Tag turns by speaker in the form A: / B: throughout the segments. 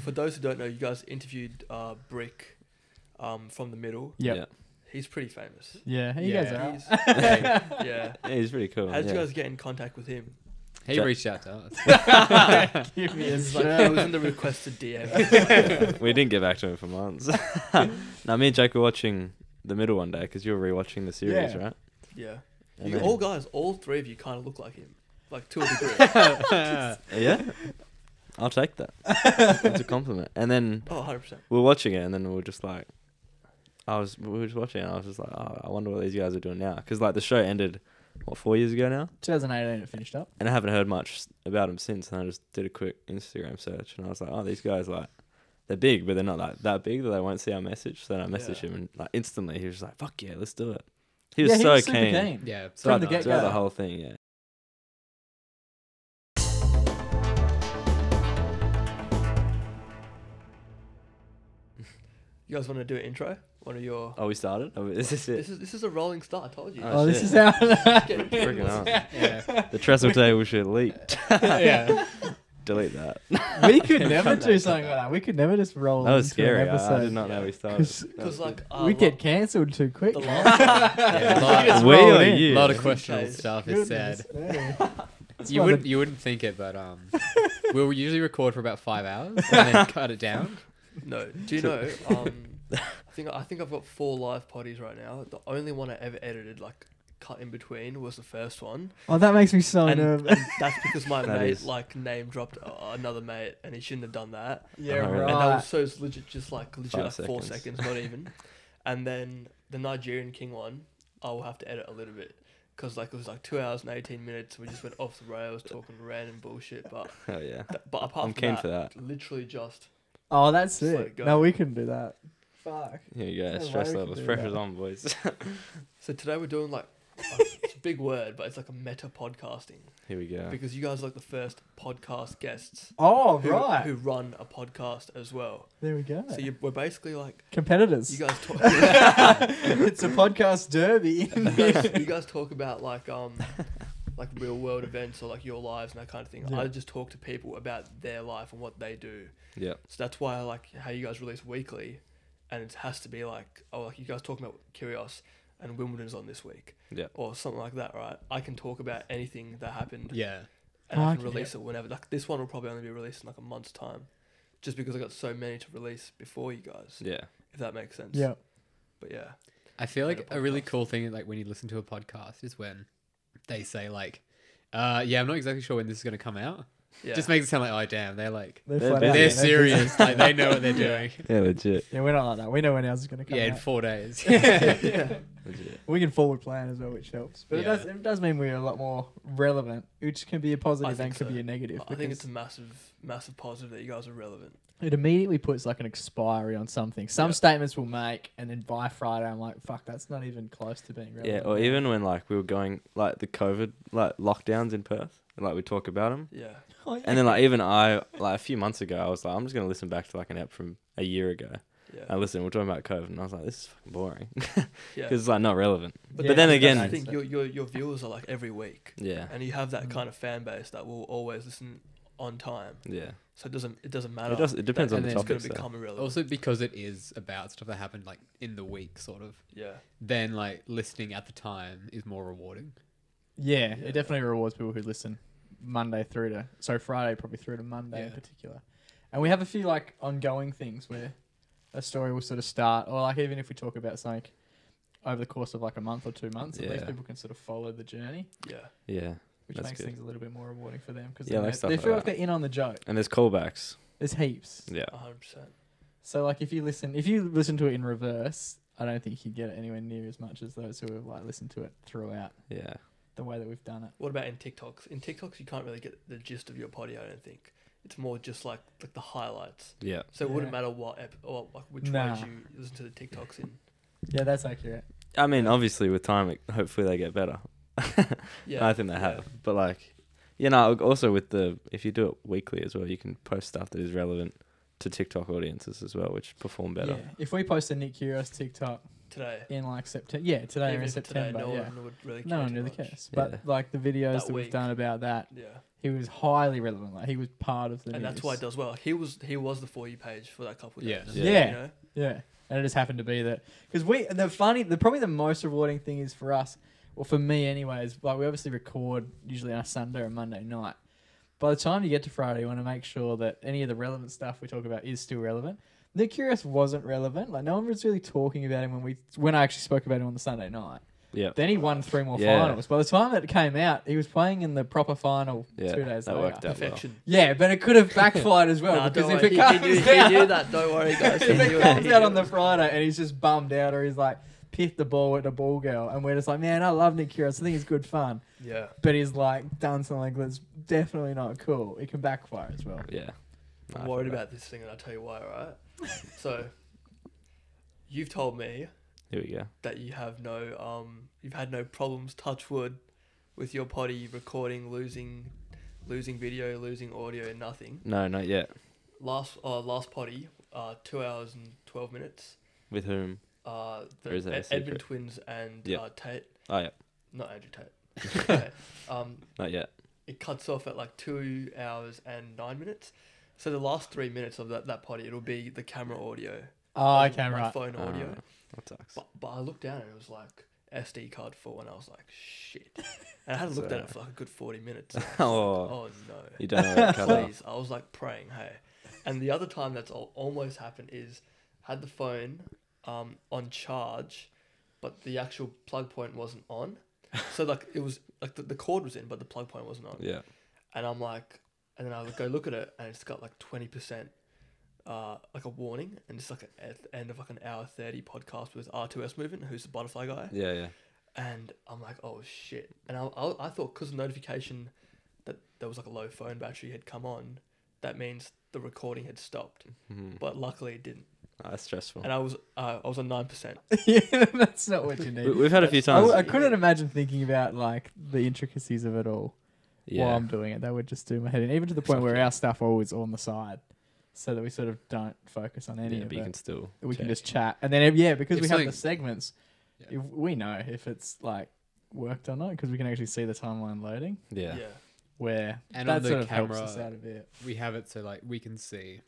A: For those who don't know, you guys interviewed uh, Brick um, from the middle.
B: Yep.
C: Yeah.
A: He's pretty famous.
B: Yeah, you guys
D: Yeah.
B: are.
A: He's, yeah, yeah.
C: Yeah, he's pretty cool.
A: How did
C: yeah.
A: you guys get in contact with him?
D: He
C: Jack-
D: reached out to us.
B: Give me a
A: It's like,
B: shout.
A: it was in the requested DM.
C: we didn't get back to him for months. now, me and Jake were watching the middle one day because you were rewatching the series,
B: Yeah.
C: right?
A: yeah.
C: And
A: You
C: then-
A: all guys, all three of you kind of look like him. Like to a degree.
C: yeah. I'll take that. It's a compliment. And then
A: oh, 100%.
C: we were watching it, and then we were just like, I was we were just watching, it and I was just like, oh, I wonder what these guys are doing now, because like the show ended what four years ago now,
B: 2018 it finished up.
C: and I haven't heard much s- about them since. And I just did a quick Instagram search, and I was like, oh, these guys like. They're big, but they're not like that big that they won't see our message. So then I messaged
A: Yeah.
C: him, and like instantly he was just like, "Fuck yeah, let's do it." He was
B: yeah,
C: so
B: he was super
C: keen.
D: yeah. So
B: From the
D: nice.
B: get-go.
C: Throughout the whole thing, yeah.
A: You guys want to do an intro? One of your.
C: Oh, we started. Oh, is this it?
A: This is this is a rolling start. I told you.
C: Oh,
B: Oh, this is
C: shit.
B: how.
A: Get-
C: Freaking hell.
D: Yeah.
C: The trestle table should leaked.
D: yeah.
C: Delete that.
B: we could never
D: Cut that,
B: do something
D: cut that.
B: like that. We could never just roll.
C: That was
B: into an
C: scary. I, I did
B: episode.
C: not know we started.
B: 'Cause-
C: That was
A: Because like uh,
B: we
A: lo-
B: get cancelled too quick.
A: the last,
D: yeah.
B: You just
D: Lot,
C: We
B: roll
C: or
B: it in.
C: you?
D: a lot of
C: Yeah.
D: questionable
A: Guys,
D: stuff. It's
B: Goodness
D: sad.
B: me. That's
D: You
B: why
D: wouldn't
B: the-
D: you wouldn't think it, but um, we'll usually record for about five hours and then cut it down.
A: no. Do you know? Um, I think I think I've got four live potties right now. The only one I ever edited, like cut in between, was the first one,
B: Oh, that makes me so
A: and,
B: nervous.
A: and that's because my
C: That
A: mate
C: is-
A: like name dropped uh, another mate, and he shouldn't have done that.
B: yeah,
C: Oh,
B: right.
C: really?
A: And that was so it's legit, just like legit
C: Five
A: like four
C: seconds.
A: seconds, not even. and then the Nigerian King one, I will have to edit a little bit. Cause like it was like two hours and eighteen minutes, we just went off the rails talking random bullshit. But
C: Oh yeah.
A: but apart from
C: I'm keen
A: that,
C: for that.
A: literally just
B: oh, that's
A: Just let
B: it.
A: it go.
B: No, we couldn't do that. Fuck.
C: Here you
B: Yeah,
C: go.
B: why
C: Stress
B: would you
C: levels.
B: do
C: Pressure's
B: that?
C: on, boys.
A: So today we're doing like it's a big word, but it's like a meta podcasting
C: Here we go.
A: because you guys are like the first podcast guests
B: Oh,
A: who,
B: right.
A: who run a podcast as well.
B: there we go.
A: So you, we're basically like
B: Competitors.
A: you guys talk.
B: it's a podcast derby.
A: you, guys, you guys talk about like um like real world events or like your lives and that kind of thing.
B: Yeah.
A: I just talk to people about their life and what they do.
C: Yeah.
A: So that's why I like how you guys release weekly, and it has to be like, oh, like you guys talking about Curios and Wimbledon's on this week,
C: Yeah.
A: or something like that, right? I can talk about anything that happened,
D: Yeah.
A: and I can
B: Oh, Okay.
A: release it whenever. Like this one will probably only be released in like a month's time, just because I got so many to release before you guys,
C: Yeah.
A: if that makes sense.
B: yeah.
A: But yeah,
D: I feel
A: Like
D: like
A: a
D: a really
A: podcast.
D: cool thing, like when you listen to a podcast, is when they say like, uh, "Yeah, I'm not exactly sure when this is going to come out."
A: yeah.
D: Just makes it sound like, "Oh, damn, they're like
B: They're,
C: They're
B: flat out.
C: busy.
D: they're
B: They're
D: serious, like they know what they're
A: Yeah.
D: doing."
C: Yeah. Legit.
B: Yeah, we're not like that. We know when ours is going to come
D: Yeah, in
B: out.
D: four days.
A: yeah.
C: Legit.
B: We can forward plan as well, which helps. But it,
D: Yeah.
B: does, it does mean we're a lot more relevant, which can be a positive
A: think
B: and can
A: so.
B: be a negative.
A: I think it's a
B: because
A: massive, massive positive that you guys are relevant.
B: it immediately puts like an expiry on something. Some
A: Yeah.
B: statements we'll make, and then by Friday, I'm like, fuck, that's not even close to being
C: Yeah.
B: relevant.
C: Or even when like we were going like the COVID like lockdowns in Perth, like we talk about them,
A: Yeah,
B: Oh, yeah.
C: and then like even I like a few months ago I was like I'm just gonna listen back to like an app from a year ago. I
A: yeah,
C: listened. We're talking about COVID, and I was like this is fucking boring
A: yeah.
C: because it's like not relevant.
B: Yeah,
C: but then
B: that's
C: again-
A: I
B: the
A: think
B: thing.
A: your your your viewers are like every week.
C: Yeah.
A: and you have that
B: Mm.
A: kind of fan base that will always listen on time.
C: Yeah.
A: So it doesn't it doesn't matter.
C: It does. It depends
D: That-
C: on
D: and
C: the
D: then
A: it's
C: topic.
A: going
C: so.
A: to become irrelevant.
D: also, because it is about stuff that happened like in the week, sort of.
A: yeah,
D: Then like listening at the time is more rewarding.
B: yeah,
A: Yeah.
B: it definitely rewards people who listen Monday through to so Friday probably through to Monday in
D: Yeah.
B: particular. And we have a few like ongoing things where a story will sort of start, or like even if we talk about something over the course of like a month or two months, at least
C: Yeah.
B: people can sort of follow the journey,
A: yeah,
C: Yeah.
B: which
C: That's
B: makes
C: good.
B: things a little bit more rewarding for them because
C: Yeah, I
B: they,
C: like
B: know-
C: stuff
B: they
C: like
B: feel
C: that.
B: like they're in on the joke.
C: And there's callbacks.
B: There's heaps.
C: Yeah.
A: a hundred percent.
B: So like if you listen, if you listen to it in reverse, I don't think you get it anywhere near as much as those who have like listened to it throughout
C: Yeah.
B: the way that we've done it.
A: What about in TikToks? In TikToks, you can't really get the gist of your potty. I don't think it's more just like like the highlights.
C: Yeah.
A: So it
B: Yeah.
A: wouldn't matter what ep- or like which
B: Nah.
A: ones you listen to the TikToks in.
B: Yeah, that's accurate.
C: I mean, obviously, with time, it, hopefully they get better.
A: Yeah,
C: I think they
A: yeah.
C: have. But like, you know, also with the if you do it weekly as well, you can post stuff that is relevant to TikTok audiences as well, which perform better.
B: Yeah. If we post a Nick Curios TikTok,
A: today.
B: in like September. Yeah, today or
A: Even
B: in
A: if today,
B: September.
A: no
B: yeah.
A: one would really care.
B: no one
A: too
B: really
A: much.
B: cares.
C: Yeah.
B: But like the videos
A: That
B: that we've
A: week.
B: done about that,
A: Yeah,
B: he was highly relevant. Like he was part of the.
A: and
B: news.
A: that's why it does well. He was he was the for you page for that couple of
D: Yeah.
A: days.
C: Yeah.
B: Yeah.
A: You know?
B: Yeah, and it just happened to be that because we the funny the probably the most rewarding thing is for us, well for me anyways. Like we obviously record usually on a Sunday or Monday night. By the time you get to Friday, you want to make sure that any of the relevant stuff we talk about is still relevant. The Curious wasn't relevant. Like no one was really talking about him when we when I actually spoke about him on the Sunday night.
C: Yeah.
B: Then he won three more
C: Yeah.
B: finals. By the time it came out, he was playing in the proper final
C: Yeah,
B: two days
C: that
B: later.
C: worked out. well.
A: Perfection.
B: Yeah, but it could have backfired as well
A: Nah,
B: because
A: don't
B: if
A: worry.
B: it comes
A: he, he, knew,
B: out,
A: he knew that. Don't worry, guys.
B: if
A: He knew
B: it
A: it.
B: comes
A: He
B: out
A: knew
B: on the
A: it.
B: Friday and he's just bummed out or he's like pith the ball at the ball girl and we're just like, man, I love Nick Kyrgios. I think it's good fun,
A: Yeah.
B: but he's like done something that's definitely not cool. It can backfire as well.
C: Yeah. Nah, I
A: I'm
C: feel
A: worried
C: that.
A: about this thing, and I'll tell you why, right? so, you've told me
C: Here we go.
A: that you have no, um, you've had no problems, touch wood, with your potty recording, losing, losing video, losing audio, nothing.
C: No, not yet.
A: Last, uh, last potty, uh, two hours and twelve minutes.
C: With whom?
A: Uh, the
C: Or is that a
A: Ed- Edmund
C: secret?
A: twins and
C: Yep.
A: uh, Tate,
C: Oh yeah,
A: not Andrew Tate. Tate. Um,
C: not yet.
A: it cuts off at like two hours and nine minutes. So the last three minutes of that, that potty, it'll be the camera audio.
B: Oh,
A: Like,
B: okay,
A: my
B: right.
A: phone audio.
C: Uh, that sucks.
A: But, but I looked down and it was like SD card full, and I was like, shit. And I hadn't looked at it for like a good 40 minutes. and I was like,
C: Oh,
A: oh no.
C: you don't know where to cut off.
A: Please. I was like praying, hey. And the other time that's al- almost happened is had the phone um, on charge, but the actual plug point wasn't on. So like it was like the, the cord was in, but the plug point wasn't on.
C: Yeah.
A: And I'm like, and then I go look at it, and it's got like 20%, uh, like a warning, and it's like at the end of like an hour 30 podcast with R2S Movement, who's the butterfly guy.
C: Yeah, yeah.
A: And I'm like, oh shit. And I, I, I thought because the notification that there was like a low phone battery had come on, that means the recording had stopped.
C: Mhm.
A: But luckily it didn't.
C: Oh, that's stressful.
A: And I was, uh, I was on 9%.
B: yeah, that's not what you
C: We,
B: need.
C: we've had a few
B: I,
C: times.
B: w- I couldn't imagine thinking about like the intricacies of it all while
C: yeah.
B: I'm doing it. That would just do my head in, even to the point where our stuff always on the side, so that we sort of don't focus on any
C: yeah,
B: of
C: but
B: it.
C: you can still.
B: we can
C: check.
B: just chat and then if- yeah because
D: If
B: we have
D: something-
B: the segments
D: Yeah.
B: if we know if it's like worked or not because we can actually see the timeline loading
C: Yeah.
B: where
D: And
B: that
D: on the
B: sort of
D: camera-
B: helps us out a bit
D: We have it so like we can see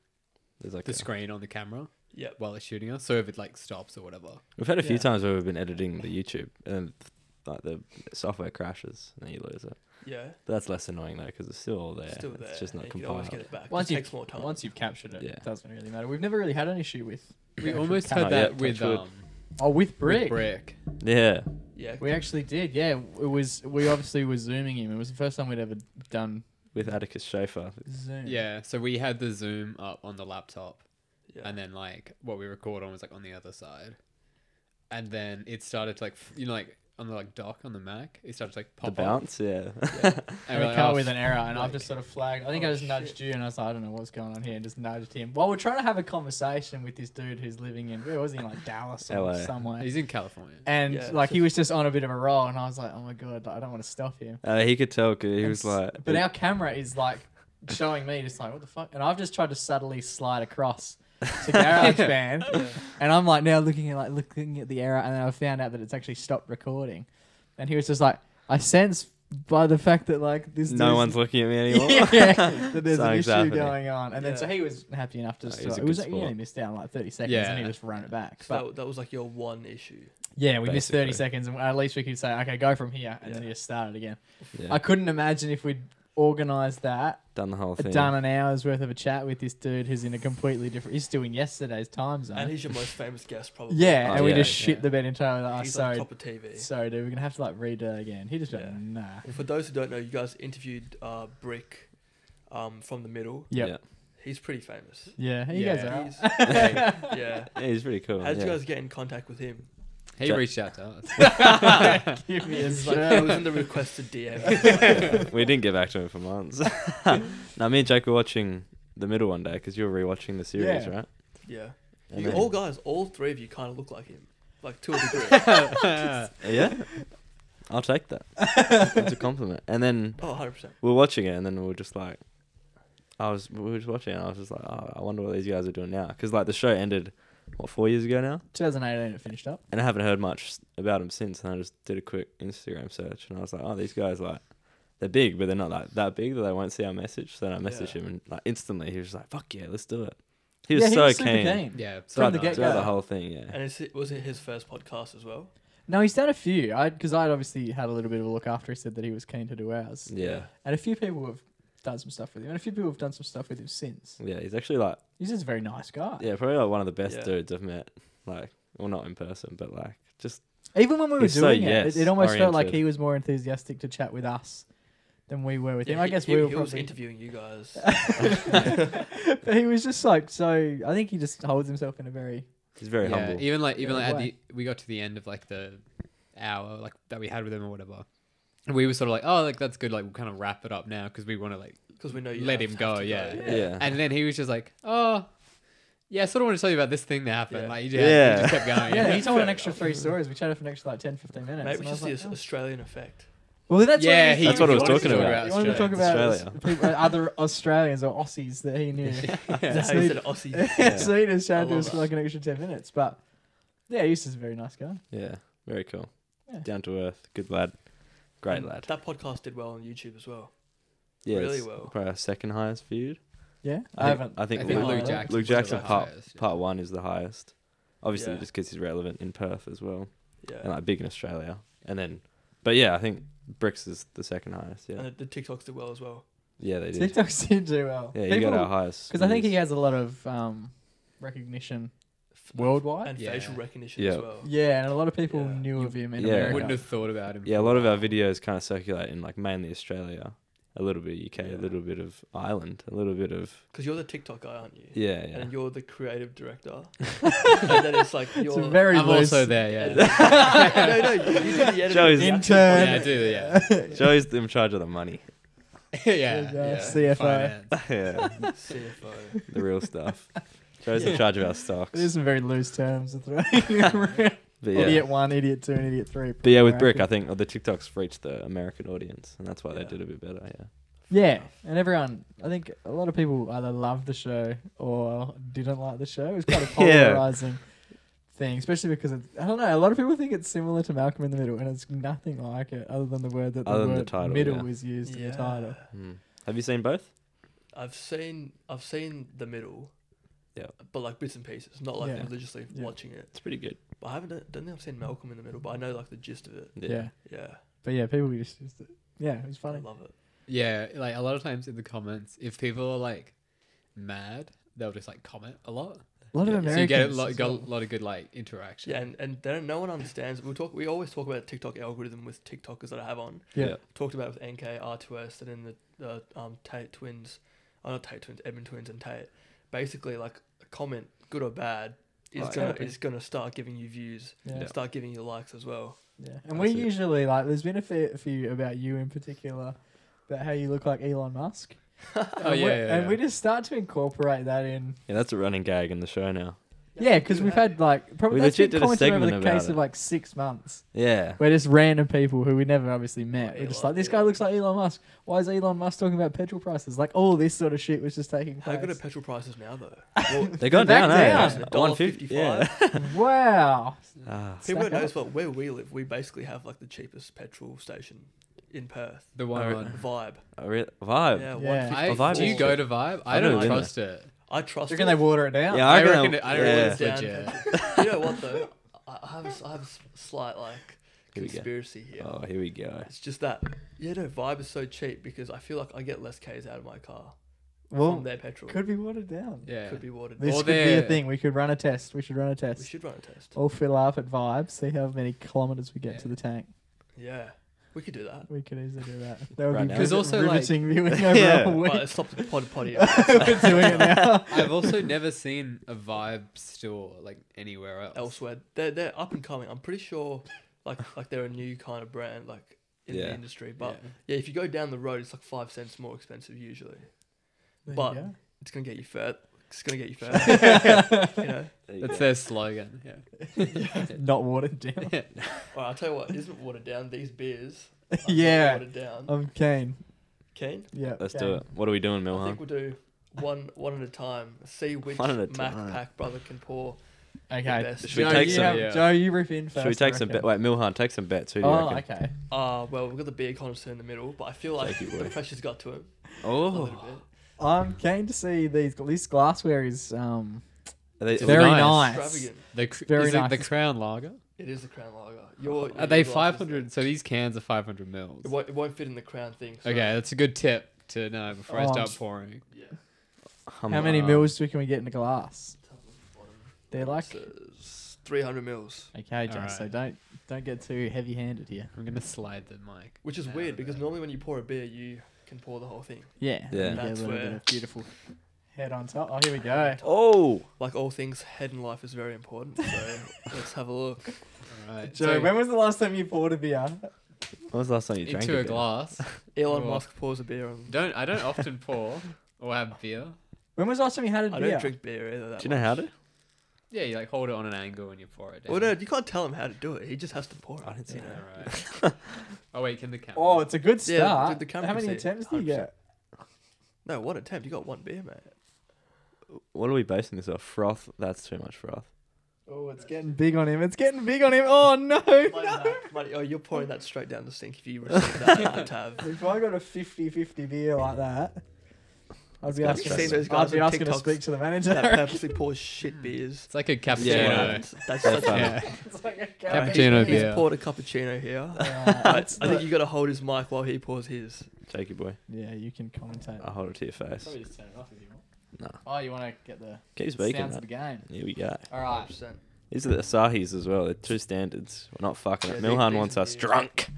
C: There's like
D: the
C: a-
D: screen on the camera
A: Yep.
D: while it's shooting us. So if it like stops or whatever,
C: We've had a few
A: Yeah.
C: times where we've been editing the YouTube and like the software crashes and then you lose it.
A: Yeah.
C: That's less annoying though because it's still all there.
A: It's still there.
C: It's just not
A: you can always
C: compiled.
A: get it back.
B: Once
A: Once it
B: you-
A: takes more time.
B: once you've captured it
C: Yeah.
B: it doesn't really matter we've never really had an issue with
D: we
B: actual
D: almost
B: camera.
D: had
C: Oh,
D: that
C: yeah,
D: with
C: touch wood.
D: um
B: oh with brick.
D: with brick.
C: Yeah.
A: yeah.
B: we actually did yeah it was we obviously were zooming him it was the first time we'd ever done
C: With Atticus Schaefer.
B: zoom
D: Yeah, so we had the zoom up on the laptop,
A: yeah.
D: and then like what we record on was like on the other side, and then it started to like f- you know like on the like dock on the Mac, it started to like
C: The
D: pop up,
C: bounce, yeah.
B: and
D: and
B: we
D: we're like,
B: come
D: "Oh,
B: with an error, and I've
D: like-
B: just sort of flagged. I think
A: Oh,
B: I just nudged
A: shit.
B: you, and I was like, I don't know what's going on here, and just nudged him. While we're trying to have a conversation with this dude who's living in where was he like Dallas or
C: LA.
B: somewhere,
D: He's in California.
B: and
A: Yeah,
B: like
A: so-
B: he was just on a bit of a roll, and I was like, oh my god, like, I don't want to stop him.
C: uh, he could tell 'cause he
B: And
C: was
B: s-
C: like.
B: but our camera is like showing me just like what the fuck, and I've just tried to subtly slide across to GarageBand, and I'm like now looking at like looking at the error, and then I found out that it's actually stopped recording, and he was just like, I sense by the fact that like this
C: no
B: dude's-
C: one's looking at me anymore.
B: yeah, that there's an
C: Something's
B: issue
C: happening.
B: going on, and then so
A: Yeah.
B: he was happy enough to.
C: No,
B: just
C: he was a
B: it was
C: good
B: like, he only
C: sport.
B: missed out on like thirty seconds, and he
D: Yeah.
B: just ran it back.
A: So
B: But
A: that, that was like your one issue.
B: yeah, we missed thirty
C: Basically.
B: seconds, and at least we could say, okay, go from here, and then
A: Yeah.
B: he just started again.
C: Yeah.
B: I couldn't imagine if we'd organised that,
C: Done the whole thing.
B: done an hour's worth of a chat with this dude who's in a completely different. He's still in yesterday's time
A: And
B: zone.
A: he's your most famous guest, probably.
B: Yeah,
C: Oh,
B: and we
C: yeah,
B: just shit
D: yeah.
B: the bed entirely. Like, oh,
A: He's
B: sorry,
A: like top of TV.
B: sorry, dude, we're gonna have to like redo it again. He just went,
A: Yeah.
B: nah.
A: For those who don't know, you guys interviewed uh, Brick um, from the middle.
B: Yep.
C: Yeah.
A: He's pretty famous.
B: Yeah, you guys
D: Yeah.
B: are.
A: He's, yeah.
C: Yeah, he's pretty cool.
A: How did you
C: yeah.
A: guys get in contact with him?
D: He
C: Jack-
D: reached out to us.
B: Give me a
A: He's like,
B: shirt.
A: it was in the requested DM.
C: we didn't get back to him for months. now, me and Jake were watching the middle one day because you were rewatching the series,
B: Yeah.
C: right?
A: yeah.
C: And
A: You
C: then-
A: all guys, all three of you kind of look like him. Like to a degree.
C: yeah, I'll take that. It's a compliment. And then
A: oh, 100%.
C: we were watching it, and then we were just like, I was we were just watching, it and I was just like, oh, I wonder what these guys are doing now, because like the show ended what four years ago now,
B: 2018 it finished up.
C: and I haven't heard much about them since. And I just did a quick Instagram search, and I was like, oh, these guys like they're big, but they're not like that big that they won't see our message. So then I messaged
A: Yeah.
C: him, and like instantly he was like, fuck yeah, let's do it. He was
B: Yeah,
C: so
B: super
C: keen.
D: Yeah, so
C: Throughout,
B: From the
C: the,
B: get-go.
C: throughout the whole thing, yeah.
A: And is it, was it his first podcast as well?
B: No, he's done a few. I because I'd obviously had a little bit of a look after he said that he was keen to do ours,
C: yeah,
B: and a few people have done some stuff with him, and a few people have done some stuff with him since.
C: yeah, He's actually like,
B: He's just a very nice guy.
C: yeah, probably like one of the best
A: Yeah.
C: dudes I've met. Like, well, not in person, but like just
B: Even when we were
C: He's so
B: doing
C: yes
B: it, it, it almost felt like
C: oriented.
B: he was more enthusiastic to chat with us than we were with him.
A: Yeah,
B: I
A: he-
B: guess
A: he,
B: we were
A: he was
B: probably.
A: interviewing you guys.
B: but he was just like so. I think he just holds himself in a very
C: he's very
D: yeah,
C: humble.
D: even like even
B: Yeah,
D: like at
B: why?
D: the we got to the end of like the hour like that we had with him or whatever, and we were sort of like, oh, like that's good. Like we'll kind of wrap it up now because we want to like.
A: Because we know you have-
D: Let him
A: have
D: go,
A: to
D: yeah.
A: go.
C: yeah.
D: And then he was just like, oh, yeah, I sort of want to tell you about this thing that happened.
A: Yeah.
D: Like you just, you just kept
A: Oh,
D: going.
B: Yeah,
D: yeah.
B: he told an
A: Fair
B: extra three stories. We chatted for an extra like 10, 15 minutes.
A: Maybe
B: and I
A: we should
B: was
A: see
B: like,
A: this
B: "Oh."
A: Australian effect.
B: Well, that's
D: Yeah,
B: what he,
D: he-
C: That's what I was
B: wanted to
C: talking
B: talk
C: about.
B: He wanted to talk about
C: Australia.
B: us- people, other Australians or Aussies that he knew.
A: Yeah,
B: So
A: he
B: he-
A: said Aussie.
C: Yeah.
B: so he just
A: I
B: chatted to
A: love
B: us for
A: that.
B: like an extra ten minutes. But yeah, he's just a very nice guy.
C: Yeah, very cool.
B: Yeah.
C: Down to earth, good lad, great
A: And
C: lad.
A: That podcast did well on YouTube as well.
C: Yeah,
A: Mm. really
C: it's
A: well.
C: Probably our second highest viewed.
B: Yeah,
C: I,
B: I
C: think-
B: haven't.
C: I think,
D: I think
B: Luke
D: Luke
B: Jackson
D: Jackson.
C: Luke
D: was the
C: Jackson
D: right
C: part
D: choice, yeah.
C: part one is the highest. Obviously,
A: Yeah.
C: just because he's relevant in Perth as well,
A: Yeah.
C: and like big in Australia. And then, but yeah, I think Bricks is the second highest. Yeah,
A: And the, the TikToks did well as well.
C: yeah, they did.
B: TikTok seemed to do well.
C: Yeah, you got our highest.
B: because I think he
C: views.
B: has a lot of um, recognition
A: F-
B: worldwide.
A: And
D: Yeah.
A: facial recognition
C: Yeah.
A: as well.
B: yeah, and a lot of people
A: Yeah.
B: knew of him in
C: Yeah.
B: America.
D: Wouldn't have thought about him.
C: Yeah, a lot of our videos kind of circulate in like mainly Australia, a little bit of UK,
A: Yeah.
C: a little bit of Ireland, a little bit of
A: Because you're the TikTok guy, aren't you?
C: yeah, yeah.
A: And you're the creative director. and then it's like
B: It's
A: you're.
B: a very
D: I'm
B: loose.
D: also there. Yeah.
A: no, no, you you do the editing.
C: Joey's-
A: the
B: Intern.
A: actual
D: Yeah, I
A: podcast.
D: do, yeah.
C: Joey's in charge of the money.
B: uh,
D: yeah, yeah,
B: CFO.
D: finance.
C: yeah,
A: CFO.
C: the real stuff. Joey's
B: Yeah.
C: in charge of our stocks.
B: There's some very loose terms to throw. around.
C: But yeah,
B: Idiot one, idiot two, and idiot three.
C: but yeah, with
B: Right.
C: Brick, I think the TikToks reached the American audience, and that's why they
A: Yeah.
C: did a bit better. Yeah.
B: Yeah, and everyone, I think a lot of people either loved the show or didn't like the show. It was quite a
C: Yeah.
B: polarizing thing, especially because it, I don't know. A lot of people think it's similar to Malcolm in the Middle, and it's nothing like it, other than the word that the
C: Other than the
B: word
C: title,
B: middle
C: yeah.
B: is used in
A: Yeah.
B: the title.
C: Mm. Have you seen both?
A: I've seen I've seen the middle.
C: Yeah.
A: But like bits and pieces, not like
B: Yeah.
A: religiously
B: Yeah.
A: watching it.
C: It's pretty good.
A: But I haven't. done- Don't think I've seen Malcolm in the middle, but I know like the gist of it.
B: Yeah.
C: Yeah.
A: Yeah.
B: but yeah, people just used it. Yeah, it was
A: I
B: funny.
A: love it.
D: Yeah, like a lot of times in the comments, if people are like mad, they'll just like comment a lot.
B: A lot of Americans.
D: so you get a lot,
B: as
D: got a
B: well.
D: lot of good like interaction.
A: Yeah, and, and then no one understands. We talk. We always talk about the TikTok algorithm with TikTokers that I have on.
B: Yeah.
C: Yeah.
A: Talked about it with NK, R2S, and then the, the um, Tate twins. Oh, not Tate twins, Edmund twins, and Tate. Basically, like a comment, good or bad, is
C: Right.
A: gonna
B: Yeah.
A: is gonna start giving you views,
B: Yeah.
A: and start giving you likes as well.
B: Yeah, and we
C: That's it.
B: usually like. There's been a fair few about you in particular, about how you look like Elon Musk.
D: Oh
B: and
D: yeah,
B: we-
D: yeah,
B: and
D: yeah.
B: we just start to incorporate that in.
C: Yeah, that's a running gag in the show now.
B: Yeah, because we've had like probably
C: We
B: that's
C: legit
B: been
C: did a
B: commented over
C: segment
B: the
C: about
B: case of
C: it.
B: like six months.
C: Yeah.
B: Where just random people who we never obviously met were just
A: Elon,
B: like, this
A: yeah.
B: guy looks like Elon Musk. Why is Elon Musk talking about petrol prices? Like all this sort of shit was just taking
A: How
B: place.
A: good are petrol prices now though? Well,
C: They got
B: Back
C: down, eh?
B: down.
A: $1.55.
C: One fifty. Yeah.
B: wow.
C: Ah.
A: people
B: Stack
A: don't
B: up.
A: notice, but where we live, we basically have like the cheapest petrol station in Perth.
D: the one.
C: Oh,
D: on-
A: Vibe.
C: a real vibe.
A: Yeah,
C: Oh.
B: Yeah.
A: $1.55.
C: Yeah,
D: Uh-huh. I,
C: Vibe
D: do you
C: is-
D: go to Vibe? I
C: I've
D: don't
C: never been
D: trust it.
A: I trust.
B: Reckon
A: it.
B: they water it down.
C: I,
D: I
C: reckon.
D: reckon it- I don't
C: yeah.
D: reckon it's
A: down
D: legit.
A: you know what though? I I have a s- I have a s- slight like
C: Here we go.
A: conspiracy here.
C: Oh, here we go.
A: It's just that yeah, no vibe is so cheap because I feel like I get less k's out of my car
B: Well,
A: from their petrol.
B: could be watered down.
D: Yeah.
A: Could be watered.
B: This
A: down.
D: Or
B: could be a
D: they're-
B: thing. We could run a test. We should run a
A: we
B: test.
A: should run a test.
B: All fill up at vibes. See how many kilometers we get
D: Yeah.
B: to the tank.
A: Yeah, we could do that.
B: We could easily do that. That would
C: Right
B: be
C: now.
B: because
D: There's
B: also
D: also, like-
B: riveting viewing over
C: Yeah.
B: a week.
A: But it stopped the pod potty.
B: We're doing it now.
D: I've also never seen a Vibe store like anywhere else.
A: elsewhere. They're they're up and coming. I'm pretty sure, like like they're a new kind of brand like in the
C: Yeah.
A: industry. But yeah. if you go down the road, it's like five cents more expensive usually.
B: There you
A: But-
B: go.
A: It's gonna get you fat. It's gonna get you fat. you know.
C: There you
D: That's
C: go.
D: their slogan. Yeah.
B: not watered down.
A: All right, I'll tell you what isn't watered down. These beers. are not
B: yeah, Oh.
A: Watered down.
B: I'm keen.
A: Keen.
B: Yeah,
C: Let's
B: keen.
C: do it. What are we doing,
A: I
C: Milhan?
A: think we'll do one one at a time. See which
C: One at a
A: Mac
C: time.
A: Pack brother can pour
B: Okay.
A: best.
C: Should we
B: Joe,
C: take
B: you
C: some-
B: have-
D: Yeah.
B: Joe, you rip in first.
C: Should we
B: I
C: take some? Be-
B: reckon.
C: wait, Milhan, take some bets. Who do you
B: Oh,
C: reckon?
B: okay.
A: Uh, well, we've got the beer connoisseur in the middle, but I feel like
C: Take it,
A: the
C: boy.
A: pressure's got to him a little
C: Oh,
A: bit.
B: I'm keen to see these. This glassware is um
C: are they,
D: It's
B: very
D: nice.
B: nice.
A: Extravagant.
D: The, cr-
B: Very
D: is it the
B: nice.
D: Crown Lager?
A: It is the crown lager. Your,
D: Are
A: your
D: they
A: glasses-
D: 500? So these cans are 500 mils.
A: It won't, it won't fit in the crown thing. So
D: Okay, that's a good tip to know before I
B: Oh,
D: start
B: I'm-
D: pouring.
A: Yeah.
C: Hum-
B: How many
D: um,
B: mils do can we get in a glass? They're like
A: Says 300 mils.
B: okay, John. So
D: Alright.
B: don't don't get too heavy-handed here.
D: I'm gonna slide the mic.
A: Which is
D: out
A: weird
D: of
A: because
D: it.
A: normally when you pour a beer, you can pour the whole thing.
B: Yeah.
C: Yeah.
B: You get a
A: That's
B: little bit
A: where-
B: of beautiful head on top. Oh, here we go.
C: Oh,
A: Like all things, head and life is very important. So let's have a look.
D: Alright,
B: Joe,
D: so
B: when was the last time you poured a beer?
C: when was the last time you drank
D: into a
C: beer?
D: glass.
A: Elon
D: Oh.
A: Musk pours a beer on.
D: Don't I don't often pour or have beer.
B: When was the last time you had a
A: I
B: beer?
A: don't drink beer either. That
C: Do you know how to?
D: Yeah, you like hold it on an angle and you pour it. Down.
A: Well, no, you can't tell him how to do it. He just has to pour
C: I
A: it.
C: didn't
A: You
C: see
A: know.
D: Alright. oh wait, can the camera?
B: Oh, it's a good
A: Yeah, the-
B: start.
A: the camera
B: How
A: can
B: many
A: see it,
B: attempts do you get?
A: No, what attempt? You got one beer, mate.
C: What are we basing this off? Froth? That's too much froth.
B: Oh, it's getting big on him. It's getting big on him. Oh no, no.
A: Mate, oh, you're pouring that straight down the sink if you receive that at the tab.
B: If I got a 50-50 beer like that, I'd be
C: Have
A: you
B: asking.
A: seen those
B: I'd
A: guys
B: be
A: on
B: asking to
A: TikToks
B: speak to the manager.
A: that purposely pours shit beers.
D: It's like a cappuccino.
C: Yeah.
A: That's
C: That's
A: such
C: fine.
A: a
D: Yeah.
B: It's like a
D: Cappuccino
A: He's
D: beer.
A: poured a cappuccino here.
B: Uh,
A: I, I
B: it's
A: think
B: not-
A: you got to hold his mic while he pours his.
C: Jakey boy,
B: yeah, you can commentate.
C: I'll Oh, hold it to your face.
B: Probably just turn it off if you want.
C: No.
B: Oh, you want to get the
C: Keep speaking.
B: sounds of
C: That.
B: the game.
C: Here we go.
B: All right.
A: 100%.
C: These are the Asahis as well. They're two standards. We're not fucking
A: Yeah,
C: it.
A: these-
C: Milhan
A: these
C: wants
A: are
C: us
A: new.
C: drunk.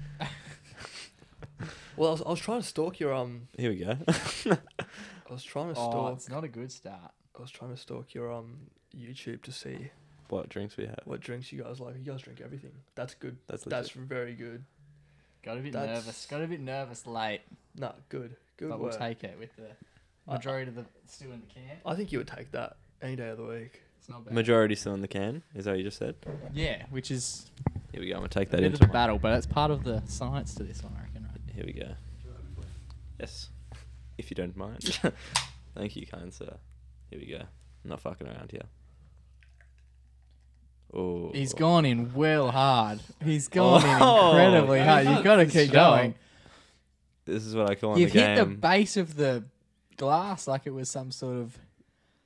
A: Well, I was, I was trying to stalk your um.
C: Here we go.
A: I was trying to
B: Oh,
A: stalk.
B: it's not a good start.
A: I was trying to stalk your um YouTube to see
C: what drinks we have?
A: what drinks you guys like. You guys drink everything. That's good.
C: That's legit.
A: That's very good.
B: Got a bit
A: That's-
B: nervous. Got a bit nervous late,
A: Nah, good. Good
B: but
A: work.
B: we'll take it with the
A: I-
B: majority of the still in the can.
A: I think you would take that any day of the week.
B: It's not bad.
C: Majority still in the can. Is that what you just said?
B: yeah, which is
C: Here we go. I'm gonna take
B: a
C: that
B: bit
C: into
B: of a
C: my-
B: battle, but it's part of the science to this one, I reckon. Right?
C: Here we go. Yes. If you don't mind. Thank you, kind sir. Here we go. I'm not fucking around here. Oh.
B: He's gone in well hard. He's gone
C: Oh.
B: in incredibly
D: Yeah,
B: hard.
D: he
B: You've got to
D: can't
B: keep
D: stop.
B: going.
C: This is what I call in
B: You've
C: the
B: hit the
C: game.
B: base of the glass like it was some sort of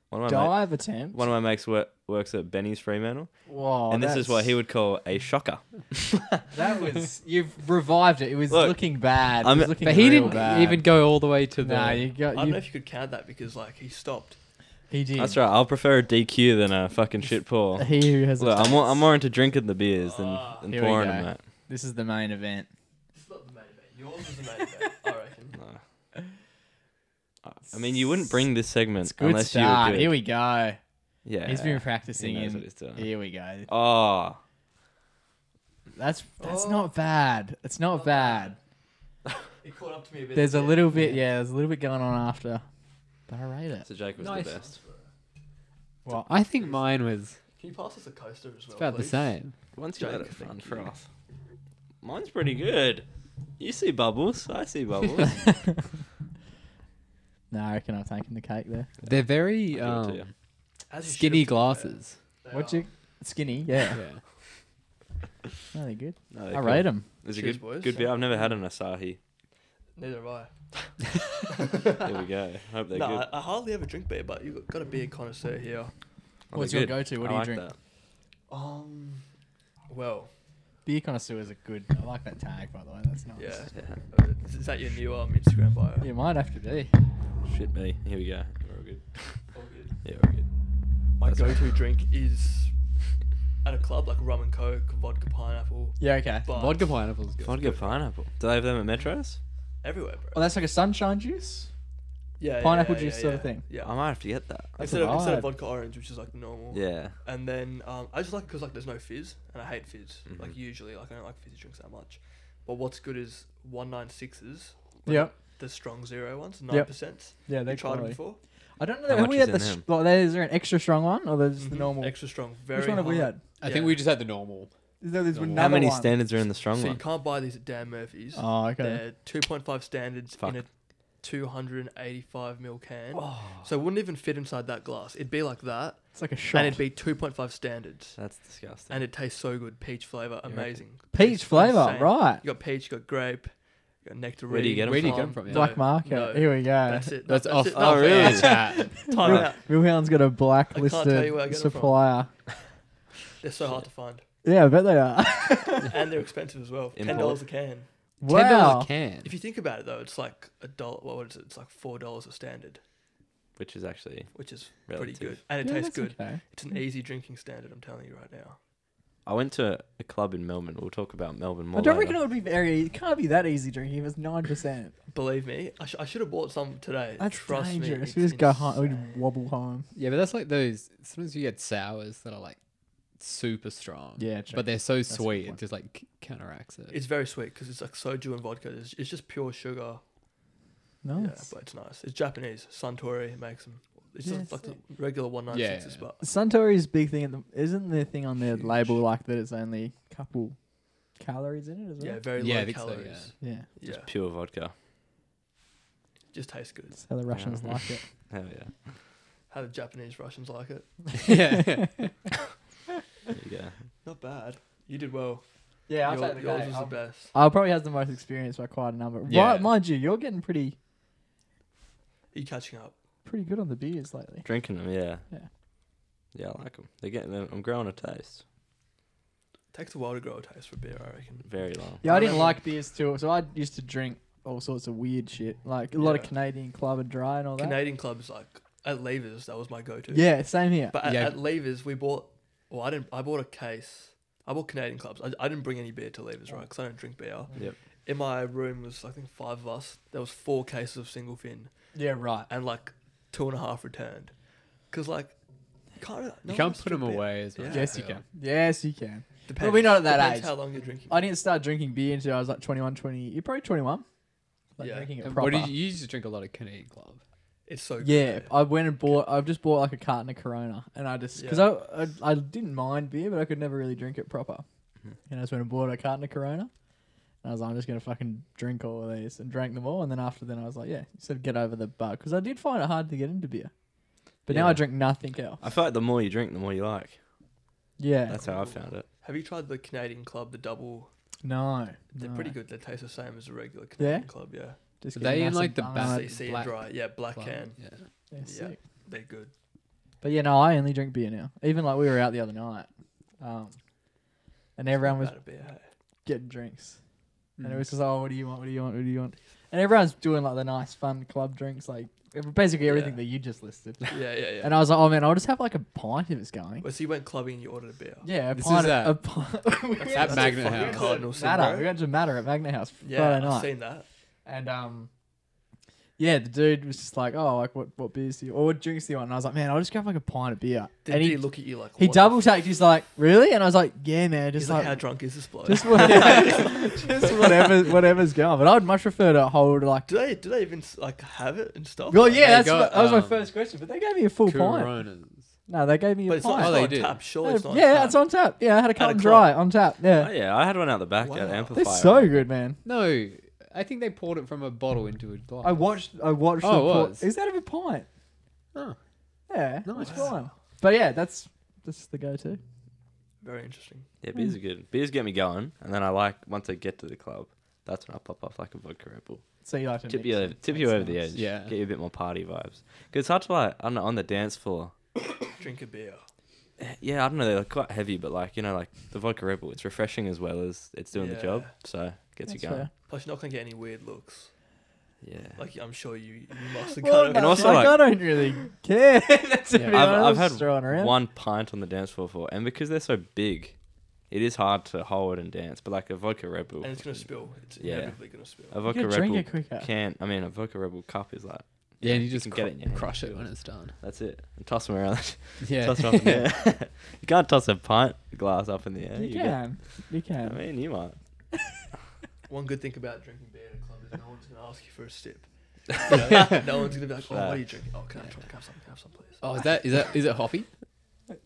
C: one, of my ma-
B: dive attempt.
C: one of my mates wor- works at Benny's Fremantle,
B: Whoa,
C: and this is what
B: Oh, that's-
C: he would call a shocker.
B: That was you've revived it. It was
C: Look,
B: looking bad. It
C: I'm-
B: was looking
D: But he
B: real
D: didn't
B: bad.
D: even go all the way to the.
B: Nah, you
A: I
B: got.
A: don't
B: Uh, You,
A: know if you could count that because like he stopped.
B: he did.
C: That's right. I'll prefer a DQ than a fucking shit pour.
B: He who has.
C: Look,
B: a
C: I'm more, I'm more into drinking the beers than,
A: Ah.
C: than
B: Here we
C: pouring
B: go.
C: them. Mate.
B: This is the main event.
A: It's not the main event. Yours is the main event. I reckon.
C: No. I- I mean, you wouldn't bring this segment
B: It's a good
C: unless
B: start.
C: you were good.
B: Here we go.
C: yeah.
B: He's been
C: he
B: practicing.
C: knows
B: in-
C: what he's doing.
B: Here we go.
C: Oh.
B: That's that's
A: Oh.
B: not bad. It's not,
A: Not
B: bad.
A: bad. It caught up to me a bit.
B: There's a
A: there.
B: little bit. Yeah, there's a little bit going on after. But I rate it.
C: So Jake was
D: Nice.
C: the best.
B: Well,
D: I think mine was
A: Can you pass us a coaster as well?
D: about the
A: please?
D: same.
C: Once
A: you let it run for
C: off. Mine's pretty good. You see bubbles. I see bubbles.
B: no, I reckon I've taken the cake there.
D: They're very
C: I'll give it to
D: um,
A: As you should
D: skinny
A: have, to be fair.
D: glasses.
A: They
B: What's
A: are.
B: your skinny?
D: Yeah.
B: Yeah, no, they're good.
C: no,
B: I rate them.
C: It's a
A: Cheers,
C: good,
A: boys.
C: good beer. I've never had an Asahi.
A: Neither have I.
C: There we go. I hope they're
A: no,
C: good.
A: I, I hardly ever drink beer, but you've got a beer connoisseur here.
C: Oh,
B: What's
C: they're
B: your
C: good.
B: go-to? What
C: I
B: do you
C: like
B: drink?
C: that.
A: Um, well,
B: Beer connoisseur is a good. I like that tag, by the way. That's nice.
A: yeah.
C: Yeah.
A: Uh, Is is that your new um, Instagram bio?
B: You might have to be.
C: Shit me. Here we go. We're all good.
A: All good.
C: Yeah, we're good.
A: My
C: That's
A: go-to drink is at a club like rum and coke, vodka, pineapple,
B: Yeah. Okay.
A: but
D: Vodka pineapple's good.
C: Vodka pineapple. Do they have them at Metros?
A: everywhere, bro.
B: Well, Oh, that's like a sunshine juice.
A: yeah, yeah,
B: pineapple
A: yeah,
B: juice
A: yeah,
B: sort of
A: yeah.
B: thing.
A: Yeah.
C: I might have to get that.
B: That's
A: instead
B: a
A: of instead
B: vibe.
A: of vodka orange, which is like normal.
C: Yeah.
A: And then um, I just like it because like there's no fizz, and I hate fizz. Like
C: Mhm.
A: usually, like I don't like fizzy drinks that much. But what's good is one nine sixes,
B: Yep.
A: the strong zero ones,
B: Yep.
A: nine percent.
B: Yeah,
A: You
B: they
A: tried them
B: quality.
A: before?
B: I don't know.
C: How
B: have
C: much
B: we
C: is
B: had
C: in
B: the sh-
C: them?
B: like, there- is there an extra strong one or there's the
A: Mhm.
B: normal?
A: extra strong. Very
B: Which one have we
A: high.
B: had?
D: I
A: Yeah.
D: think we just had the normal.
B: Is there, there's
D: How
C: How
B: another
C: many
B: one.
C: standards are in the strong
A: So you
C: one?
A: can't buy these at Dan Murphy's.
B: Oh, okay.
A: They're two point five standards
C: Fuck.
A: in a 285 mil can.
C: Oh,
A: So it wouldn't even fit inside that glass. It'd be like that,
B: It's like a shot.
A: and it'd be 2.5 standards,
C: that's disgusting.
A: and it tastes so good. Peach flavor,
C: reckon?
A: amazing.
B: Peach
A: Tastes
B: flavor,
A: insane.
B: right?
A: You got peach, you got grape, you got nectarine.
C: Where do you get 'em
D: Where do you get 'em from? Yeah.
A: No,
B: Black market.
A: no.
B: Here we go.
A: That's it.
D: That's,
A: That's
D: off.
A: It.
C: Oh,
A: No,
C: really?
A: fair.
D: chat.
A: Time out.
B: Wilhelm's got a
A: I can't tell
B: blacklisted
A: you where I get 'em from.
B: supplier.
A: They're so hard to find,
B: Yeah, I bet they are.
A: and they're expensive as well. Ten
C: Import.
A: dollars a can.
D: Ten
B: wow.
D: dollars a can.
A: If you think about it, though, it's like a dollar. What is it? It's like four dollars a standard,
C: Which is actually
A: which is
C: relative.
A: pretty good, and it
B: Yeah,
A: tastes
B: that's
A: good.
B: okay.
A: It's an easy drinking standard. I'm telling you right now.
C: I went to a club in Melbourne. We'll talk about Melbourne
B: I
C: more.
B: don't
C: later.
B: reckon it would be very. It can't be that easy drinking if it's nine percent.
A: Believe me, I, sh- I should have bought some today.
B: That's
A: Trust me,
B: dangerous.
A: it's
B: we just go home. We
A: insane.
B: just wobble home.
D: Yeah, but that's like those. Sometimes you get sours that are like super strong.
B: Yeah, true.
D: but they're so
B: a good
D: sweet. It
B: point.
D: just like c- counteracts it.
A: It's very sweet because it's like soju and vodka. It's, it's just pure sugar.
B: Nice.
A: Yeah, but it's nice. It's Japanese. Suntory makes them. It's
B: Yeah,
A: just
B: it's
A: like the regular one nine sixes,
D: Yeah.
A: but
B: Suntory's big thing at the, isn't the thing on their
A: Huge.
B: label like that it's only a couple calories in it as
A: yeah,
B: well?
A: very
D: Yeah, I
A: low
D: think so,
A: calories.
B: Yeah.
A: yeah.
C: Just pure vodka.
A: just tastes good.
B: That's how the Russians
C: Yeah.
B: like it.
C: Hell yeah.
A: How the Japanese Russians like it.
D: yeah.
C: There you go.
A: Not bad. You did well.
B: Yeah, I'll
A: Your-
B: take the
A: yours
B: game.
A: was the
B: I'll,
A: best.
B: I'll probably has the most experience by quite a number.
D: Yeah.
B: Right, mind you, you're getting pretty
A: Are you catching up?
B: pretty good on the beers lately.
C: Drinking them, yeah.
B: Yeah.
C: Yeah, I like them. They're getting. Them. I'm growing a taste.
A: takes a while to grow a taste for beer, I reckon.
C: Very long.
B: Yeah, I
A: I
B: didn't
A: remember-
B: like beers too, so I used to drink all sorts of weird shit, like a lot of
A: Yeah.
B: Canadian Club and Dry and all that.
A: Canadian clubs like at Levers, that was my go-to.
B: yeah, same here.
A: But at,
D: Yeah.
A: at Levers, we bought. Well, I didn't. I bought a case. I bought Canadian clubs. I, I didn't bring any beer to Levers, right? Because I don't drink beer.
C: Yep.
A: In my room was I think five of us. There was four cases of single fin
B: yeah, right.
A: and like two and a half returned. Because like, you can't. no
D: you
A: one
D: can't
A: wants
D: put
A: to
D: them
A: beer.
D: away as well.
A: Yeah.
B: Yes, you can. Yes, you can.
A: Depends.
B: we're not at that
A: Depends
B: age.
A: How long you're drinking?
B: I didn't start drinking beer until I was like 21, 20. You're probably 21. Like
A: Yeah.
B: drinking it
D: And
B: proper.
D: What did you, you used to drink a lot of Canadian Club.
A: It's so good.
B: Yeah,
A: though.
B: I went and bought. I've just bought like a carton of Corona, and I just because
A: Yeah.
B: I, I I didn't mind beer, but I could never really drink it proper. And I just went and bought a carton of Corona, and I was like, I'm just gonna fucking drink all of these, and drank them all. And then after then, I was like, yeah, you said get over the bug because I did find it hard to get into beer, but now I
C: Yeah.
B: drink nothing else.
C: I feel like the more you drink, the more you like.
B: yeah,
C: That's how I found it.
A: Have you tried the Canadian club? The double.
B: no,
A: They're
B: no.
A: pretty good. They taste the same as a regular Canadian club. Yeah.
B: Just
D: Are
B: get a
D: they in,
B: nice
D: like, the
B: and
D: back? Uh,
B: hard-
A: CC
D: black
A: and dry. Yeah, black
D: Club.
A: can.
D: Yeah.
B: yeah, sick.
A: They're good.
B: But yeah, no, I only drink beer now. Even like we were out the other night, um, and everyone was
A: Bad at beer, hey?
B: getting drinks. And it
D: Mm.
B: was just, oh, what do you want? What do you want? What do you want? And everyone's doing like the nice, fun club drinks, like ev- basically everything
A: Yeah.
B: that you just listed.
A: Yeah, yeah, yeah.
B: And I was like, oh man, I'll just have like a pint if it's going.
A: well, so you went clubbing and you ordered a beer.
B: Yeah, a
D: This
B: pint. of-
D: is a-
B: a pint. we
D: At
A: That's a
D: Magnet
A: fucking
D: House.
A: Cardinal sin,
B: Matter.
A: bro.
B: We went to Matter at Magna House
A: Yeah,
B: Friday
A: I've
B: night.
A: seen that.
B: And um, yeah, the dude was just like, oh, like what, what beers do you or what drinks do you want? And I was like, man, I'll just grab like a pint of beer.
A: Did,
B: and
A: did
B: he
A: he look at you like
B: he
A: what the
B: double
A: f-
B: checked. He's like, really? And I was like, yeah, man,
A: He's
B: just
A: like,
B: like
A: how drunk is this bloke?
B: just whatever, just whatever, whatever's going. But I would much prefer to hold like.
A: do they do they even like have it and stuff?
B: Well,
A: Like,
B: yeah, that's
D: got,
B: what- that was my
D: um,
B: first question, but they gave me a full pint.
D: Coronas.
B: No, they gave me
A: but
B: a
A: it's not,
B: pint.
A: it's
D: Oh,
A: not
D: they
A: on
D: do.
A: tap. Surely it's not.
B: yeah,
A: on
B: it's on tap. Yeah, I had a
A: At a
B: carton
A: club.
B: dry on tap. Yeah,
C: Oh yeah, I had one out the back at
A: Wow.
B: they're
C: Amplifier.
B: so good, man.
D: No, I think they poured it from a bottle into a glass.
B: I watched. I watched.
D: Oh,
B: the
D: it
B: port-
D: was.
B: Is that of a pint?
D: Oh,
B: Yeah, it was
D: Nice.
B: fine. But yeah, that's that's the go-to.
A: Very interesting.
C: Yeah, beers are good. Beers get me going, and then I like once I get to the club, that's when I pop off like a vodka Red Bull.
B: So you like to
C: Tip
B: mix
C: you,
B: it.
C: over, tip
B: That's
C: you over the
B: nice.
C: edge.
D: Yeah.
C: Get you a bit more party vibes. Cause it's hard to like I don't know on the dance floor.
A: Drink a beer.
C: Yeah, I don't know. They're quite heavy, but like you know, like the vodka Red Bull, it's refreshing as well as it's doing the
A: Yeah.
C: job. So it gets
B: That's
C: you going.
B: fair.
A: Plus, you're not gonna get any weird looks.
C: Yeah.
A: Like I'm sure you you must have
B: Well,
A: got
B: no,
C: And also,
B: like,
C: like-
B: I don't really care. to
D: Yeah.
B: be
C: I've, I've
B: honest,
C: had
B: throwing around.
C: one pint on the dance floor before, and because they're so big, it is hard to hold and dance. But like a vodka Red Bull,
A: and it's gonna spill. It's
C: Yeah.
A: inevitably gonna spill.
C: a
B: You
C: vodka
B: could
C: Red
B: drink
C: Bull
B: it quicker.
C: can. I mean, a vodka Red Bull cup is like
D: yeah, and you just
C: can
D: cr-
C: get it in your hand.
D: crush it when it's done.
C: that's it. And toss them around.
D: Yeah,
C: toss them up in the air. you can't toss a pint glass up in the air.
B: You,
C: You get-
B: can. You can.
C: I mean, you might.
A: One good thing about drinking beer at a club is no one's gonna ask you for a sip. You know? no one's gonna be like, oh, what are you drinking? Oh, can I try? Can I have some? Can I have some, please?
D: Oh, is that is that is it hoppy?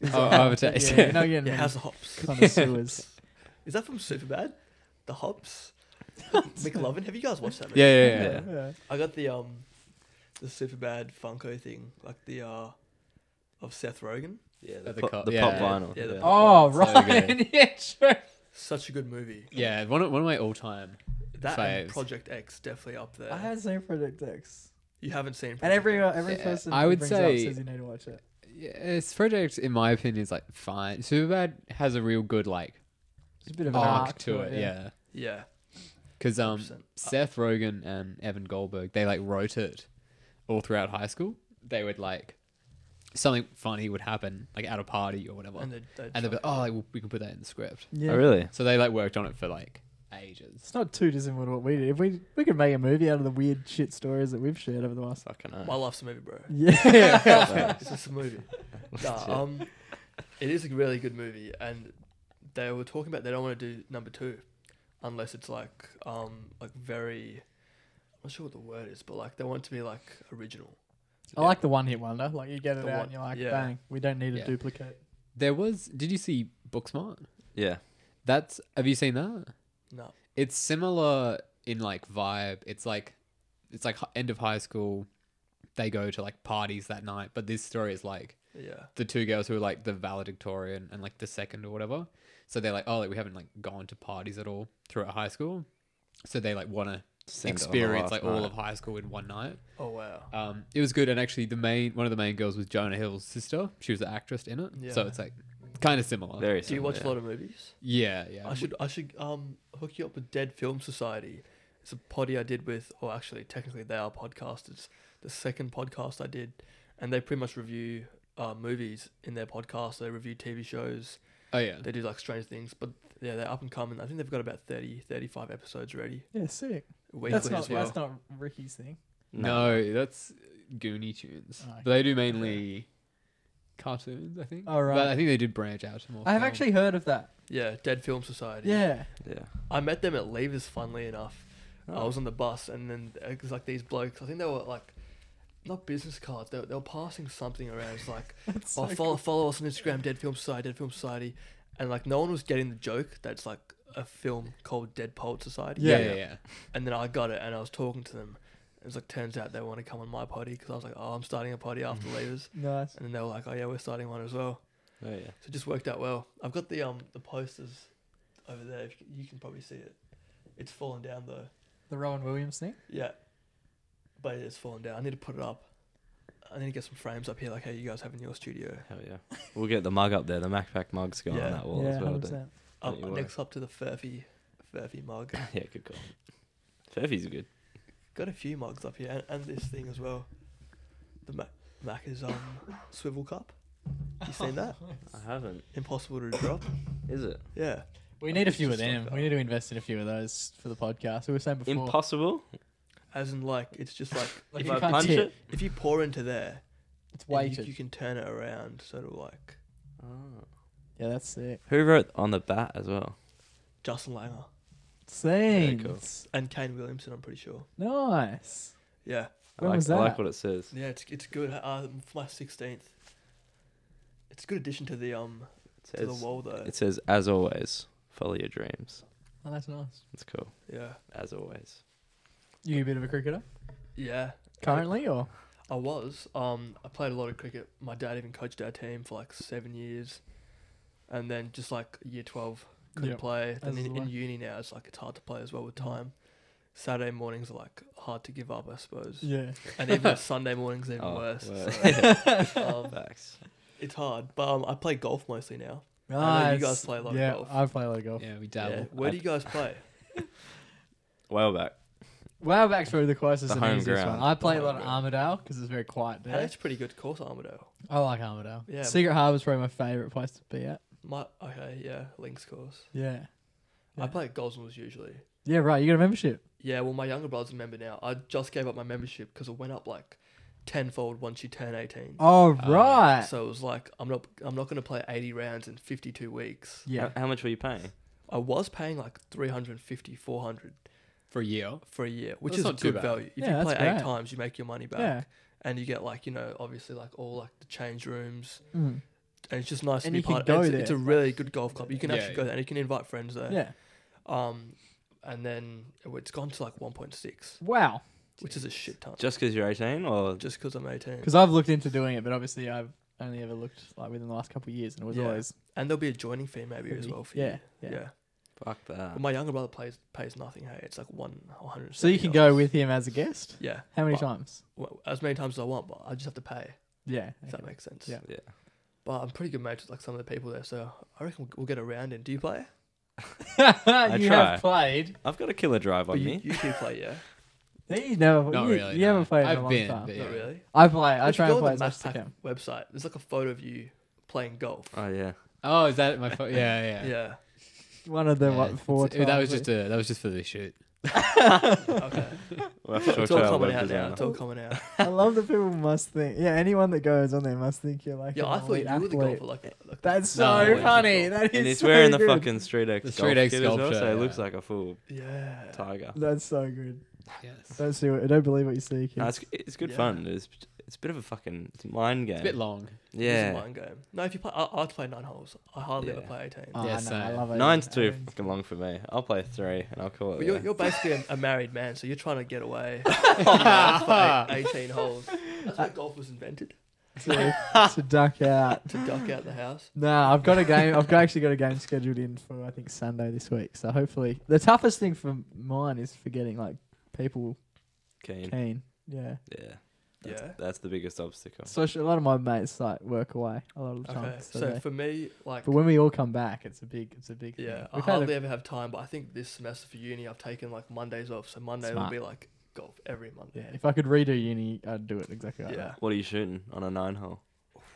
B: Is
D: Oh,
B: it-
D: I have a taste.
B: Yeah, you're not getting
A: Yeah,
B: many
A: how's the hops?
B: connoisseurs.
A: Is that from Superbad? The hops? McLovin, have you guys watched that? movie?
D: Yeah, yeah, yeah.
C: Yeah.
A: I got the um, the super bad Funko thing, like the uh, of Seth Rogen.
C: Yeah,
D: the
C: the,
D: co-
C: pop, the
D: yeah.
C: pop vinyl.
A: Yeah, the
C: yeah.
A: pop-
B: Oh
D: So
B: right, yeah, true.
A: Such a good movie.
D: Yeah, one of, one of my all time.
A: That and
D: Faves.
A: Project X definitely up there.
B: I haven't seen Project X,
A: you haven't seen.
B: and
A: Project
B: every uh,
A: X.
B: every
D: Yeah,
B: person
D: I
B: who
D: would
B: brings
D: say-
B: it up says you need to watch it.
D: Yes, Project, in my opinion, is like fine. Superbad has a real good like
B: It's a bit of an
D: arc, to it. Yeah,
A: yeah,
D: because um,
A: 100%.
D: Seth Rogen and Evan Goldberg, they like wrote it all throughout high school. They would like something funny would happen like at a party or whatever,
A: and
D: and,
A: they they
D: they'd
A: try-
D: be like, "Oh, like, we- we can put that in the script."
B: yeah.
C: Oh, really?
D: So they like worked on it for like ages.
B: It's not too dissimilar to what we did. If we we could make a movie out of the weird shit stories that we've shared over the last.
C: Fucking
A: my
C: hell.
A: life's a movie, bro.
B: Yeah.
A: it's just a movie. Nah, um, it is a really good movie, and they were talking about they don't want to do number two, unless it's like um like very, I'm not sure what the word is, but like they want it to be like original.
B: I like the one hit wonder. Like you get it
A: The
B: out
A: one-
B: and you're like,
A: yeah.
B: bang, we don't need to
D: Yeah.
B: duplicate.
D: There was. Did you see Booksmart?
C: Yeah.
D: That's. Have you seen that?
A: No,
D: it's similar in like vibe. It's like it's like hi- end of high school. They go to like parties that night, but this story is like
A: yeah,
D: the two girls who are like the valedictorian and like the second or whatever. So they're like, oh, like we haven't like gone to parties at all throughout high school. So they like want to
C: Send it on the
D: experience
C: last
D: like all
C: night.
D: of high school in one night.
A: oh wow,
D: Um, it was good, and actually the main one of the main girls was Jonah Hill's sister. She was the actress in it, so
A: Yeah.
D: it's like kind of similar.
C: Very
A: do you watch a
C: similar,
A: lot of movies?
D: yeah, yeah.
A: I should I should um hook you up with Dead Film Society. It's a poddy I did with, or actually technically they are podcasts. It's the second podcast I did, and they pretty much review uh, movies in their podcast. They review TV shows.
D: Oh yeah.
A: They do like strange things, but yeah, they're up and coming. I think they've got about 30, 35 episodes already
B: Yeah, sick.
A: weekly
B: that's
A: as
B: not
A: well.
B: that's not Ricky's thing.
D: No, that's Goonie Tunes.
B: Oh, okay.
D: But they do mainly cartoons, I think.
B: Oh, right.
D: But I think they did branch out to more.
B: I have
D: film.
B: actually heard of that.
A: yeah, Dead Film Society.
B: Yeah.
C: Yeah.
A: I met them at Levers, funnily enough. I
C: Oh.
A: was on the bus, and then it was like these blokes. I think they were like, not business cards. They, were- they were passing something around. It's like,
B: That's
A: oh,
B: so
A: follow, follow us on Instagram, Dead Film Society, Dead Film Society, and like no one was getting the joke. That's like a film called Dead Poet Society.
D: Yeah,
B: Yeah,
D: yeah, yeah.
A: And then I got it, and I was talking to them. It was like turns out they want to come on my potty because I was like, oh, I'm starting a potty after Levers,
B: cool. nice.
A: and then they were like, oh yeah, we're starting one as well.
C: Oh, yeah.
A: So it just worked out well. I've got the um the posters over there. If you, you can probably see it. It's fallen down though.
B: The Rowan Williams thing.
A: Yeah. But it's fallen down. I need to put it up. I need to get some frames up here, like how you guys have in your studio.
C: Hell yeah. We'll get the mug up there. The MacPack mug's going
A: Yeah.
C: on that wall
B: yeah,
C: as well. dude.
B: 100%.
C: Don't
A: Up
C: you worry.
A: next up to the Furphy, Furphy mug.
C: Yeah, good call. Furphy's good.
A: Got a few mugs up here, and, and this thing as well. The Mac, Mac is um swivel cup. You seen that?
C: I haven't.
A: Impossible to drop.
C: Is it?
A: Yeah.
B: We need a few of
A: Just like uh,
B: them.
A: that.
B: we need to invest in a few of those for the podcast. We were saying before.
C: Impossible?
A: As in, like it's just like
B: Like,
A: if,
B: you
A: you,
B: can't
C: punch
B: hit,
C: it?
A: if you pour into there,
B: It's
A: and you,
B: weighted.
A: you can turn it around, sort of like
B: yeah, that's sick.
C: Ah. Who wrote on the bat as well?
A: Justin Langer
B: Saints.
C: cool.
A: and Kane Williamson. I'm pretty sure.
B: Nice.
A: Yeah.
C: I
B: When
C: like,
B: was
C: I like
B: that?
C: what it says.
A: Yeah, it's it's good. Uh, for my sixteenth. It's a good addition to the um
C: It
A: to the
C: says,
A: wall though.
C: it says, as always, follow your dreams.
B: Oh, that's nice.
C: That's cool.
A: Yeah,
C: As always.
B: You a bit of a cricketer
A: yeah.
B: currently, or
A: I was. Um, I played a lot of cricket. My dad even coached our team for like seven years, and then just like year twelve couldn't
B: Yep.
A: play.
B: As
A: And
B: is
A: in,
B: the
A: in
B: way.
A: uni now, it's like it's hard to play as well with
B: Mm.
A: time. Saturday mornings are like hard to give up, I suppose.
B: yeah,
A: And even Sunday mornings even
C: Oh,
A: worse. so, um,
C: Facts.
A: it's hard, but um, I play golf mostly now.
B: nice.
A: I know you guys play a lot of
B: yeah,
A: golf.
B: I play a lot of golf.
D: Yeah, we
A: Yeah.
D: dabble.
A: Where
C: I-
A: do you guys play?
C: Well back.
B: Wow, back's probably the closest
C: The
B: and
C: home
B: easiest
C: ground.
B: one. I play a
C: The
A: Oh,
B: lot
C: home
B: of
C: ground.
B: Armadale because it's very quiet
A: Yeah.
B: there.
A: That's pretty good course, Armadale.
B: I like Armadale.
A: Yeah.
B: Secret Harbour's probably my favourite place to be at.
A: My okay, yeah, links course.
B: Yeah, Yeah.
A: I play at Gosnells usually.
B: yeah, right. You got a membership.
A: Yeah, well, my younger brother's a member now. I just gave up my membership because it went up like tenfold once you turn eighteen.
B: Oh
D: yeah.
B: right.
A: So it was like I'm not I'm not gonna play eighty rounds in fifty two weeks.
B: yeah,
C: How, how much were you paying?
A: I was paying like 350, 400
D: For a year.
A: for a year, which
D: That's
A: is
D: not too
A: good
D: bad.
A: value. If
B: Yeah,
A: you
B: that's
A: play eight
B: great.
A: times, you make your money back,
B: yeah.
A: and you get like you know obviously like all like the change rooms,
B: Mm.
A: and it's just nice
B: And
A: to
B: you
A: be
B: can
A: part.
B: go
A: of it. It's,
B: there.
A: it's a really good golf club. You can
D: Yeah,
A: actually go
D: yeah.
A: there, and you can invite friends there.
B: yeah.
A: Um, and then it's gone to like 1.6,
B: Wow.
A: which is a shit ton.
C: Just because you're 18 or
A: Just because I'm 18.
B: Because I've looked into doing it, but obviously I've only ever looked like within the last couple of years, and it was
A: Yeah.
B: always
A: And there'll be a joining fee maybe as
B: Maybe.
A: well for
B: Yeah,
A: you.
B: yeah.
C: fuck that.
A: But my younger brother plays pays nothing. Hey, it's like one hundred.
B: So you can go with him as a guest.
A: Yeah,
B: How many
A: But-
B: times?
A: well, as many times as I want, but I just have to pay.
B: Yeah.
A: If that makes sense.
B: Yeah.
C: Yeah.
A: But I'm pretty good mates with like some of the people there, so I reckon we'll, we'll get around. And do you play?
B: you
C: try.
B: have played.
C: I've got a killer drive
A: But
C: on
A: you,
C: me.
A: you do play, yeah.
B: You never.
D: Not
B: you,
D: really.
B: You
D: no.
B: haven't played in
D: I've
B: a long
D: been,
B: time.
D: but yeah.
A: Not really.
B: I play. I
A: If you
B: try and
A: go on
B: play
A: the
B: as much as I
A: Matchpack
B: can.
A: website. There's like a photo of you playing golf.
C: Oh yeah.
D: Oh, is that my phone? Yeah, yeah.
A: yeah.
B: One of the
D: Yeah,
B: what
D: it's-
B: four
D: it-
B: times.
D: That was
B: we-
D: just a that was just for the shoot.
A: Okay.
C: Well, sure
A: it's all
C: trial
A: coming out
C: web
A: now.
C: designer.
A: It's all coming out.
B: I love that people must think. Yeah, anyone that goes on there must think you're like.
A: Yeah,
B: an
A: I thought
B: elite
A: you were the
B: athlete.
A: golfer. Like, like
B: That's
D: No,
B: so
D: it's
B: funny. That is.
C: And he's
B: so
C: wearing the
B: good.
C: fucking Street X
D: The Street
C: golf
D: X
C: kit as
D: golf
C: well, so
D: shirt,
C: he looks
D: yeah.
C: like a full
A: yeah.
C: tiger.
B: That's so good.
D: Yes.
B: Don't see. What, don't believe what you see.
C: No,
B: Kids.
C: it's, it's good
A: Yeah.
C: fun. It's it's a bit of a fucking it's a mind game.
D: It's a bit long.
A: It's a
C: yeah.
A: mind game. No, if you play, I, I like to play nine holes. I hardly ever
C: Yeah.
A: play eighteen.
B: Oh,
D: Yeah,
B: no, I
D: same.
B: love it.
C: Nine's too
B: Um,
C: fucking long for me. I'll play three and I'll call it.
A: But you're,
C: there.
A: you're basically a, a married man, so you're trying to get away for Oh, eight- 18 holes. That's why golf was invented
B: to, to duck out.
A: to duck out the house.
B: No, I've got a game. I've got- actually got a game scheduled in for I think Sunday this week. So hopefully, the toughest thing for mine is forgetting like people
C: keen.
B: keen. Yeah,
C: Yeah. That's,
A: Yeah.
C: that's the biggest obstacle.
B: social. A lot of my mates like work away a lot of the time.
A: Okay.
B: so
A: So,
B: they-
A: for me, like,
B: but when we all come back, it's a big. It's a big.
A: yeah,
B: thing.
A: I
B: We've had a-
A: hardly ever have time, but I think this semester for uni, I've taken like Mondays off. So Monday
B: Smart.
A: will be like golf every Monday.
B: yeah, if I could redo uni, I'd do it exactly
A: Yeah.
B: like
C: What are you shooting on a nine hole?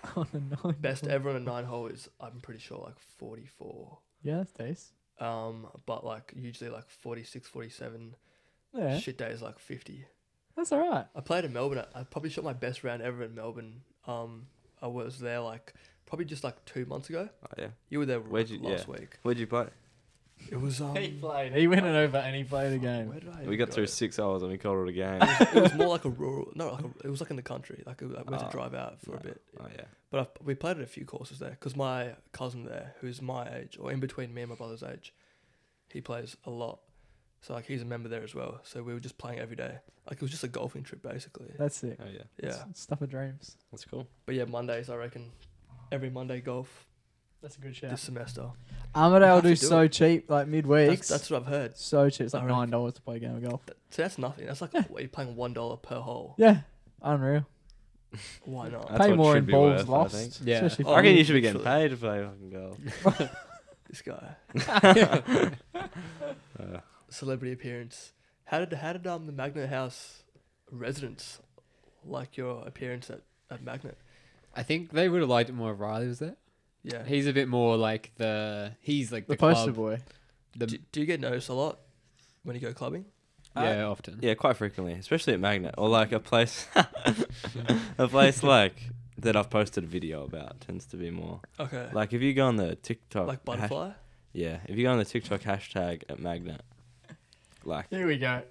B: that. On a nine.
A: Best ever on a nine hole is, I'm pretty sure, like 44.
B: Yeah, that's nice.
A: Um, but like usually like 46, 47.
B: Yeah,
A: Shit day is like 50.
B: that's all right.
A: I played in Melbourne. I I probably shot my best round ever in Melbourne. Um, I was there like probably just like two months ago.
C: Oh yeah.
A: You were there
C: Where'd
A: like,
C: you-
A: last week.
C: Where'd you play?
A: It was um.
B: played. He went it over and he played a game.
A: Where did I
C: We
A: even
C: got
A: go?
C: through six hours and we called it a game.
A: It was more like a rural. No, like a, it was like in the country. Like I went
C: Ah,
A: to drive out for
C: no.
A: a bit.
C: oh yeah.
A: But I've, we played at a few courses there because my cousin there, who's my age or in between me and my brother's age, he plays a lot. So like he's a member there as well. So we were just playing every day. Like it was just a golfing trip basically.
B: That's it.
C: Oh yeah.
A: Yeah.
B: It's stuff of dreams.
C: That's cool.
A: But yeah, Mondays I reckon every Monday golf
B: That's a good shout.
A: this semester.
B: Armadale
A: have
B: do,
A: to do
B: so cheap, like midweeks.
A: That's, that's what I've heard.
B: so cheap. It's like
A: I reckon.
B: nine dollars to play a game of golf.
A: That- So that's nothing. That's like what, you're playing one dollar per hole.
B: Yeah, unreal.
A: Why not?
C: That's
B: Pay
C: what
B: more
C: should
B: in
C: be
B: balls
C: worth, I
B: lost.
C: think.
D: Yeah.
B: Especially
A: Oh,
C: I reckon
A: yeah,
C: you should be getting
A: literally.
C: paid to play fucking golf.
A: This guy
C: Uh,
A: celebrity appearance. How did how did um the Magnet House residents like your appearance at at Magnet?
D: I think they would have liked it more if Riley was there.
A: Yeah.
D: He's a bit more like the he's like
B: the
D: the,
B: poster
D: club,
B: boy.
D: the-
A: do, do you get noticed a lot when you go clubbing?
D: yeah, often.
C: yeah, quite frequently, especially at Magnet or like a place, a place like that I've posted a video about tends to be more
A: Okay. Like,
C: like if you go on the TikTok hash-
A: butterfly.
C: yeah, if you go on the TikTok hashtag at Magnet, like
B: Here we go.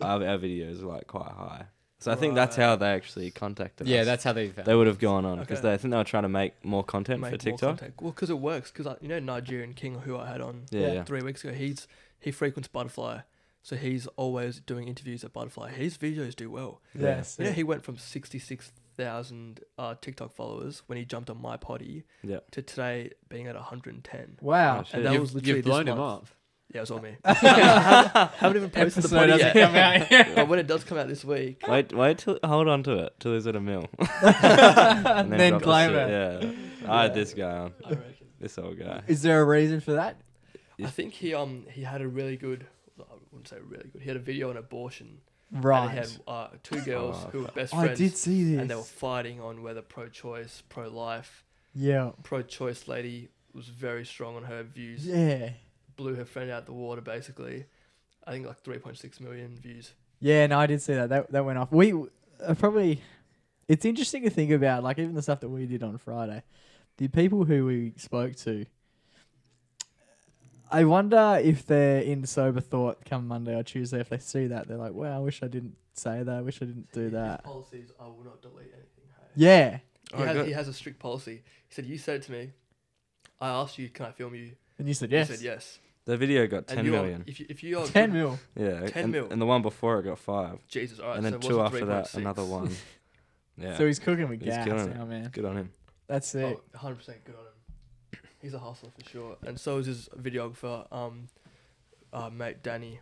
C: our, our videos are like quite high. So I think that's how they actually contacted
D: Yeah,
C: us.
D: that's how they found.
C: they would have gone on because
A: Okay.
C: they I think they were trying to make more content
A: Make
C: for
A: more
C: TikTok.
A: contact. Well, because it works. Because you know Nigerian King, who I had on
C: Yeah, yeah.
B: Yeah.
A: three weeks ago, he's he frequents Butterfly, so he's always doing interviews at Butterfly. His videos do well.
B: Yes.
A: You know, he went from 66,000 uh, TikTok followers when he jumped on my potty
C: Yeah.
A: to today being at 110.
B: Wow.
C: Oh, shit.
A: And that
D: You've-
A: was literally
D: you've blown
A: this
D: him
A: month.
D: up.
A: Yeah, it was all me. Haven't even posted the potty yet.
B: out yet.
A: but when it does come out this week,
C: Wait, wait till hold on to it till he's at a mill,
B: and then,
C: drop the
B: claim
C: shit.
B: it.
C: Yeah, I had this guy on,
A: I reckon.
C: this old guy.
B: Is there a reason for that?
A: I think he um he had a really good. I wouldn't say really good. He had a video on abortion. And he
B: Right.
A: had uh, two girls
C: Oh,
A: who were best
B: I
A: friends,
B: did see
A: and they were
B: this.
A: fighting on whether pro-choice, pro-life.
B: Yeah.
A: Pro-choice lady was very strong on her views.
B: Yeah.
A: blew her friend out the water basically. I think like 3.6 million views.
B: Yeah, no, I did see that. That that went off. We uh, probably. It's interesting to think about, like even the stuff that we did on Friday, the people who we spoke to. I wonder if they're in sober thought come Monday or Tuesday. If they see that, they're like, "Wow, I wish I didn't say that. I wish I didn't do that."
A: policies, I will not delete anything. hey.
B: Yeah,
A: He,
C: Oh,
A: has,
C: good.
A: he has a strict policy. He said, You said it to me. I asked you, Can I film you?
B: and you said yes.
A: You said yes.
C: The video got ten
A: you are-
C: million.
A: if you, if you are
B: Ten
A: good-
B: mil.
C: yeah,
A: 10
C: and,
A: mil.
C: and the one before it got five,
A: Jesus, all right.
C: and
A: so
C: then
A: it
C: two
A: wasn't
C: after that,
A: 3.6.
C: another one. Yeah,
B: So he's cooking with
C: He's
B: gas
C: killing it.
B: now, man.
C: good on him.
B: That's it.
A: Oh, 100% good on him. He's a hustler for sure. And so is his videographer, um, uh, mate Danny.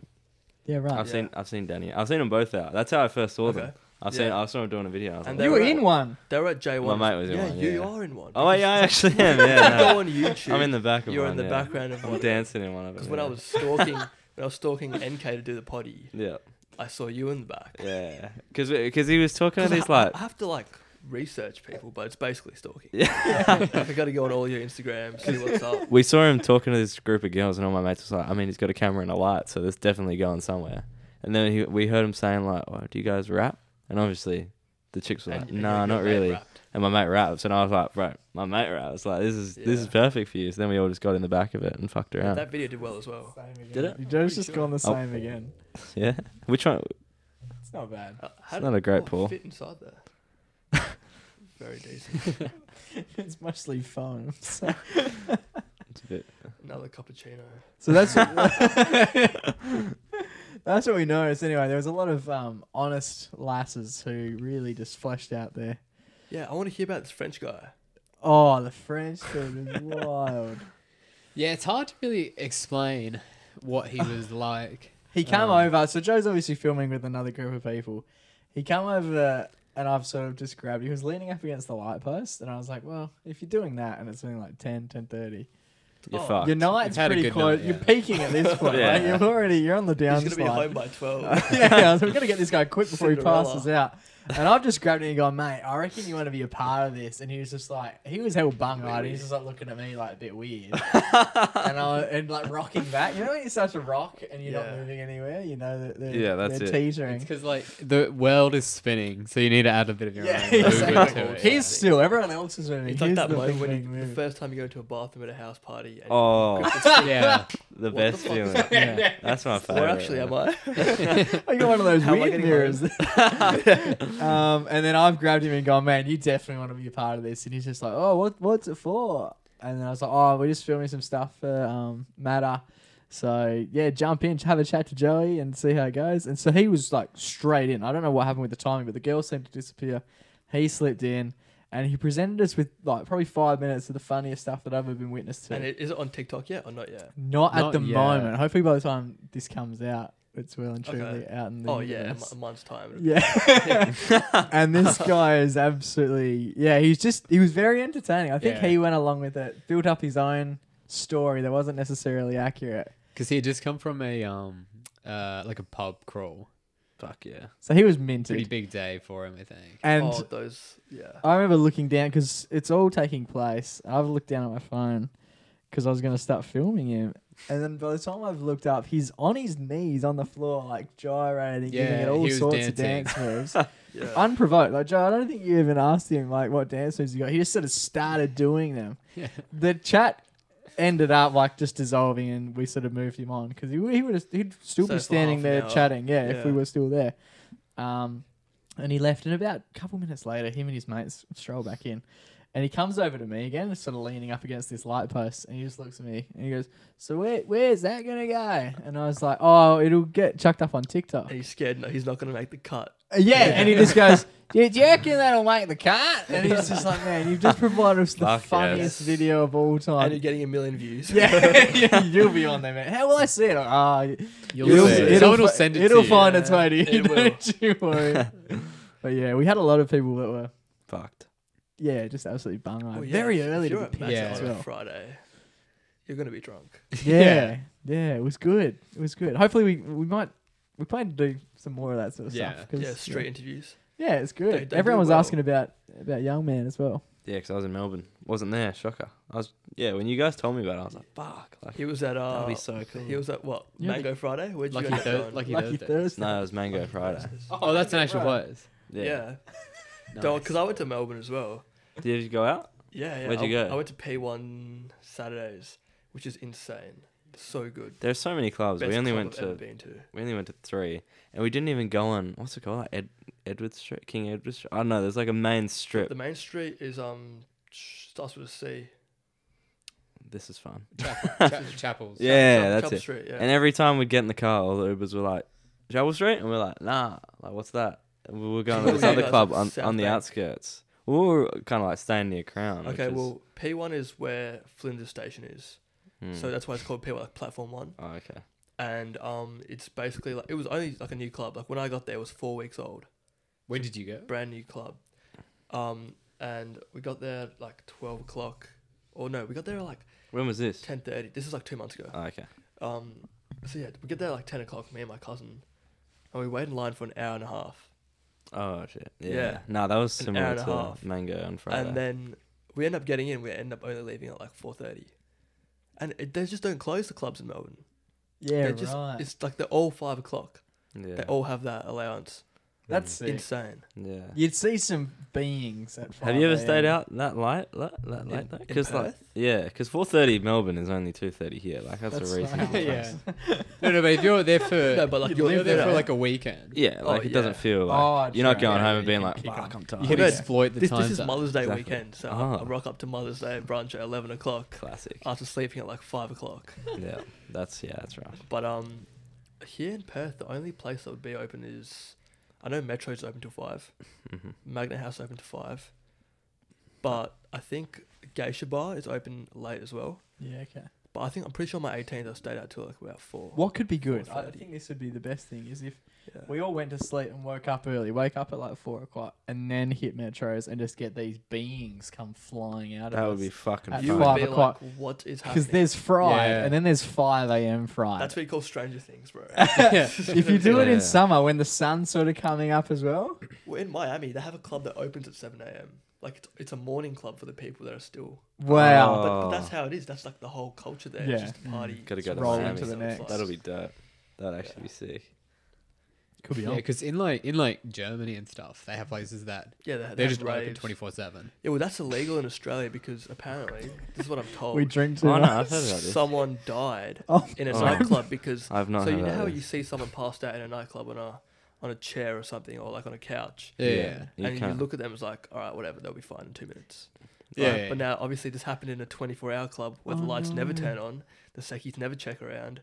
B: Yeah, right.
C: I've
A: yeah.
C: seen I've seen Danny. I've seen them both out. That's how I first saw them.
A: Okay.
C: I've seen
A: Yeah.
C: I saw him doing a video. I was
A: And
C: like,
A: they
B: You
A: were
B: were
A: at
B: in
A: one.
B: one.
A: They were at J1.
C: My mate was in
A: yeah,
C: one,
A: You
C: yeah.
A: are in one.
C: oh wait, yeah, I actually am. Yeah,
A: Go
C: no.
A: on YouTube.
C: I'm in the back of
A: You're
C: one.
A: in the
C: yeah.
A: background of
C: I'm
A: one.
C: dancing in one of them.
A: Because when
C: yeah.
A: I was stalking, when I was stalking NK to do the potty,
C: Yeah,
A: I saw you in the back.
C: yeah, because he was talking to
A: 'Cause I,
C: these
A: I-
C: like
A: I have to like research people, but it's basically stalking.
C: yeah.
A: like, I got to go on all your Instagram, see what's up.
C: we saw him talking to this group of girls, and all my mates was like, I mean, he's got a camera and a light, so that's definitely going somewhere. And then he, we heard him saying like, oh, do you guys rap? And obviously, the chicks were like,
A: And- and
C: no,
A: your-
C: not
A: your mate
C: really.
A: rapped.
C: And my mate raps, and I was like, bro, my mate raps. Like this is this is
A: Yeah.
C: perfect for you. So then we all just got in the back of it and fucked around.
A: That video did well as well.
C: Did it?
B: You just
A: Pretty sure.
B: gone the
C: Oh.
B: same again.
C: yeah, which one?
B: It's not bad.
A: Uh, how
C: not a great
A: what
C: pool.
A: Fit inside there. Very decent.
B: it's mostly fun. So,
C: It's a bit.
A: Another cappuccino.
B: so that's that's what we noticed. Anyway, there was a lot of um, honest lasses who really just flashed out there.
A: Yeah, I want to hear about this French guy.
B: Oh, the French dude was wild.
D: Yeah, it's hard to really explain what he was like.
B: He come
D: Um,
B: over. So Joe's obviously filming with another group of people. He come over and I've sort of just grabbed. He was leaning up against the light post, and I was like, "Well, if you're doing that, and it's something like 10, 10.30,
C: You're
A: Oh,
C: fucked.
B: your night's
D: had a
B: pretty
D: good
B: close.
D: night,
B: You're
D: yeah.
B: peaking at this point.
C: Yeah.
B: like, you're already you're on the
A: He's gonna be
B: downslide.
A: home by twelve.
B: yeah, yeah, so we've got to get this guy quick before
A: Cinderella.
B: he passes out. And I've just grabbed him and gone, mate, I reckon you want to be a part of this. And he was just like, he was hell bung eyed. He was just like looking at me like a bit weird. and I and like rocking back. You know when you start to rock and you're
A: Yeah.
B: not moving anywhere? You know that they're,
C: Yeah, that's
B: they're
C: it.
B: teetering.
D: It's because like the world is spinning, so you need to add a bit of your
B: yeah,
D: own movement
B: exactly.
D: to it.
A: yeah.
B: He's still, everyone else is moving.
A: It's like
B: He's
A: that
B: the
A: moment
B: big
A: when
B: thing
A: you, the
B: moving.
A: first time you go to a bathroom at a house party. And
C: Oh,
D: yeah.
A: What the
C: the best
A: fuck is
C: feeling.
A: that?
D: Yeah.
C: That's my favorite.
A: Where actually am I?
B: I got one of those
A: How am I
B: weird
A: getting
B: mirrors. um, and then I've grabbed him and gone, man, you definitely want to be a part of this. And he's just like, oh, what, what's it for? And then I was like, oh, we're just filming some stuff for um, Matter. So yeah, jump in, have a chat to Joey, and see how it goes. And so he was like straight in. I don't know what happened with the timing, but the girl seemed to disappear. He slipped in, and he presented us with like probably five minutes of the funniest stuff that I've ever been witness to.
A: and it, is it on TikTok yet or not yet?
B: not,
D: Not
B: at the
D: yet.
B: moment. Hopefully, by the time this comes out, it's well and truly
A: Okay.
B: out in the
A: Oh yeah, a,
B: universe.
A: mo- a month's time.
B: Mm, Yeah. and this guy is absolutely yeah, he's just he was very entertaining. I think
D: Yeah.
B: he went along with it, built up his own story that wasn't necessarily accurate.
D: Because he had just come from a um uh like a pub crawl.
C: Fuck yeah.
B: So he was
D: Pretty
B: minted.
D: big day for him, I think.
B: And
A: oh, those. Yeah.
B: I remember looking down because it's all taking place. I've looked down at my phone because I was going to start filming him. And then by the time I've looked up, he's on his knees on the floor, like gyrating, giving
D: Yeah,
B: it all
D: he was
B: sorts of
D: dancing.
B: dance moves.
A: Yeah.
B: unprovoked. Like Joe, I don't think you even asked him like what dance moves you got. He just sort of started doing them.
D: Yeah.
B: The chat ended up like just dissolving, and we sort of moved him on because he, he would have- he'd still
A: So
B: be
A: for
B: standing
A: half an
B: there
A: hour.
B: chatting. Yeah, if we
A: Yeah.
B: were still there. Um, and he left, and about a couple minutes later, him and his mates stroll back in. And he comes over to me again, sort of leaning up against this light post, and he just looks at me and he goes, "So where, where's that gonna go?" And I was like, "Oh, it'll get chucked up on TikTok."
A: And he's scared. No, he's not gonna make the cut.
B: Yeah, and he just goes, "Do do you reckon that'll make the cut?" And he's just like, "Man, you've just provided us the
C: Fuck yes.
B: funniest video of all
A: and you're
B: time."
A: getting a million views.
B: Yeah, you'll be on there, man. How will I see it? Ah,
D: You'll
C: You'll
D: see.
C: see.
D: it. Someone will
B: fi-
D: send it
B: It'll
D: to you.
B: find
A: Yeah,
B: its way to you.
A: it will.
B: Don't you worry. but yeah, we had a lot of people that were
C: Fucked.
B: yeah, just absolutely bung eyed.
D: Oh,
A: Well, yeah,
B: Very
A: if- if
B: early to be
A: you're at Matt's
B: pissed
D: Yeah.
B: as
A: on a
B: well.
A: Friday. You're gonna be drunk.
B: Yeah, yeah, it was good. It was good. Hopefully, we we might we plan to do some more of that sort of
D: Yeah.
B: stuff. 'cause-
A: Yeah, straight interviews.
B: Yeah, it's good.
A: They- they
B: Everyone
A: do
B: was
A: well.
B: asking about about young man as well.
C: Yeah, 'cause I was in Melbourne. Wasn't there. Shocker. I was. Yeah, when you guys told me about it, I was like, fuck. Like,
A: He was at uh.
C: that'd be so cool.
A: He was at what?
B: Yeah,
A: Mango Friday. Where'd you
D: Lucky
A: end up
D: Thur-
A: going?
D: Lucky
B: Lucky
D: Thursday.
B: Thursday.
C: no, it was Mango Friday.
D: Oh, that's an actual place.
C: Yeah.
A: Yeah.
D: Nice.
A: Because I went to Melbourne as well.
C: Did you go out?
A: Yeah, yeah.
C: Where'd you
A: I,
C: go?
A: I went to P1 Saturdays, which is insane. So good.
C: There's so many clubs.
A: Best
C: we only
A: club
C: went
A: I've
C: to
A: ever been to.
C: we only went to three, and we didn't even go on what's it called? Like Ed, Edward Street, King Edward Street. I don't know. There's like a main strip.
A: The main street is um starts with a C.
C: this is fun.
D: Chapel, cha- chapels.
C: yeah,
A: Chub-
C: that's
A: Chub
C: it.
A: Street, yeah.
C: And every time we'd get in the car, all the Ubers were like, Chapel Street? And we're like, nah, like, what's that? And we were going to this
A: Yeah,
C: other
A: guys,
C: club
A: like
C: on,
A: South
C: on the
A: Bank.
C: outskirts. We were kind of like staying near Crown.
A: okay,
C: which is-
A: well, P1 is where Flinders Station is.
C: hmm.
A: So that's why it's called P1, like Platform 1.
C: Oh, okay.
A: And um, it's basically like, it was only like a new club. Like when I got there, it was four weeks old.
D: When did you go?
A: brand new club. Um, and we got there at like twelve o'clock, or no, we got there at like
C: When was this?
A: ten thirty. This is like two months ago.
C: Oh, okay.
A: Um, so yeah, we get there at like ten o'clock. Me and my cousin, and we wait in line for an hour and a half.
C: Oh, shit. Yeah.
A: Yeah.
C: No, that was
A: An
C: similar
A: hour and a
C: to
A: half.
C: Mango on Friday.
A: And then we end up getting in. We end up only leaving at like four thirty. And it, they just don't close the clubs in Melbourne.
B: Yeah,
A: they just,
B: right.
A: It's like they're all five o'clock.
C: yeah.
A: They all have that allowance.
B: That's sick.
A: Insane.
C: yeah.
B: You'd see some beings at. 5
C: Have you ever stayed
B: a.m..
C: out that late? That, that late?
A: In-
C: though?
A: in
C: 'Cause, like,
A: Perth?
C: yeah, because 4.30 Melbourne is only 2.30 here. Like, that's,
B: That's
C: a reasonable
B: right.
C: place.
D: yeah. No, no, but if you're there for
A: No, but like
D: if
A: you're
D: you're there
A: there.
D: for like a weekend.
C: Yeah,
A: Oh,
C: like it doesn't
A: yeah.
C: feel like
B: Oh,
C: you're not
B: true.
C: going
D: Yeah,
C: home
D: yeah,
C: and
D: you
C: being
D: can
C: like,
D: kick on.
C: "Fuck, I'm tired."
D: You can
A: Yeah.
D: exploit the
A: This,
D: time.
A: this is
D: zone.
A: Mother's Day
C: Exactly.
A: weekend, so
C: Ah.
A: I rock up to Mother's Day brunch at eleven o'clock.
C: Classic.
A: after sleeping at like five o'clock.
C: yeah, that's yeah, that's right.
A: But um, here in Perth, the only place that would be open is, I know Metro's open till five,
C: hmm
A: Magnet House open to five, but I think Geisha Bar is open late as well.
B: Yeah, okay.
A: But I think I'm pretty sure my 18th I stayed out till like about four.
B: What could be good? I
A: 4:30.
B: think this would be the best thing is if
A: Yeah.
B: we all went to sleep and woke up early, wake up at like four o'clock, and then hit metros and just get these beings come flying out
C: That
B: of
C: would be
B: us.
C: fucking
B: At
A: you
C: fun.
A: would
B: five
A: be
B: o'clock.
A: like, what is
B: because
A: happening?
B: there's fried
D: Yeah.
B: and then there's five a.m. fried.
A: That's what you call Stranger Things, bro.
B: if you do it
C: Yeah.
B: in summer when the sun's sort of coming up as well.
A: Well, in Miami, they have a club that opens at seven a.m. Like it's, it's a morning club for the people that are still.
B: Wow.
A: But, but
C: Oh.
A: that's how it is. That's like the whole culture there.
B: Yeah.
A: It's just a party.
C: Gotta go
A: it's
C: to
A: rolling
C: Miami.
A: so
B: To the
A: it's like-
C: That'll be dope. That'd actually be sick.
B: could be
D: Yeah,
B: on.
D: because in like in like Germany and stuff, they have places that
A: Yeah, they,
D: they're just open
A: raves.
D: twenty four seven.
A: Yeah, well, that's illegal in Australia because apparently, this is what I'm told.
B: We drink too
C: Oh no,
B: much.
C: I've heard about this.
A: someone died
B: Oh,
A: in a
C: Oh.
A: nightclub because.
C: I've not
A: so
C: heard
A: you know
C: about
A: how
C: this.
A: you see someone passed out in a nightclub on a on a chair or something, or like on a couch,
D: Yeah,
C: Yeah.
D: yeah,
C: You
A: and you
C: can't.
A: look at them it's like, all right, whatever, they'll be fine in two minutes.
D: yeah.
A: Right? But now, obviously, this happened in a 24-hour club where the
B: Oh,
A: lights never
B: no.
A: turn on, the seki's never check around,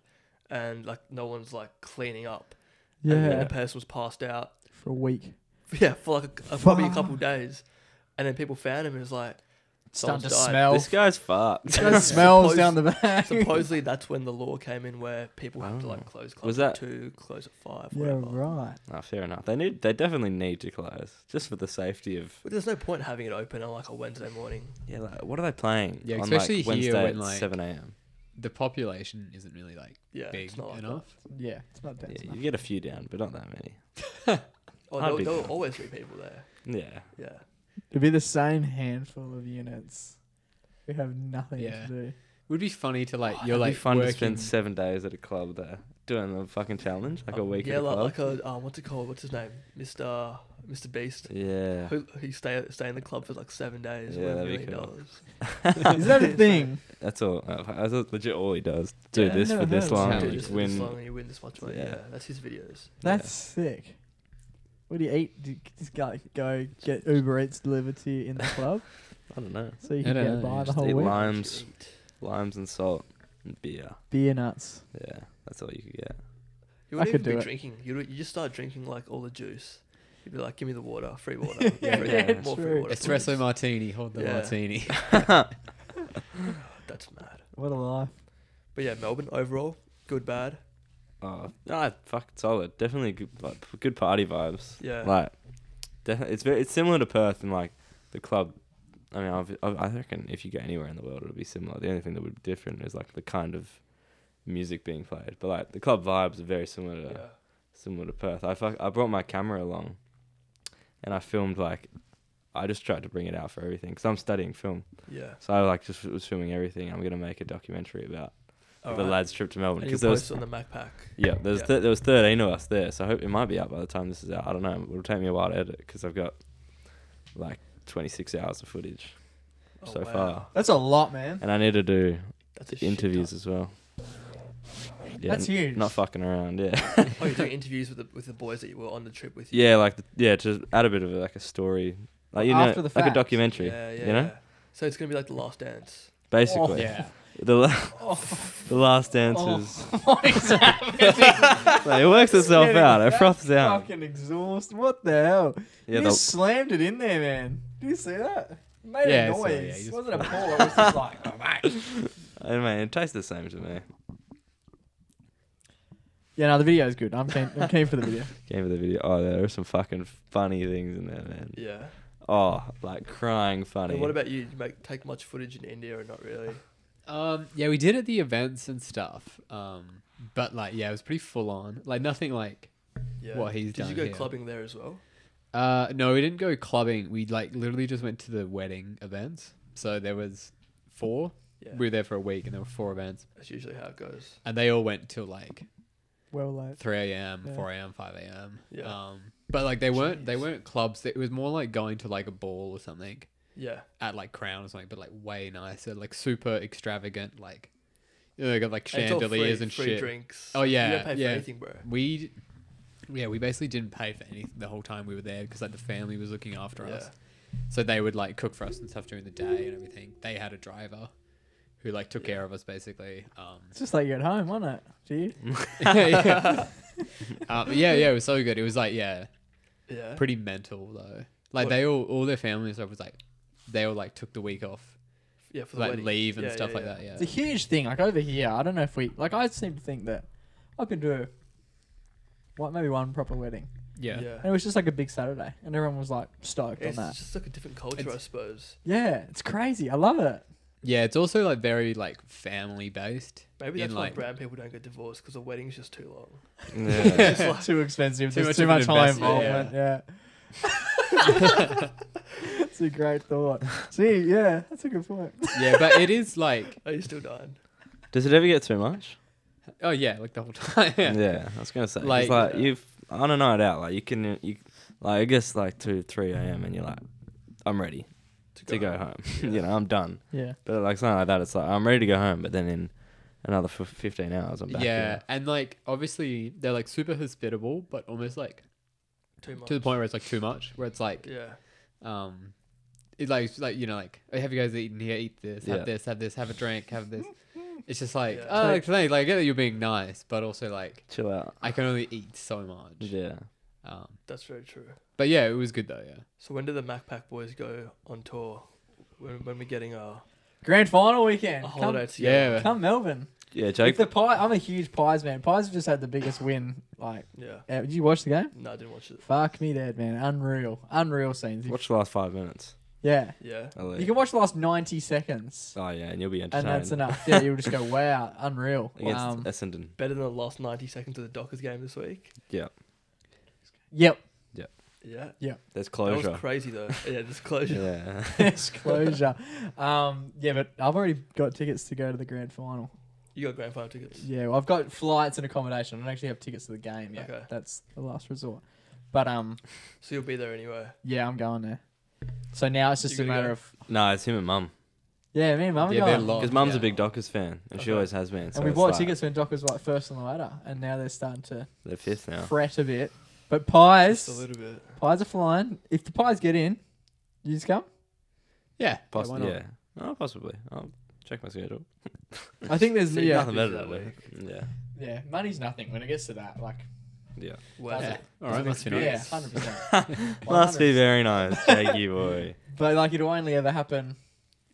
A: and like no one's like cleaning up. And then
B: yeah,
A: the person was passed out.
B: for a week.
A: Yeah, for like a, probably a
B: Fuck.
A: couple days, and then people found him and was like.
B: Starting to
A: Someone's died.
B: smell.
C: This guy's fucked.
B: It smells
A: Suppose-
B: down the back.
A: Supposedly, that's when the law came in where people have to
C: Oh.
A: like close clubs
C: Was
A: at
C: that-
A: two, close at five,
B: yeah,
A: whatever.
B: right.
C: Nah, Oh, fair enough. They need. They definitely need to close just for the safety of.
A: But there's no point having it open on like a Wednesday morning.
C: Yeah, like, what are they playing?
D: Yeah,
C: on,
D: especially
C: like, Wednesday
D: here when,
C: at
D: like-
C: seven a.m.
D: The population isn't really like
A: Yeah,
D: big
A: it's not like
D: enough.
B: Yeah, it's not
C: Yeah,
B: that.
C: you get a few down, but not that many.
A: that. Oh,
C: I'd
A: there'll,
C: be
A: there'll
C: down.
A: always be people there.
C: Yeah.
A: Yeah,
B: It'd be the same handful of units who have nothing
D: Yeah.
B: to do.
D: It would be funny to like
C: Oh,
D: you're
C: that'd
D: like
C: be fun
D: working.
C: to spend seven days at a club there doing the fucking challenge, like a
A: Um,
C: week
A: Yeah,
C: at a
A: like,
C: club.
A: like a um, what's it called? What's his name? Mister Mister Beast.
C: yeah.
A: Who he stay stay in the club for like seven days?
C: Yeah,
A: Yeah,
C: that'd be
A: million
C: cool.
A: dollars.
B: Is that a thing?
C: That's all. uh, That's legit all he does. Do
A: Yeah,
C: this
B: I've
C: for
B: never
C: this
B: heard of
C: long,
B: that.
A: Do
C: like,
A: this for this
C: win.
A: long and you win this much money.
C: Yeah.
A: Yeah. that's his videos.
B: That's sick. What do you eat? Do you just go, go get Uber Eats delivered to you in the club
C: I don't know.
B: so you
D: I
B: can
D: don't
B: get
D: know,
B: by
D: you
B: the
C: just
B: whole
C: eat
B: week?
C: lime. Limes. Limes and salt and beer.
B: Beer nuts.
C: Yeah, that's all you could get.
A: You
B: I
A: wouldn't
B: could
A: even be
B: do it.
A: drinking. You you just start drinking like all the juice. You'd be like, give me the water, free water,
B: Yeah,
A: free
C: yeah,
A: water, more free
B: true.
A: water.
D: espresso
A: please."
D: martini. Hold the
A: Yeah.
D: martini.
A: That's mad.
B: What a life.
A: But yeah, Melbourne overall, good bad.
C: Oh, no, fuck, solid. Definitely good, like, p- good party vibes.
A: Yeah.
C: Like, definitely, it's very, it's similar to Perth in like the club. I mean, I've, I've, I reckon if you go anywhere in the world, it'll be similar. The only thing that would be different is like the kind of music being played. But like the club vibes are very similar to
A: yeah.
C: similar to Perth. I fuck, I brought my camera along, and I filmed like, I just tried to bring it out for everything because I'm studying film.
A: Yeah.
C: So I like just was filming everything. I'm gonna make a documentary about the
A: Alright.
C: lads' trip to Melbourne
A: And you
C: because there was
A: post it on the Macpac.
C: yeah, there's
A: Yeah.
C: Th- there was 13 of us there, so I hope it might be up by the time this is out. I don't know. It'll take me a while to edit because I've got like 26 hours of footage
A: Oh,
C: so
A: wow.
C: far,
B: That's a lot, man.
C: and I need to do
A: That's a
C: the
A: shit
C: interviews as well. Yeah,
B: That's
C: n-
B: huge.
C: Not fucking around, yeah,
A: ton. Oh, you're doing interviews with the, with the boys that you were on the trip with. you?
C: yeah, like the, yeah, to add a bit of like a story, like you
B: After
C: know,
B: the
C: like a
B: fact.
C: documentary,
A: Yeah, yeah.
C: you know,
A: yeah. So it's gonna be like the Last Dance.
C: basically.
D: yeah,
C: The, la- the last dance
B: Oh.
C: is.
B: what is happening?
C: Like, it works itself
B: Getting
C: out. It
B: that
C: froths out.
B: Fucking exhaust. What the hell?
C: Yeah,
B: you
C: the,
B: just slammed it in there, man. Did you see that? It made
D: Yeah, I
B: a
D: saw it, yeah,
B: noise.
D: you
B: it
D: just-
B: wasn't a pull. It was just like, oh, mate.
C: I mean, it tastes the same to me.
B: Yeah, no, the video's good. I'm keen, I'm keen for the video.
C: Game of the video. Oh, there are some fucking funny things in there, man.
A: Yeah.
C: Oh, like crying funny.
A: And what about you? Did you make, take much footage in India or not really?
D: Um, yeah, we did at the events and stuff. Um, but like, yeah, it was pretty full on. Like nothing like.
A: Yeah.
D: What he's
A: Did
D: done
A: you go
D: here.
A: clubbing there as well?
D: Uh, no, we didn't go clubbing. We like literally just went to the wedding events. So there was four.
A: Yeah.
D: We were there for a week, and there were four events,
A: That's usually how it goes.
D: and they all went till like
B: Well, like,
D: 3 a.m.,
B: Yeah.
D: 4 a.m., 5 a.m.
A: Yeah.
D: Um, but like they weren't they
A: Jeez.
D: weren't clubs. It was more like going to like a ball or something
A: Yeah.
D: at like Crown or something, but like way nicer, like super extravagant. Like you know, they got like
A: And it's all
D: chandeliers
A: free,
D: and
A: free
D: shit.
A: drinks.
D: Oh,
A: You
D: yeah,
A: don't pay
D: yeah.
A: for anything, bro.
D: We, yeah, we basically didn't pay for anything the whole time we were there because like the family was looking after
A: Yeah.
D: us, so they would like cook for us and stuff during the day and everything. They had a driver who like took care of us basically. Um,
B: it's just like you're at home, wasn't it? Do you?
D: yeah. Um, yeah, yeah, it was so good. It was like yeah,
A: Yeah.
D: pretty mental though. Like
A: What-
D: they all, all their family and stuff was like, they all like took the week off,
A: yeah. For the
D: like
A: wedding.
D: leave and
A: Yeah,
D: stuff
A: yeah,
D: like
A: yeah.
D: that. Yeah,
B: It's a huge thing. Like over here, I don't know if we like. I seem to think that I've been to what maybe one proper wedding,
D: yeah,
A: Yeah.
B: and it was just like a big Saturday, and everyone was like stoked
A: It's
B: on that.
A: just like a different culture,
D: It's-
A: I suppose.
B: Yeah, it's crazy. I love it.
D: Yeah, It's also like very like family based.
A: Maybe
D: in,
A: that's why
D: like-
A: brown people don't get divorced because the wedding's just too long.
C: Yeah.
B: too expensive.
D: Too
B: There's
D: much
B: too
D: of an
B: much high
D: investment,
B: involvement. Yeah. It's a great thought. See, yeah, that's a good point.
D: yeah, but it is like
A: Are you still dying?
C: Does it ever get too much?
D: oh yeah, like the whole time.
C: Yeah, I was gonna say. 'cause, Like,
D: Like-
C: you've on a night out, like you can, you like I guess like two, three a.m. and you're like, I'm ready to go home. you know, I'm done.
B: Yeah.
C: But like something like that, it's like I'm ready to go home. But then in another f- fifteen hours, I'm back.
D: yeah, and like obviously they're like super hospitable, but almost like
A: Too much.
D: to the point where it's like too much, where it's like
A: Yeah.
D: um, it like it's like you know like "Oh, have you guys eaten here? Eat this,
C: Yeah.
D: have this, have this, have a drink, have this. It's just like
A: Yeah.
D: oh, like, today, like I get that you're being nice, but also like
C: Chill out.
D: I can only eat so much.
C: Yeah.
D: Um,
A: That's very true.
D: but yeah, it was good though. Yeah,
A: So when do the MacPack boys go on tour? When, when we're getting our,
B: Grand final
A: a
B: weekend.
A: holiday
B: Come,
A: together?
D: yeah.
B: come Melbourne.
C: Yeah,
B: If
C: Jake.
B: the pie, I'm a huge pies man. Pies have just had the biggest win. Like,
A: Yeah.
B: uh, did you watch the game?
A: No, I didn't watch it.
B: Fuck me, dead man. Unreal, unreal scenes.
C: Watch the last five minutes.
B: Yeah,
A: Yeah.
C: at least.
B: you can watch the last 90 seconds,
C: oh yeah, and you'll be
B: and
C: entertained.
B: that's enough. Yeah, you'll just go, wow, unreal.
C: Against
B: Um,
C: Essendon.
A: Better than the last 90 seconds of the Dockers game this week.
C: Yeah,
B: yep,
A: Yeah.
C: there's
A: That
C: closure.
A: was crazy though. yeah, disclosure.
C: Yeah.
B: disclosure. um, yeah, but I've already got tickets to go to the grand final.
A: You got grand final tickets.
B: Yeah, well, I've got flights and accommodation. I don't actually have tickets to the game yet.
A: Okay.
B: That's the last resort. But um,
A: So you'll be there anyway.
B: yeah, I'm going there. So now it's just
A: You
B: a
A: gonna
B: matter
A: go?
B: of
C: no, it's him and mum.
B: yeah, me and mum are
D: Yeah, they're
B: going.
D: locked.
C: Because mum's a
D: Yeah.
C: big Dockers fan, and she
A: Okay.
C: always has been. So
B: and we
C: it's
B: bought
C: like,
B: tickets when Doc was like first on the ladder, and now they're starting to
C: They're fifth now.
B: fret a bit. But
A: Just a
B: pies,
A: little bit.
B: pies are flying. If the pies get in, you just come.
D: yeah, yeah, why
C: Possibly.
D: not?
C: Yeah. Oh, possibly. I'll check my schedule.
B: I think there's
A: See,
B: yeah,
C: Nothing better
A: that
C: that way. Yeah.
B: yeah. Money's nothing when it gets to that. Like
C: Yeah.
A: Wow.
D: Yeah.
B: It's
D: All right,
B: an
D: must be
B: experience.
D: nice.
B: Yeah, hundred percent.
C: Must be very nice, Jakey boy.
B: But like it'll only ever happen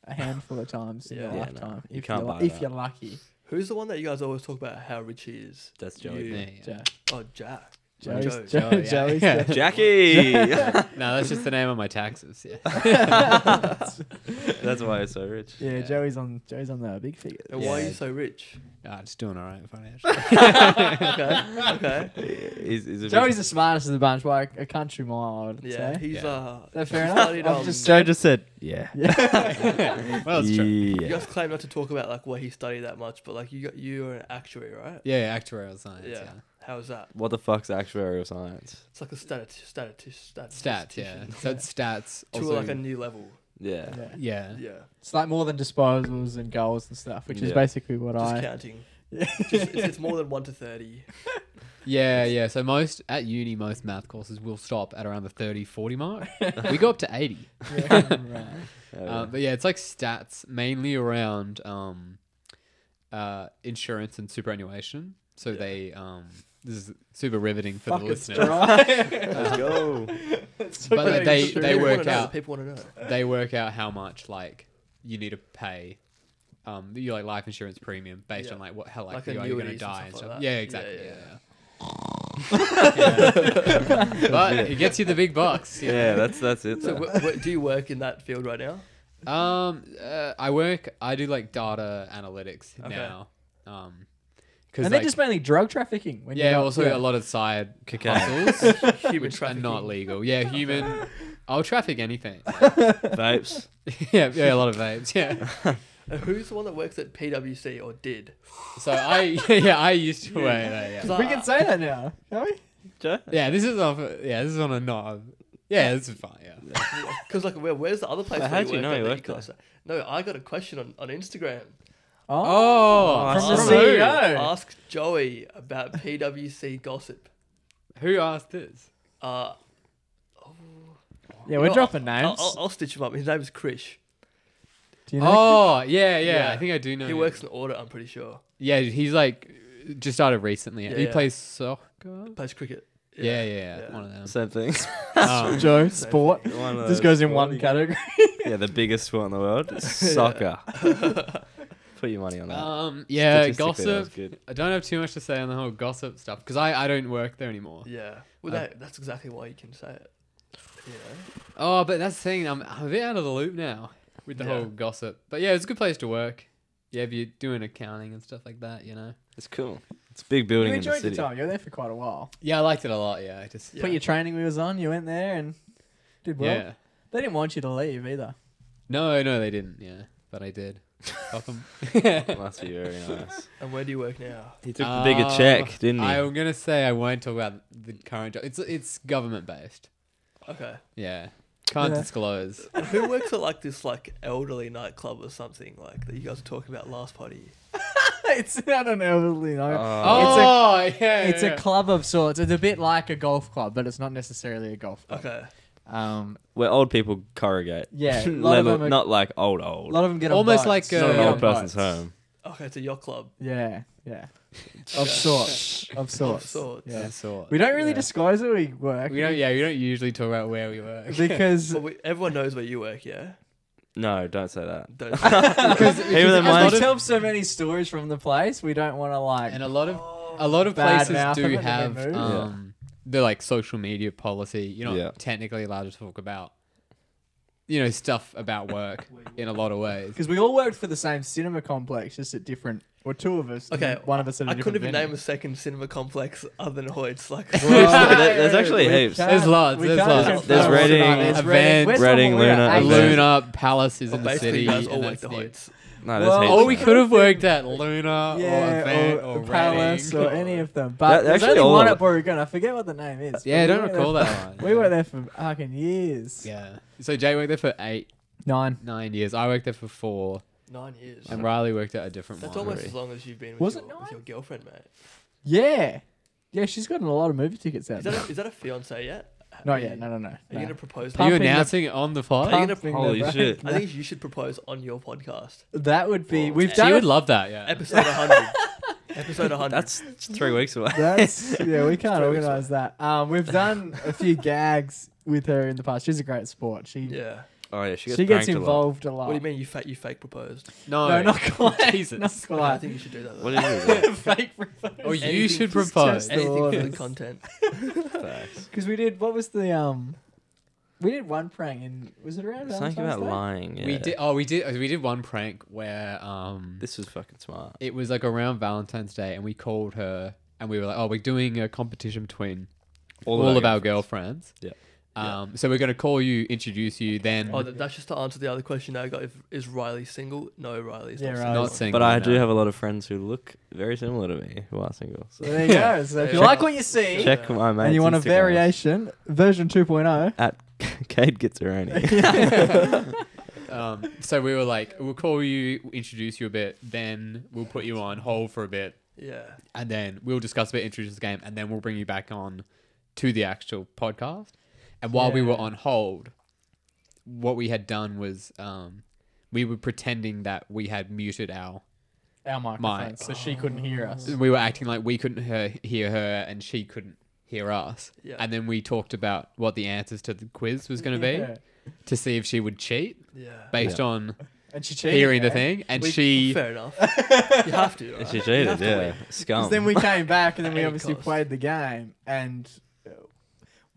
B: a handful of times in
A: Yeah.
B: your
A: Yeah,
C: no.
B: lifetime.
C: You
B: if
C: can't
B: you're,
C: buy
B: if
C: that.
B: you're lucky.
A: Who's the one that you guys always talk about how rich he is?
C: That's
A: Joey.
C: Joey.
A: Yeah.
D: Yeah, yeah.
B: Joe.
A: Oh, Jack.
B: Joey's,
A: Joe.
B: Joe,
D: Joe, yeah.
B: Joey's
D: Yeah.
B: Joe.
C: Jackie.
D: No, that's just the name of my taxes. Yeah,
C: That's why he's so rich.
B: Yeah,
D: Yeah.
B: Joey's on Joey's on the big figure.
A: And why are
D: Yeah.
A: you so rich?
D: Ah, it's doing all right financially.
A: okay. Okay.
C: He's, he's a
B: Joey's the smartest of the bunch, by a, a country mile, I would
A: Yeah.
B: say.
A: He's
D: Yeah.
A: uh.
B: Is that fair enough?
A: Studied,
B: I've
A: um,
B: just
C: Joe just said, yeah.
D: well, that's true.
A: You
C: Yeah.
A: guys claim not to talk about like what he studied that much, but like you got you are an actuary, right?
D: Yeah, yeah, actuarial science.
A: Yeah.
D: yeah.
A: How's that?
C: What the fuck's actuarial science?
A: It's like a static, static, static.
D: Stats, yeah. So it's stats.
A: To
D: Also,
A: like a new level.
C: Yeah.
B: yeah.
D: yeah.
A: Yeah.
B: It's like more than disposals and goals and stuff, which is
C: Yeah.
B: basically what
A: Just
B: I.
A: counting. Just, it's, it's more than one to thirty.
D: Yeah, yeah. So most at uni, most math courses will stop at around the 30, 40 mark. we go up to Uh, 80.
B: Yeah, right.
C: Oh, yeah.
D: Um, but yeah, it's like stats mainly around um, uh, insurance and superannuation. So they um, this is super riveting for
B: Fuck,
D: the
B: it's
D: listeners.
B: dry.
C: Let's go.
B: It's
D: But
B: fucking
D: they-
B: true.
D: they
A: People
D: work
A: wanna know,
D: out.
A: People want to know.
D: they work out how much like you need to pay um your like life insurance premium based
A: Yeah.
D: on like what how
A: Like
D: likely you are you're gonna
A: annuities and
D: die and
A: stuff
D: stuff.
A: like that.
D: yeah,
A: Yeah,
D: exactly. Yeah,
A: yeah,
D: yeah. but it gets you the big bucks. you
C: Yeah,
D: know?
C: that's that's it.
A: So,
C: though.
A: w- w- do you work in that field right now?
D: Um, uh, I work. I do like data analytics
A: Okay.
D: now. Um, because
B: And
D: like,
B: they're just mainly drug trafficking. When
D: yeah,
B: you're not-
D: also
B: yeah.
D: a lot of side
C: Cocaine.
D: hustles
A: Human
D: which are
A: trafficking.
D: not legal. Yeah, human. I'll traffic anything.
C: Vapes.
D: yeah, yeah, a lot of vapes. Yeah.
A: Uh, Who's the one that works at PwC or did?
D: So I yeah I used to work. there, yeah.
A: 'Cause I-
B: We can say that now, can we?
C: Joe?
D: Yeah, this is off. Yeah, this is on a not. Yeah, this is fine. Yeah.
A: Because like, where, where's the other place?
C: But
A: that
C: how do
A: work
C: you know
A: at
C: you
A: that
C: work
A: can
C: there?
A: say- No, I got a question on, on Instagram.
D: Oh,
C: I
B: from the
C: see.
B: CEO.
A: Ask Joey about PwC gossip.
D: Who asked this?
A: Uh,
B: Yeah, we're
A: no,
B: dropping
A: I'll,
B: names.
A: I'll, I'll stitch him up. His name is Krish.
B: Do you know?
D: Oh, yeah, yeah,
A: Yeah.
D: I think I do know.
A: He
D: him.
A: works in audit. I'm pretty sure.
D: Yeah, he's like just started recently.
A: Yeah,
D: he
A: yeah.
D: plays soccer.
A: Plays cricket.
D: Yeah, yeah, yeah,
A: yeah.
D: one of them.
C: Same thing. Oh.
D: Um,
B: Joe, sport.
C: One of
B: This
C: those-
B: goes in one category.
C: Yeah, the biggest sport in the world. is Soccer. Put your money on
B: Uh,
C: that.
D: um, yeah,
C: Statistically, that was
D: gossip.
C: good.
D: I don't have too much to say on the whole gossip stuff because I, I don't work there anymore.
A: Yeah. Well,
D: Uh,
A: that, that's exactly why you can say it. You know?
D: Oh, but that's the thing. I'm, I'm a bit out of the loop now with the
A: Yeah.
D: whole gossip. But yeah, it's a good place to work. Yeah, if you're doing accounting and stuff like that, you know.
C: It's cool. It's a big
B: You
C: building in the
B: enjoyed your
C: city.
B: time. You were there for quite a while.
D: Yeah, I liked it a lot. Yeah, I just
A: Yeah.
B: Put your training wheels on. You went there and did well.
D: yeah.
B: They didn't want you to leave either.
D: No, no, they didn't. Yeah, but I did. Fuck 'em.
C: Must be very nice.
A: And where do you work now?
C: He took the bigger
B: Ah,
C: check,
D: Uh,
C: didn't he?
D: I'm gonna say I won't talk about the current job. It's it's government based.
A: Okay.
D: Yeah, can't
B: Yeah.
D: disclose.
A: And Who works at like this like elderly nightclub or something like that you guys were talking about last party?
B: it's not an elderly no.
C: Oh.
D: Oh, yeah,
B: it's
D: yeah.
B: a club of sorts. It's a bit like a golf club, but it's not necessarily a golf club.
A: Okay.
B: Um,
C: where old people corrugate.
B: Yeah, a lot of
C: Level,
B: them are-
C: not like old
B: a
C: old.
B: lot of them get on
D: Almost
B: boats.
D: like
B: They
C: not an
B: get
D: uh,
C: old
B: on
C: person's
B: boats.
C: home.
A: Okay, it's a yacht club.
B: Yeah, yeah. Of sorts. Of sorts.
A: sorts.
B: Yeah.
D: Some sort.
B: We don't really
D: Yeah.
B: disclose where we work.
D: We don't. Yeah, we don't usually talk about where we work
B: Because
A: But we, everyone knows where you work, yeah?
C: No, don't say that.
A: Don't
D: because
C: Even though
D: a lot
B: As we
D: of-
B: tell so many stories from the place, we don't want to like.
D: and a lot of
A: Oh,
D: a lot of
B: Bad
D: places
B: mouth them
D: do
B: and then they
D: have
B: move.
C: Yeah.
D: um the like social media policy. You're not
C: Yeah.
D: technically allowed to talk about you know stuff about work in a lot of ways.
B: Because we all worked for the same cinema complex, just at different, or two of us. and
A: Okay,
B: one of us at a
A: I
B: different
A: couldn't even
B: venue.
A: name a second cinema complex other than Hoyt's. Like,
C: There- there's actually
B: We
C: heaps.
B: can't-
D: There's lots,
B: we
D: there's
B: can't
D: lots.
B: confirm
C: There's
B: or deny.
C: Reading,
B: There's
D: Event,
B: Where's the
C: Reading,
B: one we were
C: Luna,
B: at?
C: Event.
B: Eight.
D: Luna Palace is in the
A: basically,
D: city.
A: you guys
D: and
A: all work
D: that's
A: the
D: new.
A: Hoyts.
C: No,
B: Well,
C: there's heaps.
D: Or we
C: mate.
D: could have worked at Luna or
B: Yeah,
D: Event
B: or,
D: or,
B: Palace
D: Reading.
B: or any of them. But
C: That-
B: there's
C: actually
B: only
C: all
B: one
C: of
B: at Borugan. I forget what the name is.
D: Yeah,
B: but we
D: I don't
B: were there
D: recall
B: for-
D: that one.
B: We were there for fucking years.
D: Yeah. So Jay worked there for eight,
B: Nine.
D: nine years. I worked there for four,
A: Nine years.
D: and Riley worked at a different
A: That's
D: one.
A: almost as long as you've been with,
B: Was
A: your,
B: it nine?
A: with your girlfriend, mate.
B: Yeah. Yeah, she's gotten a lot of movie tickets out
A: Is
B: there.
A: that a, is that a fiance yet?
B: Not yet. No, no, no.
A: Are you
B: no.
A: gonna propose?
D: Are
B: Pumping
D: you
B: the-
D: announcing it on the fly?
A: Are you gonna-
B: Pumping
C: Holy
B: the brake.
C: shit.
A: I think you should propose on your podcast,
B: That would be.
A: Oh,
B: We've
A: she
B: done.
D: She
B: it-
D: would love that, yeah.
A: episode 100. episode 100.
C: That's three weeks away.
B: That's yeah. We can't
A: Throw it
B: organise that. Um, we've done a few gags with her in the past. She's a great sport. She
A: yeah.
C: oh yeah, she gets,
B: she gets
C: pranked a lot.
B: involved a lot.
A: What do you mean you fake? You fake proposed?
D: No,
B: No, not quite.
D: Oh, Jesus.
B: Not
A: Okay, I
B: quite.
A: think you should do that.
C: What
A: Though.
C: is it?
B: Fake proposal.
D: Or Oh, you
A: Anything
D: should
B: just
D: propose.
B: test it.
A: Anything for the
B: Orders.
A: content.
C: Facts.
B: Because we did. What was the um? We did one prank, and was it around?
C: Something
B: Valentine's
C: about
B: Day?
C: lying.
D: We
C: yeah.
D: did. Oh, we did. We did one prank where um,
C: This was fucking smart.
D: it was like around Valentine's Day, and we called her, and we were like, "Oh, we're doing a competition between all, of our girlfriends."
C: Yeah.
D: Um, so we're gonna call you, introduce you, then
A: Oh, th- that's just to answer the other question I got. If is Riley single? No, Riley's
B: Yeah,
A: not.
B: right.
A: Single.
D: not single.
C: But I
D: no.
C: do have a lot of friends who look very similar to me who are single.
B: So
C: So
B: there you go. So if you
A: Check-
B: like what you see,
A: check
C: check my mates.
B: and you want a
C: Instagrams.
B: variation, version oh. 2.0.
C: at Cade Gitzeroni.
D: Um, so we were like, "We'll call you, introduce you a bit, then we'll put you on hold for a bit,
A: Yeah.
D: and then we'll discuss a bit, introduce the game, and then we'll bring you back on to the actual podcast. And while we were
B: Yeah.
D: on hold, what we had done was um, we were pretending that we had muted our
B: our microphone, so she couldn't hear us.
D: we were acting like we couldn't hear, hear her and she couldn't hear us.
A: Yeah.
D: And then we talked about what the answers to the quiz was going to
B: Yeah.
D: be to see if she would cheat
A: Yeah.
D: based on
B: And she cheated.
D: hearing the
B: eh?
D: thing. And
A: We-
D: she,
A: Fair enough. you have to. Right?
C: She
A: You
C: cheated,
A: have to
C: yeah.
A: win.
C: Scum.
B: 'Cause then we came back and then we
A: Any
B: obviously
A: cost.
B: played the game and uh,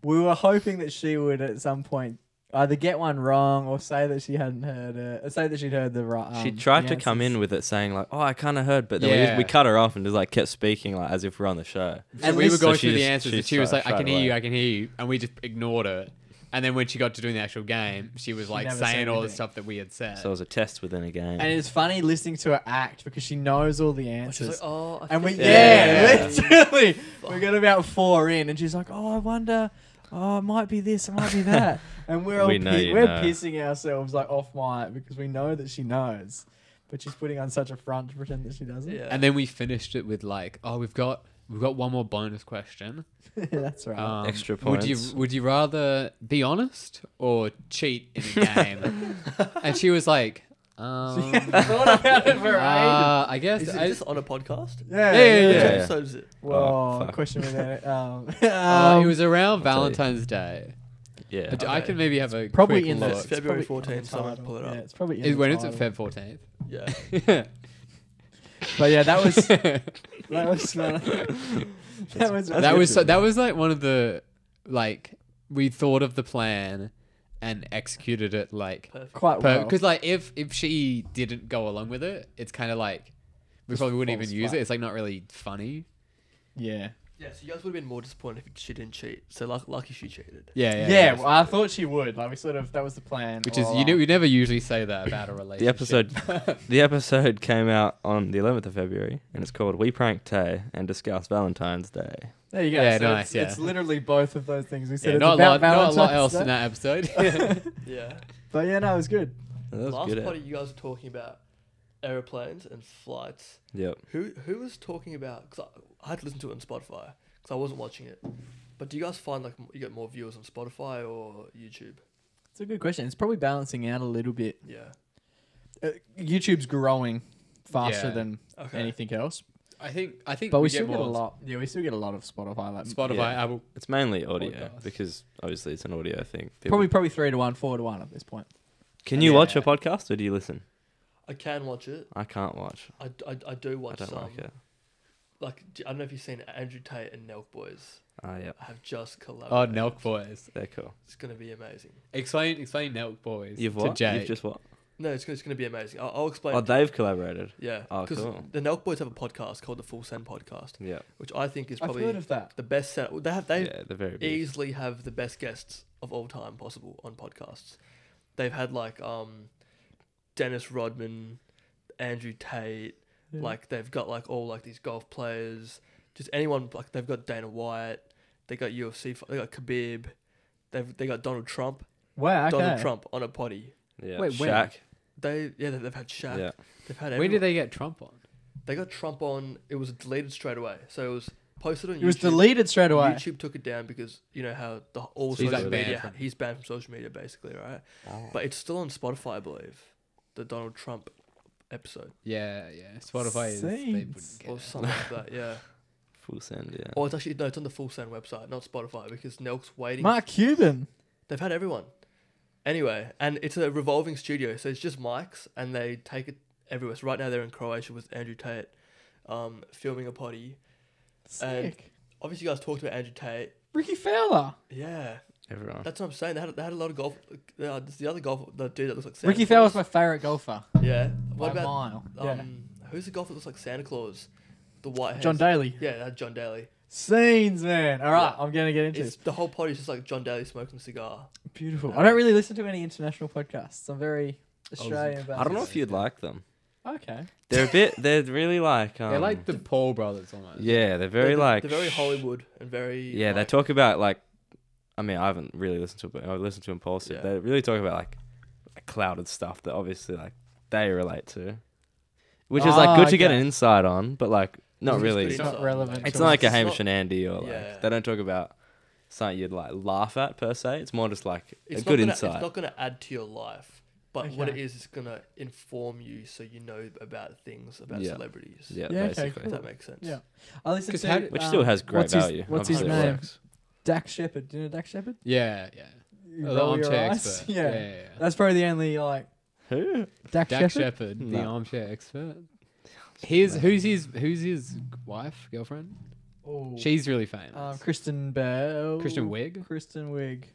B: we were hoping that she would at some point either get one wrong or say that she hadn't heard it, or say that she'd heard the right.
D: Um,
C: she tried to come in with it saying like, "Oh, I kind of heard," but then we,
D: Yeah.
C: just, we cut her off and just like kept speaking like as if we're on the show.
D: and
B: At
D: we were
B: least-
D: going
C: So she
D: through the
C: just-
D: answers
C: she
D: and she was
C: tried-
D: like, I
C: tried
D: can
C: to
D: hear you,
C: lie.
D: I can hear you. And we just ignored her. And then when she got to doing the actual game, she was like
B: never
D: saying
B: said
D: all the
B: anything.
D: stuff that we had said.
C: So it was a test within a game.
B: And it's funny listening to her act because she knows all the answers.
A: She's like, oh, I
B: and we,
A: think-
B: yeah,
C: Yeah.
B: literally, we got about four in, and she's like, "Oh, I wonder. Oh, it might be this, it might be that." And we're all
C: We know
B: pi-
C: you
B: we're
C: know.
B: pissing ourselves like off mic because we know that she knows, but she's putting on such a front to pretend that she doesn't.
A: Yeah.
D: and then we finished it with like, oh, we've got we've got one more bonus question.
B: that's right.
D: Um,
C: Extra
D: Would
C: points.
D: you would you rather be honest or cheat in a game? and she was like, um,
B: thought about it for ages.
D: uh, I guess
A: is it
D: I,
A: just on a podcast?
B: Yeah,
D: yeah, yeah,
A: Which
C: yeah.
A: episode is it?
B: Well,
C: Oh, fuck.
B: question without um,
D: uh, it
B: um,
D: was around
C: I'll tell you.
D: Valentine's Day.
C: yeah.
D: I- I
A: okay.
D: can maybe have a
B: probably
D: quick
B: in the
D: look.
A: It's February
B: probably in
A: 14th,
B: the
A: someone
B: title.
A: pull it
B: Yeah,
A: up.
B: it's probably in
D: It-
B: the
D: when is it
B: title.
D: Feb fourteenth?
A: Yeah.
B: But yeah, that was that was that was
D: that was so, that was like one of the like we thought of the plan and executed it like
A: Perfect.
B: quite well.
D: because like if if she didn't go along with it, it's kind of like we probably wouldn't
B: falls
D: even use
B: flat.
D: it. It's like not really funny.
B: Yeah.
A: Yeah, so you guys would have been more disappointed if she didn't cheat. So luck- lucky she cheated.
D: Yeah,
B: Yeah,
D: yeah,
B: well, I thought she would. Like we sort of that was the plan.
D: Which
B: all
D: is you
B: along.
D: know we never usually say that about a relationship.
C: episode- The episode came out on the 11th of February, and it's called "We Pranked Tay and Discuss Valentine's Day."
B: There you go.
D: Yeah,
B: so
D: nice,
B: It's,
D: yeah.
B: it's literally both of those things we said.
D: yeah,
B: it's
D: not a lot,
B: about
D: not a lot else
B: Valentine's
D: in
B: Day.
D: that episode.
A: Yeah.
B: But yeah, no, it was good.
C: That was
A: Last
C: good. eh?
A: party you guys were talking about aeroplanes and flights.
C: Yep.
A: Who who was talking about? Because I, I had to listen to it on Spotify because I wasn't watching it. But do you guys find like m- you get more viewers on Spotify or YouTube?
B: It's a good question. It's probably balancing out a little bit.
A: Yeah.
B: Uh, YouTube's growing faster
D: Yeah.
B: than
A: Okay.
B: anything else,
D: I think I think
B: but we,
D: we,
B: still
D: get
B: get,
D: more
B: a lot. Yeah, we still get a lot of Spotify. Like
D: Spotify,
C: Yeah.
D: Apple.
C: It's mainly audio
D: Podcast.
C: because obviously it's an audio thing. People-
B: probably probably three to one, four to one at this point.
C: Can you watch a
D: Yeah.
C: podcast or do you listen?
A: I can watch it.
C: I can't watch.
A: I, d- I, d- I do
C: I
A: watch
C: don't
A: some.
C: like it.
A: Like d- I don't know if you've seen Andrew Tate and Nelk Boys
C: Oh yeah,
A: have just
D: Oh,
A: collaborated.
D: Nelk boys.
C: they're cool.
A: It's gonna be amazing.
D: Explain explain Nelk boys
C: You've
D: to
C: what?
D: Jake.
C: You've just what?
A: No, it's gonna, it's gonna be amazing. I'll, I'll explain.
C: Oh,
A: it to you.
C: they've collaborated.
A: Yeah,
C: Oh,
A: because
C: cool.
A: the Nelk Boys have a podcast called the Full Send Podcast,
C: Yeah.
A: which I think is
B: I've
A: probably
B: heard of that.
A: the best set. They have they
C: yeah, they're very big.
A: easily have the best guests of all time possible on podcasts. They've had like um, Dennis Rodman, Andrew Tate.
B: Yeah.
A: Like they've got like all like these golf players, just anyone. Like they've got Dana White. They got UFC. fi- They got Khabib. They've they got Donald Trump.
B: Wow. Okay.
A: Donald Trump on a potty.
C: Yeah.
D: Wait, when?
C: Shaq.
A: They yeah they've, they've had Shaq.
C: Yeah.
A: They've had
D: when
A: everyone.
D: did they get Trump on?
A: They got Trump on. It was deleted straight away. So it was posted on YouTube.
B: It was deleted straight away.
A: YouTube took it down because you know how the all
D: So he's,
A: social
D: like, banned
A: media
D: from-
A: he's banned from social media basically, right? But it's still on Spotify, I believe, the Donald Trump episode
D: Yeah, yeah. Spotify is they
B: Saints.
D: wouldn't get
A: or
D: it.
A: something like that. Yeah.
C: Full send. Yeah.
A: Or it's actually no, it's on the Full Send website, not Spotify, because Nelk's waiting.
B: Mark Cuban.
A: They've had everyone. Anyway, and it's a revolving studio, so it's just mics, and they take it everywhere. So right now they're in Croatia with Andrew Tate, um, filming a potty. And-
B: Sick.
A: Obviously, you guys talked about Andrew Tate.
B: Ricky Fowler.
A: Yeah,
C: Everyone.
A: that's what I'm saying. They had, they had a lot of golf. Uh, there's the other golf, the dude that looks like Santa
B: Ricky
A: Claus.
B: Fowler's my favorite golfer.
A: Yeah.
B: By
A: What about
B: mile. yeah.
A: um, who's the golfer that looks like Santa Claus? The white
B: John
A: Daly.
B: Daly.
A: Yeah, that's John Daly.
B: Scenes, man. All right,
A: Yeah.
B: I'm gonna get into
A: It's
B: this.
A: the whole potty is just like John Daly smoking a cigar.
B: Beautiful. I don't really listen to any international podcasts. I'm very
A: Oh,
B: Australian.
C: I don't know if
D: Yeah.
C: you'd like them.
B: know. Okay.
C: They're a bit. They're really like. Um,
D: They're like the Paul brothers almost.
C: Yeah, they're very
A: they're,
C: like.
A: they're very Hollywood and very
C: Yeah, they
A: like,
C: talk about like. I mean, I haven't really listened to it, but I listened to Impulsive.
A: Yeah.
C: They really talk about like, like clouded stuff that obviously like they relate to, which is
B: Ah,
C: like good to get
B: okay.
C: an insight on, but like not
A: It's
C: really.
A: good
C: It's,
A: insight.
B: not relevant
A: Like,
B: to
C: not like a
A: it's
C: Hamish
A: not-
C: and Andy or like
A: Yeah.
C: they don't talk about something you'd like laugh at per se. It's more just like
A: it's
C: a
A: not
C: good
A: gonna,
C: insight.
A: It's not going to add to your life. But what it
B: Okay.
A: is, it's gonna inform you so you know about things about
C: Yeah.
A: celebrities.
C: Yeah,
B: Yeah, okay,
C: basically.
A: If
B: cool.
A: that makes sense.
B: Yeah. I listened
D: 'Cause
B: to
D: how did-
C: Which still has great
B: what's his-
C: value.
B: what's his
C: obviously it
B: name?
C: works.
B: Dak Shepard. Do you know Dak Shepard?
D: Yeah, yeah.
B: You
D: Oh, the
B: roll your
D: armchair
B: eyes.
D: expert. Yeah, yeah, yeah.
B: That's probably the only like
C: Who?
B: Dak,
D: Dak
B: Shepard.
D: Shepard, the
C: No.
D: armchair expert. His who's his who's his wife girlfriend?
B: Ooh.
D: She's really famous.
B: Oh. um, Kristen Bell.
D: Kristen Wiig,
B: Kristen Wiig.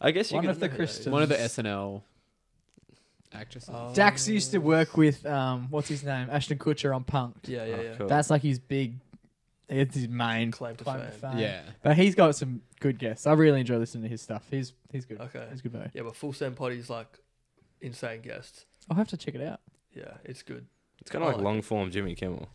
C: I guess you
B: One
C: could.
B: of the
A: know who that is.
B: Kristens.
D: one of the SNL actresses.
A: Oh.
B: Dax used to work with um, what's his name, Ashton Kutcher on Punked.
A: Yeah, yeah,
C: Oh,
A: yeah.
C: cool.
B: That's like his big. It's his main
A: Claim to
B: claim to
A: fame.
B: fame.
D: yeah,
B: But he's got some good guests. I really enjoy listening to his stuff. He's he's good.
A: Okay.
B: He's good value.
A: Yeah, but Full Send Potty's like insane guests.
B: I'll have to check it out.
A: Yeah, it's good.
C: It's kind of like
A: Oh,
C: long form Jimmy Kimmel.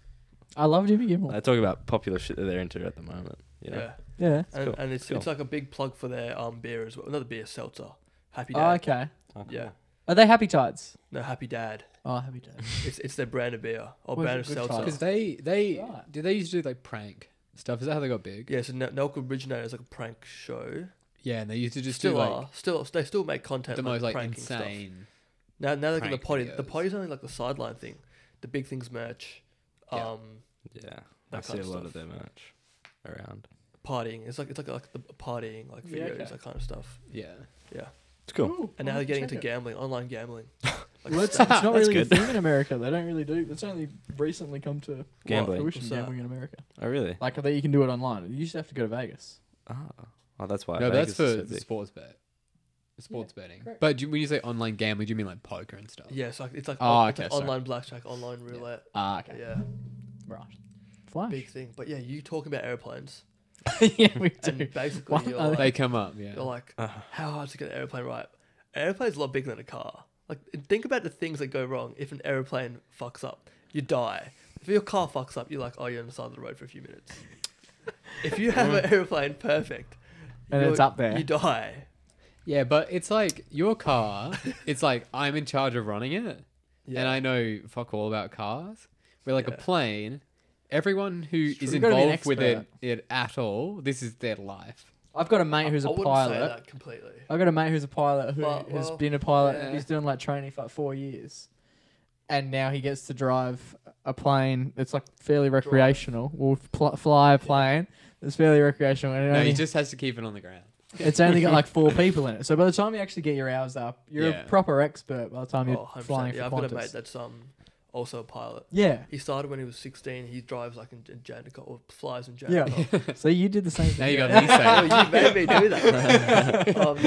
B: I love Jimmy Kimmel.
C: They talk about popular shit that they're into at the moment. You know?
A: Yeah.
B: yeah.
A: And,
C: cool.
A: and it's,
C: Cool.
A: it's like a big plug for their um beer as well. Another beer, seltzer. Happy Dad.
B: Oh, okay.
C: Oh, cool.
A: Yeah.
B: Are they happy tides?
A: No, Happy Dad.
B: Oh, happy tides.
A: It's it's their brand of beer or
B: What is it?
A: brand of
B: Good
A: seltzer.
D: because they they
B: Right.
D: did they used to do like prank stuff. Is that how they got big?
A: Yeah, so N- Nelk originated as like a prank show.
D: Yeah, and they used to just
A: still
D: do like
A: are. Still, they still make content.
D: the most like
A: pranking Stuff.
D: insane.
A: Now, now they got the
D: prank
A: potty. The
D: videos.
A: potty's only like the sideline thing. The big things merch, um,
D: Yeah.
C: Yeah. I
A: That
C: see
A: kind
C: a
A: of
C: lot of
A: stuff.
C: their merch around.
A: partying. It's like it's like like the partying like
B: Yeah,
A: videos
B: okay. Oh,
A: that kind of stuff.
D: Yeah,
A: Yeah,
C: It's cool.
A: and now they're getting into gambling, online gambling. Like
B: Well, it's,
A: stuff.
B: it's not really
C: good.
B: a thing in America. They don't really do. It's only recently come to
C: Gambling.
B: fruition
A: What's that?
B: gambling in America.
C: Oh really?
B: Like that, you can do it online. You just have to go to Vegas.
C: Ah. Oh, that's why.
D: no, that's
C: Vegas is so
D: for
C: big.
D: sports bet, sports betting.
B: correct.
D: But do, you- when you say online gambling, do you mean like poker and stuff?
A: yeah, it's like it's like,
D: Oh,
A: on- it's
D: okay,
A: like
D: sorry.
A: online blackjack, online roulette.
B: Ah,
A: Yeah.
B: okay, right. Flash.
A: big thing. But yeah, you talking about airplanes,
B: yeah, we do.
A: and basically
B: What
A: you're
B: are
A: like,
D: They come up. Yeah,
A: you're like, how hard to get an airplane right? An airplane's a lot bigger than a car. Like, think about the things that go wrong if an airplane fucks up. You die. If your car fucks up, you're like, oh, you're on the side of the road for a few minutes. if you have an airplane perfect,
B: And
A: you're-
B: it's up there.
A: you die.
D: Yeah, but it's like your car. it's like I'm in charge of running it, and
A: Yeah.
D: I know fuck all about cars. But like a
A: Yeah.
D: plane, everyone who is
B: true. You've gotta be an
D: involved with it,
B: expert.
D: it at all, this is their life.
B: I've got a mate who's
A: I
B: a
A: wouldn't say
B: pilot.
A: that completely.
B: I've got a mate who's a pilot who
A: Well,
B: has
A: well,
B: been a pilot.
D: yeah.
B: He's doing like training for like four years, and now he gets to drive a plane that's like fairly recreational. Will pl- fly a plane that's fairly recreational, and it
D: No,
B: only,
D: he just has to keep it on the ground.
B: it's only got like four people in it. So by the time you actually get your hours up, you're
D: Yeah.
B: a proper expert. By the time
A: Oh,
B: Um, you're
A: 100%.
B: flying
A: yeah, I've
B: for
A: got a
B: Qantas.
A: mate that's um, also a pilot.
B: yeah,
A: He started when he was 16. He drives like in, in Jandakot or flies in
B: yeah.
A: Jandakot.
B: so you did the same
D: Now
B: thing.
D: you got me
A: Oh,
D: saying,
A: you made me do that. um,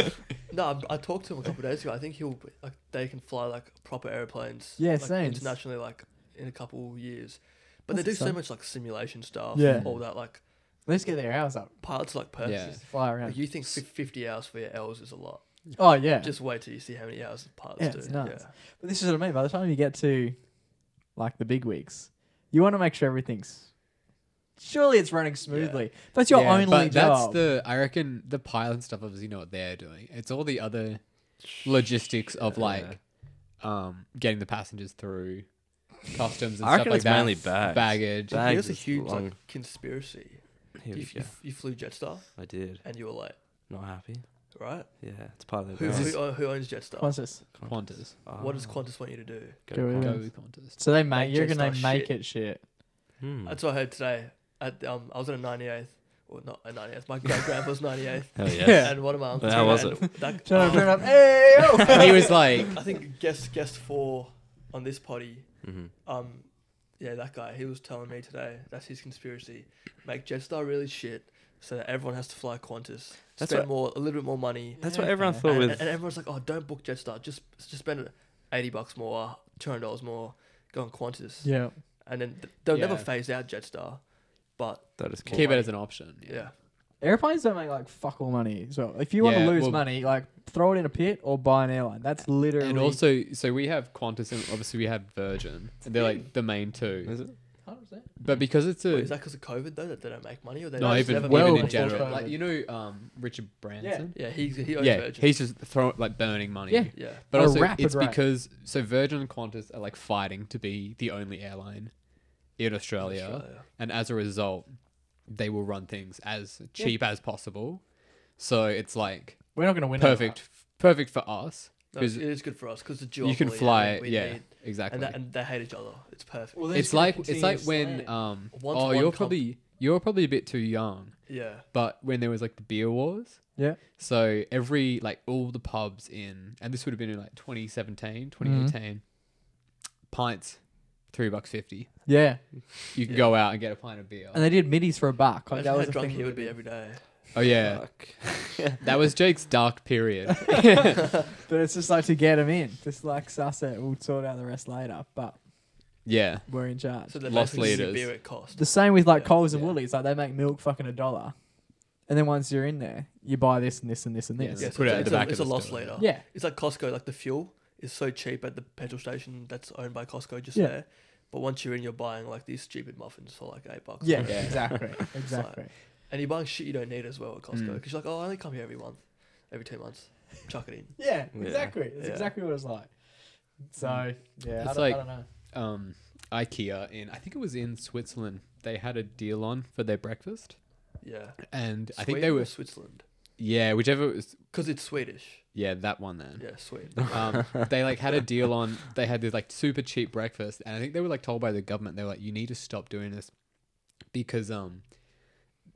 A: no, I'm- I talked to him a couple of days ago. I think he'll like they can fly like proper airplanes.
B: Yeah,
A: like,
B: same.
A: internationally, like in a couple of years. But they
B: That's
A: do so
B: exciting.
A: much like simulation stuff.
B: Yeah.
A: all that like
B: Let's get their hours up.
A: pilots are, like perfect.
D: Yeah.
B: Just fly around.
A: Like, you think fif- fifty hours for your L's is a lot?
B: oh yeah.
A: Just wait till you see how many hours the pilots
B: Yeah,
A: do.
B: it's nuts. But this is what I mean. By the time you get to like the big weeks, you want to make sure everything's surely it's running smoothly. That's your
D: Yeah,
B: only job.
D: but that's the. I reckon the pilot and stuff obviously know what they're doing. It's all the other logistics of like, um, getting the passengers through, customs and
C: I
D: stuff
C: reckon
D: like
C: it's
D: that.
C: mainly bags.
D: baggage.
A: Yeah. Here's
C: Bags
A: a
C: is
A: huge
C: long.
A: like, conspiracy. You,
C: Here we
A: you,
C: go.
A: you flew Jetstar
C: I did.
A: and you were late,
C: Not happy.
A: right?
C: Yeah, it's part of the.
A: Who,
C: brand.
A: who, who owns Jetstar?
B: What's this?
D: Qantas.
A: What does
C: Ah,
A: Qantas want you to do?
C: go
B: Go
C: Qantas.
D: Go
B: Yeah.
D: with Qantas.
B: So they make
A: Like,
B: you're
A: just
B: gonna
A: our
B: make
A: shit.
B: it shit.
C: Hmm.
A: That's what I heard today. At um, I was at a 98th, or not a 98th. My great grandpa's 98th,
C: Hell yes.
B: Yeah.
A: and one of my uncles.
C: Oh, How was
A: and That,
B: Turn up,
A: um,
B: turn up. Hey,
D: he was like,
A: I think guest guest four on this potty.
C: Mhm.
A: Um, yeah, that guy. He was telling me today that's his conspiracy. Make Jetstar really shit so that everyone has to fly Qantas.
C: That's
A: spend
C: what-
A: more, a little bit more money.
C: That's what everyone
B: Okay.
C: thought
A: and,
C: with.
A: and everyone's like, oh, don't book Jetstar. Just just spend eighty bucks more, two hundred dollars more. Go on Qantas,
B: yeah.
A: and then th- they'll never
D: Yeah.
A: phase out Jetstar. But
C: that is
D: keep it as an option.
A: yeah.
B: Airplanes don't make like fuck all money. So if you want
D: Yeah,
B: to lose
D: well-
B: money, like throw it in a pit or buy an airline. That's literally
D: And also, so we have Qantas and obviously we have Virgin. And they're like the main two.
C: Is it?
B: 100%.
D: But because it's a.
A: Wait, is that because of COVID though that they don't make money or they
D: no,
A: don't
D: even,
A: never
B: well
A: make
D: even in
A: money?
B: before
D: general.
B: COVID.
D: Like, you know, um, Richard Branson?
A: Yeah, he's he
D: Yeah.
A: owns Virgin.
D: he's just throwing, like, burning money.
B: Yeah.
A: yeah,
D: But
B: At a
D: also,
B: rapid
D: it's
B: rate.
D: because. So Virgin and Qantas are like fighting to be the only airline in Australia.
A: Australia.
D: And as a result, they will run things as cheap as possible. So it's like
B: We're not gonna win. that
D: perfect, perfect for us.
A: No,
D: 'Cause
A: it is good for us because the duopoly.
D: you can
A: I
D: fly.
A: mean, we
D: Yeah,
A: need-
D: exactly.
A: and, that, and they hate each other. It's perfect.
B: Well,
D: it's like it's like when um
A: Once
D: oh
A: one
D: you're
A: comp-
D: probably you're probably a bit too young,
A: yeah,
D: but when there was like the beer wars,
B: yeah,
D: so every like all the pubs in and this would have been in like
A: Mm-hmm.
D: 2017, 2018, pints, three bucks fifty.
B: yeah,
D: You could
A: Yeah.
D: go out and get a pint of beer.
B: and they did middies for a buck. Like,
A: imagine
B: that
A: how
B: was a
A: drunk
B: thing.
A: he would be every day.
D: Oh yeah,
C: Fuck.
D: that was Jake's dark period.
B: But it's just like to get him in, just like Susset. We'll sort out the rest later, but
D: yeah,
B: we're in charge.
A: So they
D: Lost
A: basically
D: leaders.
A: leaders. beer at cost.
B: the same with like
A: Yeah,
B: Coles and
D: yeah.
B: Woolies. Like they make milk fucking a dollar, and then once you're in there, you buy this and this and this and this.
D: Yeah,
A: Yes,
D: put it
A: it's,
D: at
A: it's
D: the
A: a,
D: back of
A: it's a
D: the
A: loss
D: store.
A: leader.
B: Yeah.
A: It's like Costco. Like the fuel is so cheap at the petrol station that's owned by Costco just
B: Yeah.
A: there. But once you're in, you're buying like these stupid muffins for like eight bucks.
B: Yeah, exactly, exactly.
A: exactly. And you're buying shit you don't need as well at Costco
D: Mm.
A: because you're like, oh, I only come here every month, every two months. Chuck it in.
B: Yeah,
C: Yeah.
B: exactly. That's
A: Yeah.
B: exactly what it's like. So yeah, I
D: It's
B: don't,
D: like-
B: I don't know.
D: um, IKEA in I think it was in Switzerland. They had a deal on for their breakfast,
A: Yeah.
D: and I think
A: Sweden
D: they
A: or
D: were
A: Switzerland
D: yeah, whichever it was
A: because it's Swedish.
D: yeah that one then.
A: Yeah, Sweden.
D: um, they like had a deal on they had this like super cheap breakfast and i think they were like told by the government they were like you need to stop doing this because um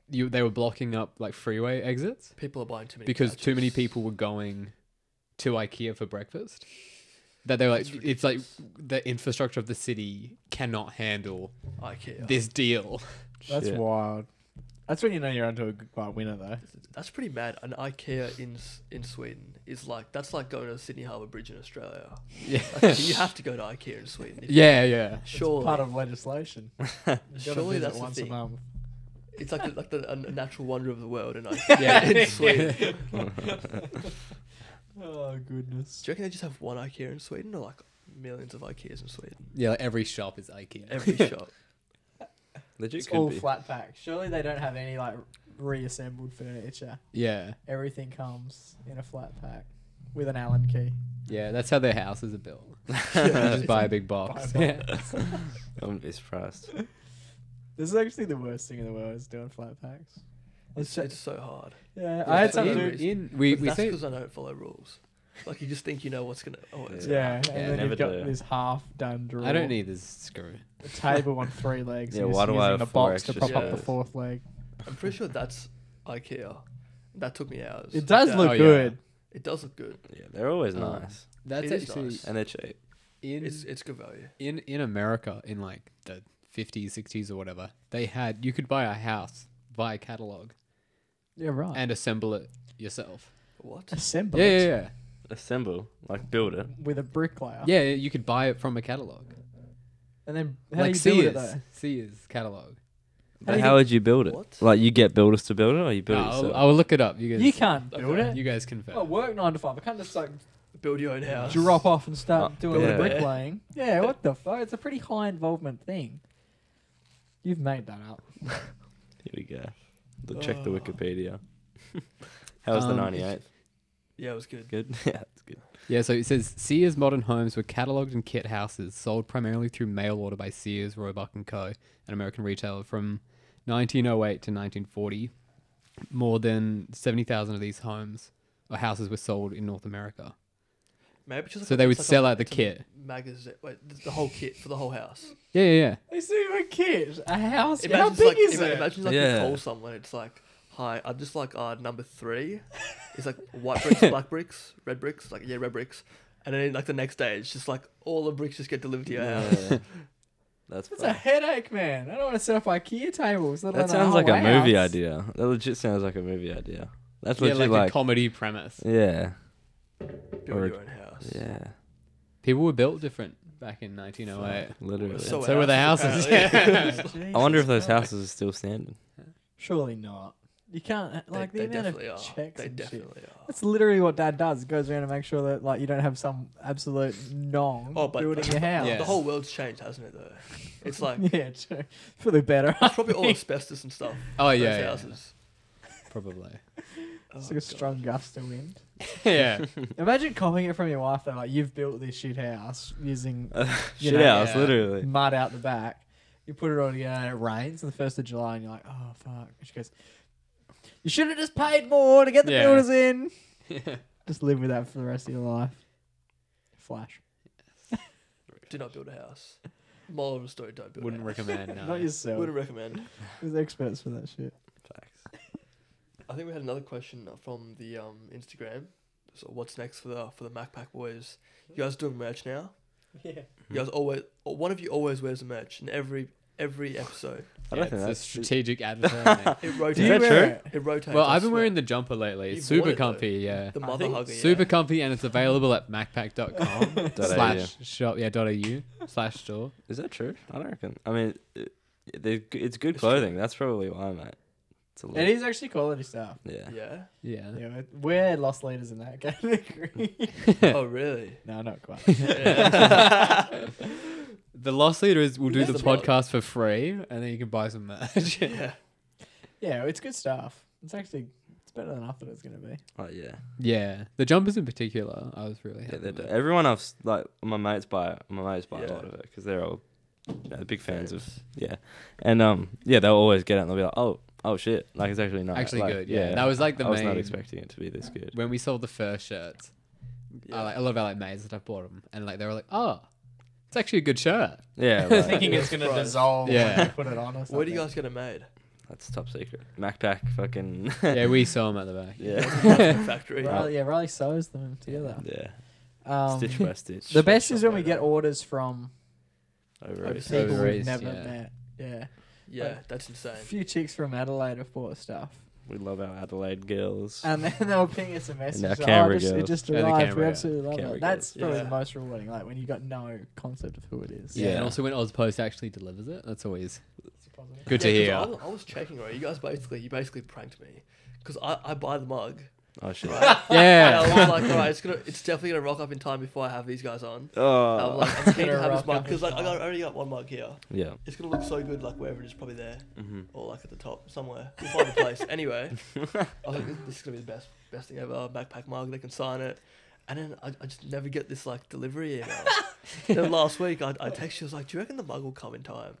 D: you they were blocking up like freeway exits
A: People are buying too many
D: because too many
A: couches.
D: people were going to ikea for breakfast that they were like
A: That's
D: it's like the infrastructure of the city cannot handle
A: IKEA.
D: this deal
B: That's
C: Shit.
B: wild. That's when you know you're onto a good like, winner though.
A: That's pretty mad. An IKEA in S- in Sweden is like that's like going to the Sydney Harbour Bridge in Australia.
D: yeah
A: Like, you have to go to IKEA in Sweden. If-
D: yeah yeah
A: surely.
B: Part of legislation. You gotta
A: surely
B: visit
A: that's the
B: once a
A: thing.
B: month.
A: It's like the, like the a natural wonder of the world, and I
D: Yeah.
A: yeah, in Sweden. Do you
B: Oh goodness.
A: reckon they just have one IKEA in Sweden, or like millions of IKEAs in Sweden?
D: yeah like every shop is ikea
A: Every shop.
C: Legit
B: It's
C: could
B: all
C: be.
B: flat pack. Surely they don't have any like reassembled furniture.
D: yeah
B: Everything comes in a flat pack with an Allen key.
D: yeah that's how their houses are built you just
B: It's
D: buy a
B: like,
D: big
B: Buy
D: box
B: a
D: yeah
B: box.
C: I wouldn't be surprised.
B: this is actually the worst thing in the world is doing flat packs. Let's
A: It's,
B: check-
A: it's so hard.
B: yeah,
A: yeah,
B: I had
A: it's
B: some
A: another
B: dude.
A: reason.
D: in, we,
A: But
D: we
A: that's
D: say
A: because I don't follow rules. Like you just think you know what's gonna. Oh, it's
C: Yeah.
B: Yeah,
D: Yeah,
B: and then
C: never
B: you've got
C: do.
B: this half done drawer.
D: I don't need this screw.
B: a table on three legs.
C: Yeah,
B: and
C: why
B: just
C: do I
B: using
C: have
B: a
C: four
B: box to
C: extra
B: pop up the
A: screws?
B: fourth leg?
A: I'm pretty sure that's IKEA. That took me hours.
B: It does
A: Yeah.
B: look
D: Oh, yeah.
B: good.
A: It does look good.
C: Yeah, they're always
D: Um,
C: nice
D: That's
A: It is
D: actually
A: nice.
C: and they're cheap.
D: in
A: It's it's good value.
D: in in America in like the 50s, 60s or whatever. They had you could buy a house via catalog
B: Yeah, right.
D: and assemble it yourself.
A: What?
B: Assemble
D: Yeah,
B: it
D: yeah, yeah,
C: Assemble, like build it.
B: with a bricklayer.
D: yeah. yeah, You could buy it from a catalog,
B: And then how
D: like
B: do you do it
D: Sears,
B: though?
D: Sears catalog.
B: How do
C: But
B: you
C: how would you build it?
A: What?
C: Like you get builders to build it, or you
D: No,
C: build it
D: I'll,
C: yourself?
D: I'll look it up. You guys,
B: You can't build
A: Okay.
B: it.
D: you guys confirm.
B: I work nine to five. I can't just like
A: Build your own house.
B: drop off and start
C: Uh,
B: doing
C: yeah.
B: the bricklaying. Yeah, what the fuck? It's a pretty high involvement thing. You've made that up.
C: Here we go. Look, check the
A: Oh.
C: Wikipedia. how was
D: Um,
C: the 98th?
A: Yeah, it was good.
C: Good. yeah, it's good.
D: Yeah, so it says Sears modern homes were catalogued and kit houses sold primarily through mail order by Sears, Roebuck and Co, an American retailer from 1908 to 1940. More than 70,000 of these homes or houses were sold in North America.
A: Maybe just like
D: So
A: a-
D: they would
A: it's like a-
D: sell out the
A: it's a
D: kit.
A: Magazine, wait, th- the whole kit for the whole house.
D: Yeah, yeah, yeah.
B: It's even kids. A house. How
A: Imagine it's
B: big
A: like,
B: is
A: ima-
B: it?
A: Imagine like
C: Yeah.
A: you call someone. It's like, hi, I'm just like uh, number three. It's like white bricks, black bricks, red bricks. Like yeah, red bricks. And then like the next day, it's just like all the bricks just get delivered to your house.
C: Yeah. That's
B: That's a
C: fun.
B: headache, man. I don't want to set up IKEA tables. let alone
C: that sounds like a
B: whole
C: movie
B: house.
C: idea. That legit sounds like a movie idea. That's
D: Yeah,
C: legit
D: like,
C: like,
D: a comedy premise.
C: yeah,
A: Build
C: Or-
A: your own house.
C: yeah,
D: People were built different back in 1908.
C: literally.
A: So
D: So were the houses.
B: Oh,
A: houses,
D: Yeah.
C: I wonder if those
B: Jesus Christ.
C: houses are still standing.
B: Surely not. You can't uh,
A: They,
B: like
A: they
B: the amount
A: definitely
B: of
A: are.
B: checks
A: They
B: and shit.
A: definitely are.
B: That's literally what Dad does. He goes around and makes sure that like you don't have some absolute nong
A: Oh, but-
B: building your house.
D: Yeah.
A: The whole world's changed, hasn't it? Though, it's like
B: Yeah, true. For the better.
A: it's probably all asbestos and stuff.
D: Oh,
A: those
D: yeah. yeah,
A: houses.
D: probably.
A: Oh,
B: It's like a
A: God.
B: strong gust of wind.
D: yeah.
B: Imagine copying it from your wife though. Like you've built this shit house using You
C: Shit
B: know,
C: house,
D: yeah.
C: literally.
B: mud out the back. You put it all together and it rains on the 1st of July and you're like, oh, fuck. And she goes, you should have just paid more to get the
D: Yeah.
B: builders in.
D: Yeah.
B: Just live with that for the rest of your life. Flash.
A: Do not build a house. Moral of the story: Don't build.
D: Wouldn't
A: a house.
D: recommend. No.
B: Not yourself.
A: Wouldn't recommend.
B: There's experts for that shit.
C: Facts.
A: I think we had another question from the um, Instagram. So what's next for the for the MacPack boys? You guys doing merch now?
B: Yeah.
A: You guys always one of you always wears the merch in every every episode.
C: I
D: Yeah,
C: don't think
D: it's a
C: that's
D: strategic advertisement.
A: It
B: Do
A: rotates.
B: you
C: that
B: wear
C: true?
B: it?
A: It rotates.
D: well,
A: I
D: I've been
A: swear.
D: wearing the jumper lately. It's
A: You've worn
D: super
A: it, though.
D: comfy, yeah.
A: the
C: I
A: mother
C: think
A: hugger. yeah.
D: Super comfy, and it's available at macpack.com
C: Dot
D: slash shop, yeah, dot au slash store.
C: Is that true? I don't reckon. I mean, it, they it's good
A: It's true.
C: clothing. That's probably why, mate. It's a lot.
B: It is actually quality stuff.
C: Yeah.
A: Yeah.
D: Yeah.
B: Yeah, we're- we're lost leaders in that category.
A: oh really?
B: no, not quite.
A: Yeah.
D: The loss leader is we'll do
A: That's
D: the
A: the problem.
D: podcast for free, and then you can buy some merch.
A: yeah.
B: Yeah, it's good stuff. It's actually it's better than I thought it was gonna be.
C: Oh yeah.
D: yeah, the jumpers in particular, I was really
C: Yeah.
D: happy.
C: they're
D: with.
C: dope. Everyone else, like my mates, buy my mates buy
A: Yeah.
C: a lot of it because they're all you know, big fans of yeah, and um yeah they'll always get it and they'll be like oh oh shit like it's actually nice
D: Actually
C: Like,
D: good, yeah. That was, like, the
C: I was not
D: main-
C: expecting it to be this good.
D: When we sold the first shirts,
A: Yeah.
D: I, like, a lot of our like mates that I bought them, and like they were like, "Oh, it's actually a good shirt."
C: Yeah,
D: Thinking
C: like,
A: it's gonna Surprise. dissolve
D: when Yeah. you
B: put it on or
A: Where do you guys get it made?
C: that's top secret. Macpack fucking
D: yeah, we saw them at the back.
A: You guys
C: yeah
A: have a custom factory.
B: Riley, yeah, Riley sews them together.
C: yeah
B: Um,
C: stitch by stitch.
B: the best is when we
A: Shop
B: get
A: later.
B: orders from
C: Overrated.
B: people we've
D: Overseas,
B: never
D: yeah.
B: met. Yeah,
A: Yeah, that's insane.
B: a few chicks from Adelaide have bought stuff,
C: We love our Adelaide girls.
B: and then they'll ping us a message.
C: our
B: like, oh,
C: Canberra
B: just, it
C: girls.
B: just
D: Yeah, the
B: arrived. we
D: Canberra-
B: absolutely love
C: Canberra
B: it. That's
A: girls.
B: probably
A: Yeah.
B: the most rewarding, like when you got no concept of who it is.
D: Yeah,
C: Yeah.
D: and also when Ozpost actually delivers it, that's always
B: It's positive.
D: good
A: Yeah,
D: to
A: 'cause
D: hear.
A: I was, I was checking, right? You guys basically, you basically pranked me, because I, I buy the mug,
C: oh shit.
A: right? and I
D: yeah,
A: was like, all right, it's gonna, it's definitely gonna rock up in time before I have these guys on. And I'm
C: Oh
A: like, I'm keen to
B: Uh, Gonna
A: have
B: rock
A: this
B: up
A: mug
B: in
A: because like I got,
B: time.
A: I already got one mug here.
C: yeah.
A: It's gonna look so good, like wherever it is, probably there
C: Mm-hmm.
A: or like at the top somewhere. We'll find a place. Anyway, I was like, this, this is gonna be the best, best thing ever. Backpack mug, they can sign it. And then I, I just never get this like delivery email. then last week I, I texted you, I was like, do you reckon the mug will come in time?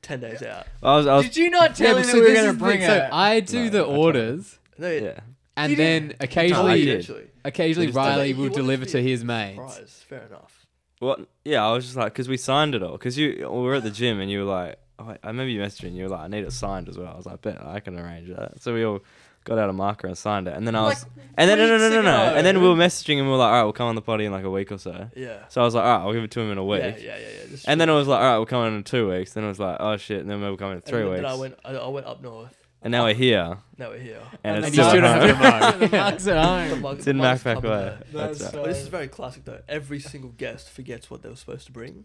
A: Ten days out.
C: I was I was
B: Did you not tell me
D: but
B: that
D: so
B: we were
D: this
B: going
D: is
B: to
D: the
B: bring
D: thing,
B: it?
D: So I do
C: No,
D: the
C: I tried.
D: orders,
A: No,
C: yeah.
D: and
B: You
D: then
B: didn't-
D: occasionally,
C: did.
A: Actually,
D: occasionally
C: We just did.
D: Riley
A: He
D: will
A: wanted to
D: deliver
A: be
D: to his mates.
A: prize. Fair enough.
C: Well, yeah, I was just like, because we signed it all. Because you, we were at the gym and you were like, oh, wait, I remember you messaged me and you were like, I need it signed as well. I was like, bet I can arrange that. So we all got out a marker and signed it. And then I was, and then, no, no, no, no, no. And then we were messaging and we were like, all right, we'll come on the potty in like a week or so.
A: Yeah.
C: So I was like, all right, I'll give it to him in a week.
A: Yeah, yeah, yeah. yeah. This is
C: And then
A: true.
C: I was like, all right, we'll come in in two weeks. Then I was like, oh shit. And then we'll come in in
A: And
C: three
A: then-
C: weeks.
A: Then I went, I, I went up north.
C: and now we're here.
A: Now we're here.
C: And,
B: And
C: it's
B: then
C: still,
B: you
C: at
B: still don't
C: home.
B: have The mug's at
A: The
B: home.
A: mug-
C: It's in
A: the mug's
C: Macpac
A: coming
C: Way.
A: there.
C: That's
B: That's
C: right.
A: But this is very classic though. Every single guest forgets what they were supposed to bring,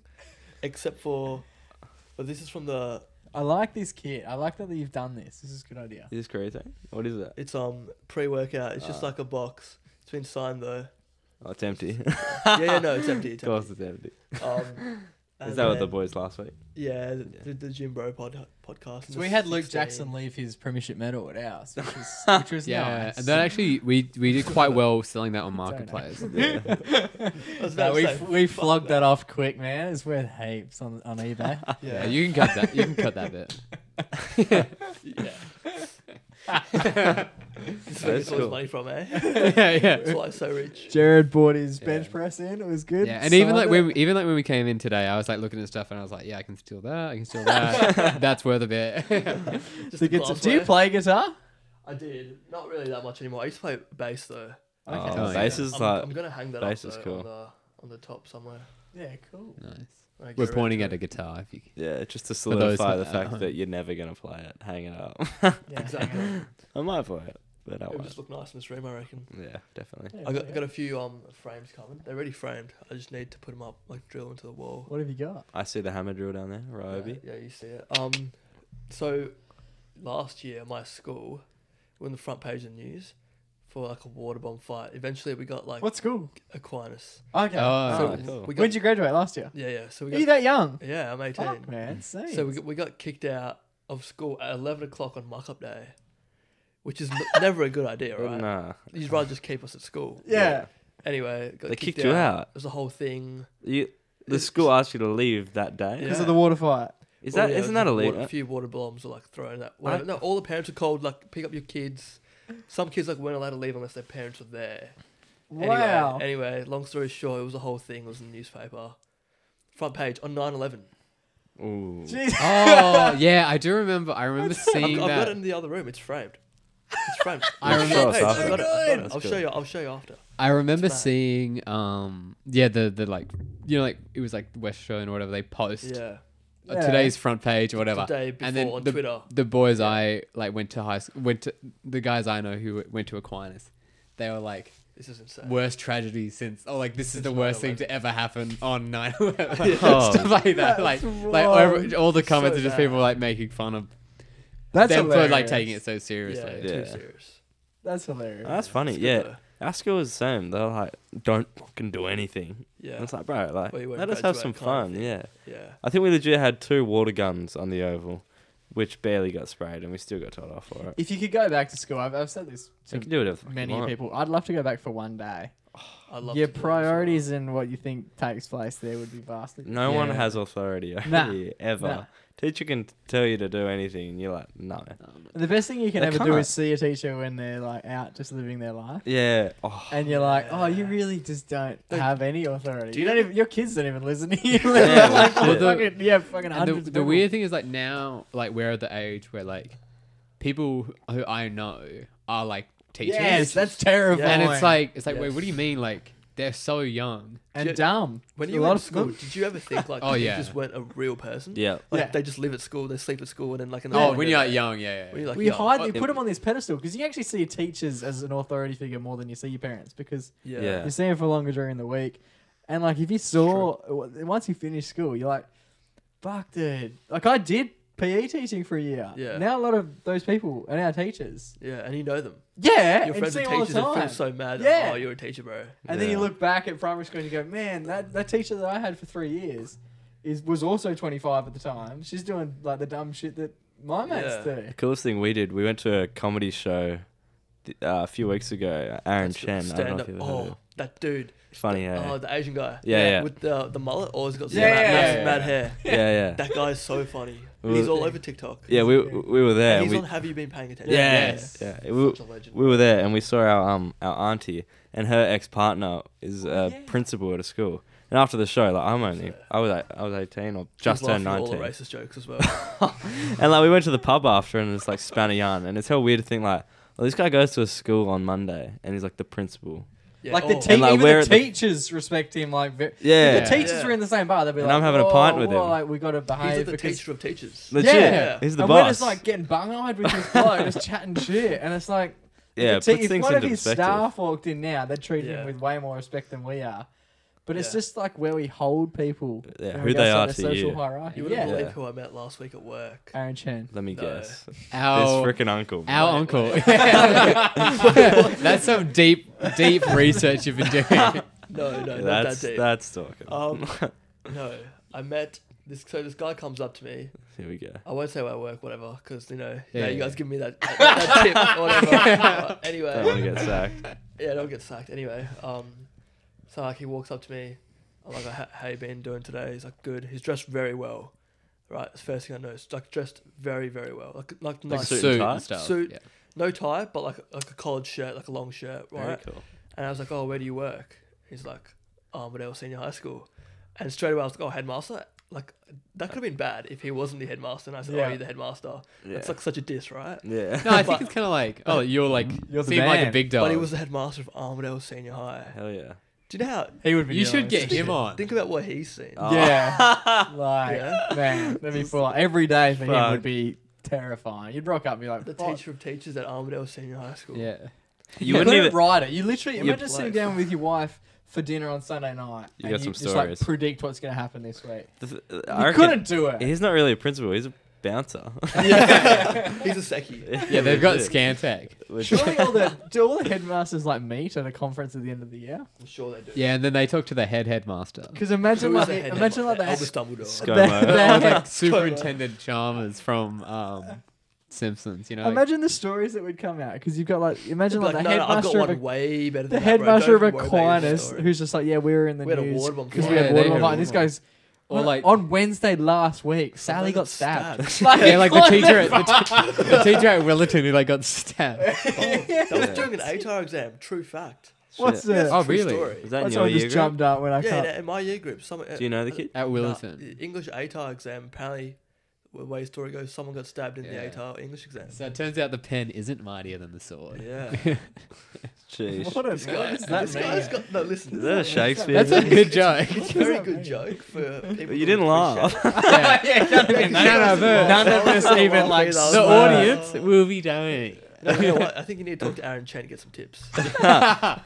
A: except for. But this is from the.
B: I like this kit. I like that you've done this. This is a good idea.
C: Is this crazy? What is that?
A: It's um pre-workout. It's just
C: Ah.
A: like a box. It's been signed though.
C: Oh, it's empty.
A: yeah, yeah, no, it's empty. It's
C: of course
A: empty.
C: it's empty.
A: Um,
C: Is
A: and
C: that what the
A: then-
C: boys last week?
A: Yeah, the, the, the Jim Bro pod, podcast.
B: So we had Luke Jackson leave his premiership medal at ours, which was, which was
D: Yeah,
B: nice.
D: and that actually we we did quite well selling that on marketplace.
B: No, we,
A: leave.
B: we flogged that off quick, man. It's worth heaps on, on eBay.
D: Yeah,
A: Yeah,
D: you can cut that. You can cut that bit.
A: That's where he gets all his
C: cool.
A: money from, eh?
D: yeah, yeah.
A: That's why he's so rich.
B: Jared bought his bench
C: Yeah.
B: press in. It was good.
D: Yeah, and even
B: Signed
D: like
B: it.
D: when we, even like when we came in today, I was like looking at stuff and I was like, yeah, I can steal that, I can steal that. That's worth a bit.
A: Just
B: The guitar-
A: the
B: do
A: glassware.
B: you play guitar?
A: I did. Not really that much anymore. I used to play bass though.
C: Oh,
D: Oh,
C: bass
A: yeah.
C: is
A: I'm,
C: like
A: I'm gonna hang that
C: bass
A: up
C: is
A: though,
C: cool.
A: on the on the top somewhere.
B: Yeah, cool.
D: nice.
A: when I get
D: We're
A: around
D: pointing
A: to
D: at a
A: it.
D: guitar. If you
C: yeah, just to
D: those
C: solidify the
D: that are at
C: fact
D: home.
C: that you're never gonna play it. Hang it up.
B: Yeah,
A: Exactly.
C: I might play it, but I
A: It would
C: won't.
A: just look nice in this room, I reckon.
C: Yeah, definitely.
A: I got, I got a few um frames coming. They're already framed. I just need to put them up, like drill into the wall.
B: What have you got?
C: I see the hammer drill down there,
A: Yeah,
C: Ryobi.
A: Yeah, you see it. Um, so last year my school were on the front page of the news for like a water bomb fight. Eventually we got like
B: What school?
A: Aquinas.
B: Okay.
D: Oh,
C: Oh,
B: So,
A: w-
C: cool.
A: We
B: when
A: got,
B: did you graduate last year?
A: yeah, yeah. So we
B: Are you
A: got
B: that young?
A: yeah, I'm 18.
B: Fuck, man. Insane.
A: So we got, we got kicked out of school at 11 o'clock on muck up day, which is n- never a good idea,
C: Oh,
A: right?
C: Nah,
A: You'd rather just keep us at school.
B: yeah.
A: Anyway, got
C: they kicked you out.
A: It was a whole thing.
C: You, the
A: It's-
C: school asked you to leave that day.
A: Yeah.
B: Because of the water fight.
C: Is
A: Well,
C: that
A: yeah,
C: isn't that
A: there's water-
C: illegal?
A: A uh, few water bombs were like thrown at. Whatever. No, all the parents were called like pick up your kids. Some kids like weren't allowed to leave unless their parents were there.
B: Wow.
A: Anyway, anyway, long story short, it was the whole thing. It was in the newspaper, front page on 9-11.
C: Ooh.
B: Jeez.
D: Oh yeah, I do remember. I remember seeing
A: I've, I've got
D: that.
A: it in the other room. It's framed. It's framed.
D: I
A: It's
D: remember-
A: front page.
C: That's
A: I've got it, I've got it.
C: good.
A: I'll show you. I'll show you after.
D: I remember
A: It's mad.
D: seeing um yeah the the like you know like it was like West Australian or whatever they post
A: Yeah.
D: uh,
B: Yeah.
D: today's front page or whatever.
A: Today before
D: and then
A: on
D: the,
A: Twitter.
D: the boys I like went to high school went to the guys I know who went to Aquinas. They were like
A: This is insane.
D: worst tragedy since oh like this is
A: Since
D: the worst thing
A: 9/11.
D: to ever happen on 9/11
C: Oh.
D: stuff like that like
B: That's
D: like
B: wrong.
D: over, all the
A: So
D: comments are just people
A: bad.
D: like making fun of
B: That's
D: them
B: hilarious.
D: for like taking it so
A: yeah,
D: seriously
A: Too
C: Yeah.
A: serious.
B: That's hilarious.
C: Oh, that's funny.
A: It's good
C: yeah.
A: though.
C: Our school was the same. They're like, don't fucking do anything.
A: Yeah.
C: And it's like, bro, like,
A: Well, you won't
C: let us have
A: graduate
C: some
A: kind of
C: fun.
A: thing.
C: Yeah.
A: yeah.
C: I think we legit had two water guns on the oval, which barely got sprayed, and we still got told off for it.
B: If you could go back to school, I've, I've said this
C: You
B: to
C: can do whatever the fuck you
B: many
C: want.
B: people. I'd love to go back for one day.
A: I love
B: Your
A: to do it as well.
B: priorities and what you think takes place there would be vastly.
C: No one
D: Yeah.
C: has authority over
B: Nah.
C: you ever.
B: Nah.
C: Teacher can t- tell you to do anything, and you're like, no.
B: The best thing you can
C: They
B: ever do
C: can't.
B: is see a teacher when they're like out just living their life,
C: Yeah. Oh.
B: and you're like, oh, you
A: Yeah.
B: really just don't
A: They-
B: have any authority.
A: Do
B: you
A: you-
B: don't even your kids don't even listen to you.
C: Yeah,
B: Yeah, like,
C: well,
D: the-
B: fucking, yeah, fucking
D: And
B: hundreds
D: the,
B: of
D: the
B: people.
D: weird thing is like now like we're at the age where like people who I know are like teachers
B: Yes, that's terrible.
D: and it's like it's like
A: Yeah.
D: wait what do you mean like they're so young
B: and
A: Ju-
B: dumb.
A: When
B: There's
A: you
B: a
A: were
B: lot
A: in
B: of
A: school,
B: them.
A: did you ever think like
D: Oh,
A: you
D: yeah.
A: just weren't a real person?
C: Yeah.
A: Like
B: Yeah.
A: they just live at school, they sleep at school, and then like in the
D: oh
A: morning
D: when
A: they're
D: you're like
A: there.
D: young yeah, yeah,
A: When you're, like,
B: We
A: young.
B: hide.
D: Oh,
B: You
D: yeah.
B: put them on this pedestal because you actually see teachers as an authority figure more than you see your parents because
A: Yeah.
C: Yeah.
B: you see them for longer during the week, and like if you saw w- once you finish school, you're like, "Fuck, dude!" Like I did PE teaching for a year.
A: Yeah.
B: Now a lot of those people are now teachers.
A: Yeah, and you know them.
B: Yeah,
A: Your
B: and
A: friends
B: see
A: are
B: them all
A: teachers
B: the
A: and feel
B: time.
A: so mad.
B: Yeah.
A: Oh, you're a teacher, bro.
B: and then you
C: Yeah.
B: look back at primary school and you go, "Man, that, that teacher that I had for three years is was also 25 at the time. She's doing like the dumb shit that my mates
A: Yeah.
B: do."
C: The coolest thing we did, we went to a comedy show th- uh, a few weeks ago. Aaron
A: That's
C: Chen, I don't
A: stand
C: know if
A: up.
C: you've heard of
A: Oh,
C: him.
A: that dude.
C: It's funny, yeah.
A: Oh, the Asian guy.
C: Yeah, yeah.
A: With the the mullet, always got some
B: Yeah,
A: mad,
B: yeah,
A: mad-
D: yeah.
A: mad hair.
C: yeah, yeah.
A: That guy's so funny. And
C: Well,
A: he's all over TikTok.
C: yeah, we we were there.
A: And he's
C: we,
A: on Have You Been Paying Attention?
C: yes.
B: Yeah.
C: Yeah. We,
A: Such a legend.
C: we were there and we saw our um our auntie and her ex partner
A: Oh,
C: is a
B: yeah.
C: principal at a school. And after the show, like I'm only
A: Yeah.
C: I was like, I was 18 or just
A: He's
C: turned
A: laughing at All
C: 19.
A: the racist jokes as well.
C: And like we went to the pub after and it's like span a yarn and it's hell weird to think like well, this guy goes to a school on Monday and he's like the principal.
A: Yeah,
B: Like
A: oh,
B: the te-
C: And, like,
B: even
C: we're
B: the
C: at the-
B: teachers respect him. Like ve-
C: Yeah.
B: if the teachers
A: Yeah.
B: were in the same bar, they'd be
C: And
B: like,
C: I'm having a pint
B: "Whoa,
C: with
B: whoa,"
C: him.
B: Like we got to behave
A: He's like the
B: because
A: teacher of teachers.
C: Legit.
B: Yeah.
C: He's the
B: and we're
C: boss.
B: just like getting bung-eyed with this bloke, just chatting shit, and it's like,
C: yeah,
B: if, the te-
C: puts
B: if
C: things
B: one of
C: into
B: his
C: perspective.
B: staff walked in now, they'd treat him
A: Yeah.
B: with way more respect than we are. But it's
A: Yeah.
B: just like where we hold people,
C: Yeah,
B: in
C: who
B: regards
C: they
B: to their
C: are to
B: social
C: you.
B: hierarchy.
A: You wouldn't
B: yeah,
A: believe
C: Yeah.
A: who I met last week at work.
B: Aaron Chan.
C: Let me
A: No.
C: guess. This
D: our
C: freaking uncle.
D: our
A: Wait,
D: uncle
A: wait.
D: that's some deep deep research you've been doing
A: No, no, not
C: that's
A: that deep.
C: that's talking.
B: Oh.
A: Um, no, I met this. So this guy comes up to me.
C: Here we go.
A: I won't say where I work, whatever, because you know,
D: Yeah,
A: now
D: yeah,
A: you guys
D: yeah.
A: give me that, that, that tip, or whatever. But
C: Don't want to
A: anyway,
C: get sacked.
A: yeah, don't get sacked. Anyway, um, so like he walks up to me. I'm like, "H- how you been doing today? He's like, good. He's dressed very well. Right, it's first thing I noticed. Like dressed very, very well. Like, like
C: Like
A: nice
C: suit
A: suit.
C: and
D: suit
C: tie?
D: and stuff
A: Suit.
D: yeah.
A: no tie, but like like a collared shirt, like a long shirt, right?
C: Very cool.
A: And I was like, oh, where do you work? He's like, um, but I was senior high school. And straight away I was like, oh, headmaster? Like, that could have been bad if he wasn't the headmaster. And I said,
B: Yeah.
A: oh, you're the headmaster.
C: Yeah.
A: It's like such a diss, right?
C: yeah.
D: no I think
A: But-
D: it's kind of like oh you're like
B: You're the
D: seem like a
B: man.
D: big dog
A: But he was the headmaster of Armadale Senior High.
C: Hell yeah.
A: Do you know how?
B: He would be.
D: you should
B: honest.
D: get him on Uh,
A: Think about what he's seen.
C: Oh.
B: Yeah, like
A: Yeah.
B: man, that'd be full. Every day for him
C: Fuck.
B: would be terrifying. You'd rock up and be like,
A: the
B: "Fuck,
A: teacher of teachers at Armadale Senior High School.
D: yeah
C: You
B: You
C: wouldn't
B: couldn't
C: even.
B: write it. You literally
C: You-
B: imagine sitting
A: like-
B: down with your wife for dinner on Sunday night.
C: You
B: and
C: got some
B: just
C: stories.
B: like predict what's going to happen this week.
C: the th-
B: You
C: I reckon-
B: couldn't do it.
C: He's not really a principal. He's a bouncer.
A: he's a secchi.
D: yeah they've got Scantech
B: Surely all the do all the headmasters like meet at a conference at the end of the year?
A: I'm sure they do.
D: yeah and then they talk to the head headmaster
B: Because
A: Who
B: imagine
A: is
B: like
A: the
B: the,
A: head
B: imagine like the,
A: headmaster? Elvis Dumbledore.
C: Sc-
B: the,
C: Gomo.
B: the-
D: like Superintendent Chalmers from um, Simpsons, you know. like-
B: imagine the stories that would come out because you've got like imagine
A: Like,
B: like, the
A: no, no, I've
B: headmaster of
A: got one
B: a,
A: way better
B: the
A: than that, bro.
B: headmaster of
A: Don't worry about your
B: Aquinas
A: story.
B: who's just like yeah we were in the
A: We had a
B: news
A: ward one
B: because we
D: fire.
B: had
D: Yeah,
B: water
D: they had
B: on
D: a
B: fire. And this
A: ward one.
B: guy's
D: Or,
B: "Well,
D: like-
B: on Wednesday last week Sally
A: Somebody
B: got stabbed.
D: yeah, like the teacher, at, the, t- the teacher at Willerton who like got stabbed.
A: That was during an ATAR exam. True fact.
B: What's
C: Shit.
B: the?
A: Yeah.
D: Oh,
A: True
D: really?
A: story.
C: Was that in your
B: Someone
C: year
B: just
C: group?
B: jumped up when I
A: yeah,
B: can't.
A: yeah, in my year group, someone uh,
C: Do you know the kid?
D: At Willington.
A: Nah, English ATAR exam. Apparently, the way story goes, someone got stabbed in
D: Yeah.
A: the ATAR English exam.
D: So it turns out the pen isn't mightier than the sword.
A: Yeah.
C: Jeez.
B: What, a,
A: This guy,
B: what does that
A: this guy's
B: mean?
A: got no. Listen,
C: Is that a Shakespeare?
D: That's a good
A: It's a
D: joke.
B: What does
A: very
B: that
A: good
B: mean?
A: joke for people.
C: But you
A: who
C: didn't laugh.
A: appreciate
D: Yeah.
A: it.
D: None of us.
B: None of us
A: Well,
B: even like
A: please, I was
D: The
A: like,
B: smirk.
D: audience will be dying.
A: No, you know what? I think you need to talk to Aaron Chen and get some tips.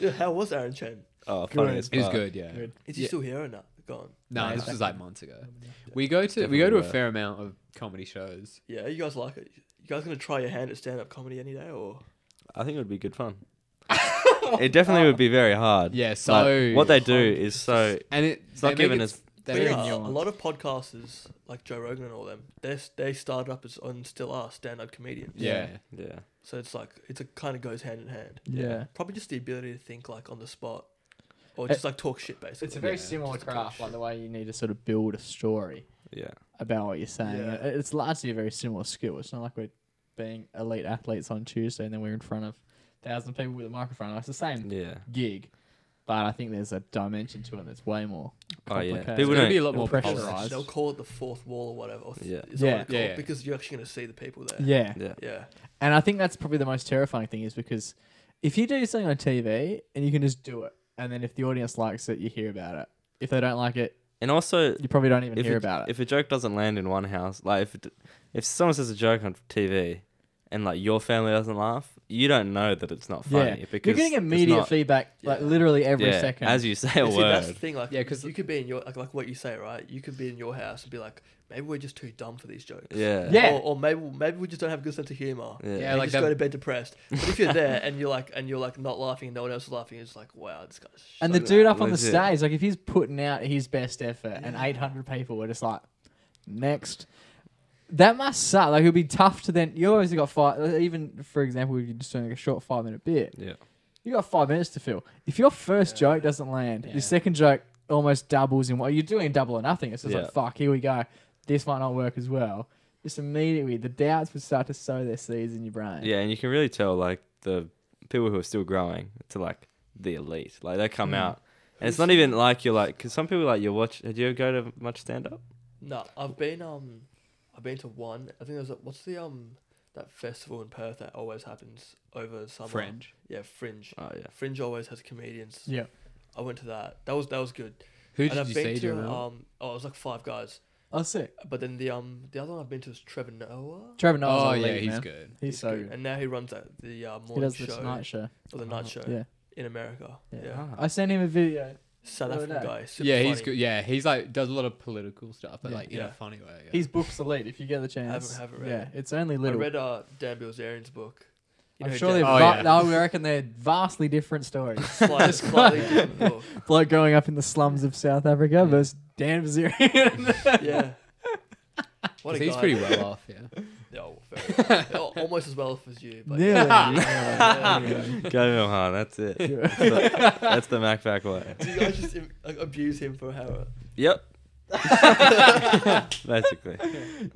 A: Yeah, How was Aaron Chen?
C: Oh, funny
B: Good.
C: as
D: It was
C: fuck.
D: good, yeah.
B: Good.
A: Is he
D: Yeah.
A: still here or not? Gone.
D: No,
B: No,
D: this
B: it's
D: was
B: back
D: like months ago. We go to we
C: Definitely
D: go to a
C: were.
D: fair amount of comedy shows.
A: Yeah, you guys like it. You guys gonna try your hand at stand up comedy any day or?
C: I think it would be good fun. it definitely would be very hard.
D: Yeah,
C: Like,
D: so-
C: what they do is so
D: And it,
C: It's not given as
A: But
D: very
A: yeah, a
D: nuanced.
A: lot of podcasters like Joe Rogan and all them, they they started up as and still are stand up comedians.
D: yeah.
C: yeah.
A: So it's like it's a kind of goes hand in hand.
B: Yeah.
A: Probably just the ability to think like on the spot, or
B: It-
A: just like talk shit basically.
B: It's a very
D: Yeah.
B: similar
A: Just a
B: craft, like the way you need to sort of build a story
C: Yeah.
B: about what you're saying.
A: Yeah.
B: It- It's largely a very similar skill. It's not like we're being elite athletes on Tuesday and then we're in front of thousand people with a microphone. Like, It's the same
C: Yeah.
B: gig, but I think there's a dimension to it that's way more.
C: Oh yeah.
B: Complicated.
C: People
D: It's gonna be a
C: don't
D: lot more
B: Pressure.
D: polarized.
B: Pressurized.
A: They'll call it the fourth wall or whatever. Or th-
C: Yeah.
A: Is that what
B: Yeah.
A: it's called?
D: Yeah, yeah.
A: Because you're actually gonna see the people there.
B: Yeah.
C: Yeah.
A: Yeah.
B: And I think that's probably the most terrifying thing is because if you do something on TV and you can just do it, and then if the audience likes it, you hear about it. If they don't like it,
C: And also
B: you probably don't even
C: if
B: hear
C: a,
B: about it.
C: if a joke doesn't land in one house, like if it, if someone says a joke on TV and like your family doesn't laugh, you don't know that it's not funny
B: yeah,
C: because
B: you're getting
C: it's
B: immediate
C: not-
B: feedback like
A: Yeah.
B: literally every
C: yeah,
B: second.
C: As you say a
A: You see, that's the
C: word.
A: thing. Like,
D: Yeah, 'cause-
A: you could be in your like, like what you say, right? You could be in your house and be like, maybe we're just too dumb for these jokes.
C: Yeah.
B: Yeah.
A: Or, or maybe maybe we just don't have a good sense of humor.
C: Yeah.
D: Yeah,
A: And you
D: like
A: just go
D: that-
A: to bed depressed. But if you're there and you're like and you're like not laughing and no one else is laughing, it's like wow, this guy's.
B: and
A: so
B: the dude up on the
C: Legit.
B: stage, like if he's putting out his best effort, and
A: Yeah.
B: 800 people were just like, next. That must suck. Like it'd be tough to then. You always got five. uh, Even for example, if you're just doing like a short five minute bit,
C: Yeah.
B: You got five minutes to fill. If your first joke doesn't land,
D: Yeah.
B: your second joke almost doubles in what you're doing double or nothing. It's just
C: Yeah.
B: like fuck, here we go. This might not work as well. Just immediately the doubts would start to sow their seeds in your brain.
C: Yeah, and you can really tell like the people who are still growing to like the elite. Like they
A: Hmm.
C: come out, and it's not even like you're like because some people like you watch. Did you ever go to much stand up?
A: No, I've been um, I've been to one. I think there's a, what's the um that festival in Perth that always happens over summer.
D: Fringe.
A: Yeah, Fringe.
C: Oh yeah,
A: Fringe always has comedians.
B: Yeah.
A: I went to that. That was that was good.
D: Who
A: and
D: did
A: I've
D: you
A: been
D: see?
A: to
D: Do you remember?
A: um oh it was like five guys.
B: Oh sick.
A: But then the um the other one I've been to is Trevor Noah.
B: Trevor Noah's
D: Oh
B: elite,
D: yeah, he's
B: man.
D: good.
B: He's, so good.
A: And now he runs that the uh,
B: He
A: morning
B: does the
A: show
B: Tonight Show.
A: or the night show
B: uh-huh. Yeah.
A: in America.
B: Yeah. uh-huh.
A: Yeah,
C: Ah.
B: I sent him a video.
A: South
B: The other
A: African
B: day.
A: guy. Super
D: Yeah, he's
A: funny.
D: good. Yeah, he's like does a lot of political stuff, but
B: Yeah.
D: like in a
A: Yeah.
D: funny way. Yeah.
B: He's books elite if you get the chance.
A: haven't read
B: yeah,
A: it.
B: it's only
A: I
B: little.
A: read uh, Dan Bilzerian's book. You
B: I'm
A: know
B: sure
A: Dan-
B: they're.
D: Oh,
B: va-
D: yeah.
B: no, I reckon they're vastly different stories.
A: slightly, slightly different book.
B: Bloke growing up in the slums of South Africa
D: Yeah.
B: versus Dan Bazirian.
A: Yeah. What
D: 'Cause
A: a
D: he's
A: guy.
D: pretty well off. Yeah.
A: Yeah, well, very well. Al- Almost as well off as you. But
B: Nearly.
A: Yeah.
C: go Mohan. That's it.
B: Sure.
C: That's the, that's the MacBack way.
A: Do you guys just im- like, abuse him for how?
C: Yep. Basically,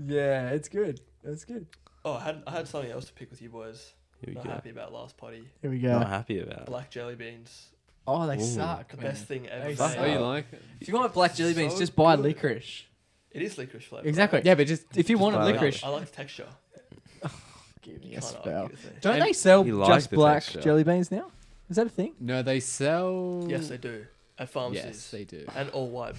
B: yeah, it's good. That's good.
A: Oh, I had I had something else to pick with you boys.
C: here we
A: Not
C: go.
A: happy about last potty.
B: Here we
C: Not
B: go.
C: happy about. it.
A: Black jelly beans,
B: Oh, they
C: Ooh.
B: suck.
A: the
B: man.
A: best thing ever.
B: They
A: made.
D: Oh, you
C: suck.
D: like it?
B: If you want black jelly beans,
A: So
B: just buy
A: good.
B: licorice.
A: It is licorice flavor.
B: Exactly.
D: Yeah, but just
B: If you
C: Just
B: want
C: buy
B: it
A: I like-
B: licorice,
A: I, like the texture.
B: give me a
A: Can't
B: spell.
A: argue with it.
B: Don't
D: And
B: they sell
C: you like
B: just
C: the
B: black
C: texture.
B: jelly beans now? Is that a thing?
D: no, they sell.
A: Yes, they do Uh, at pharmacies.
D: Yes, they do.
A: and all white.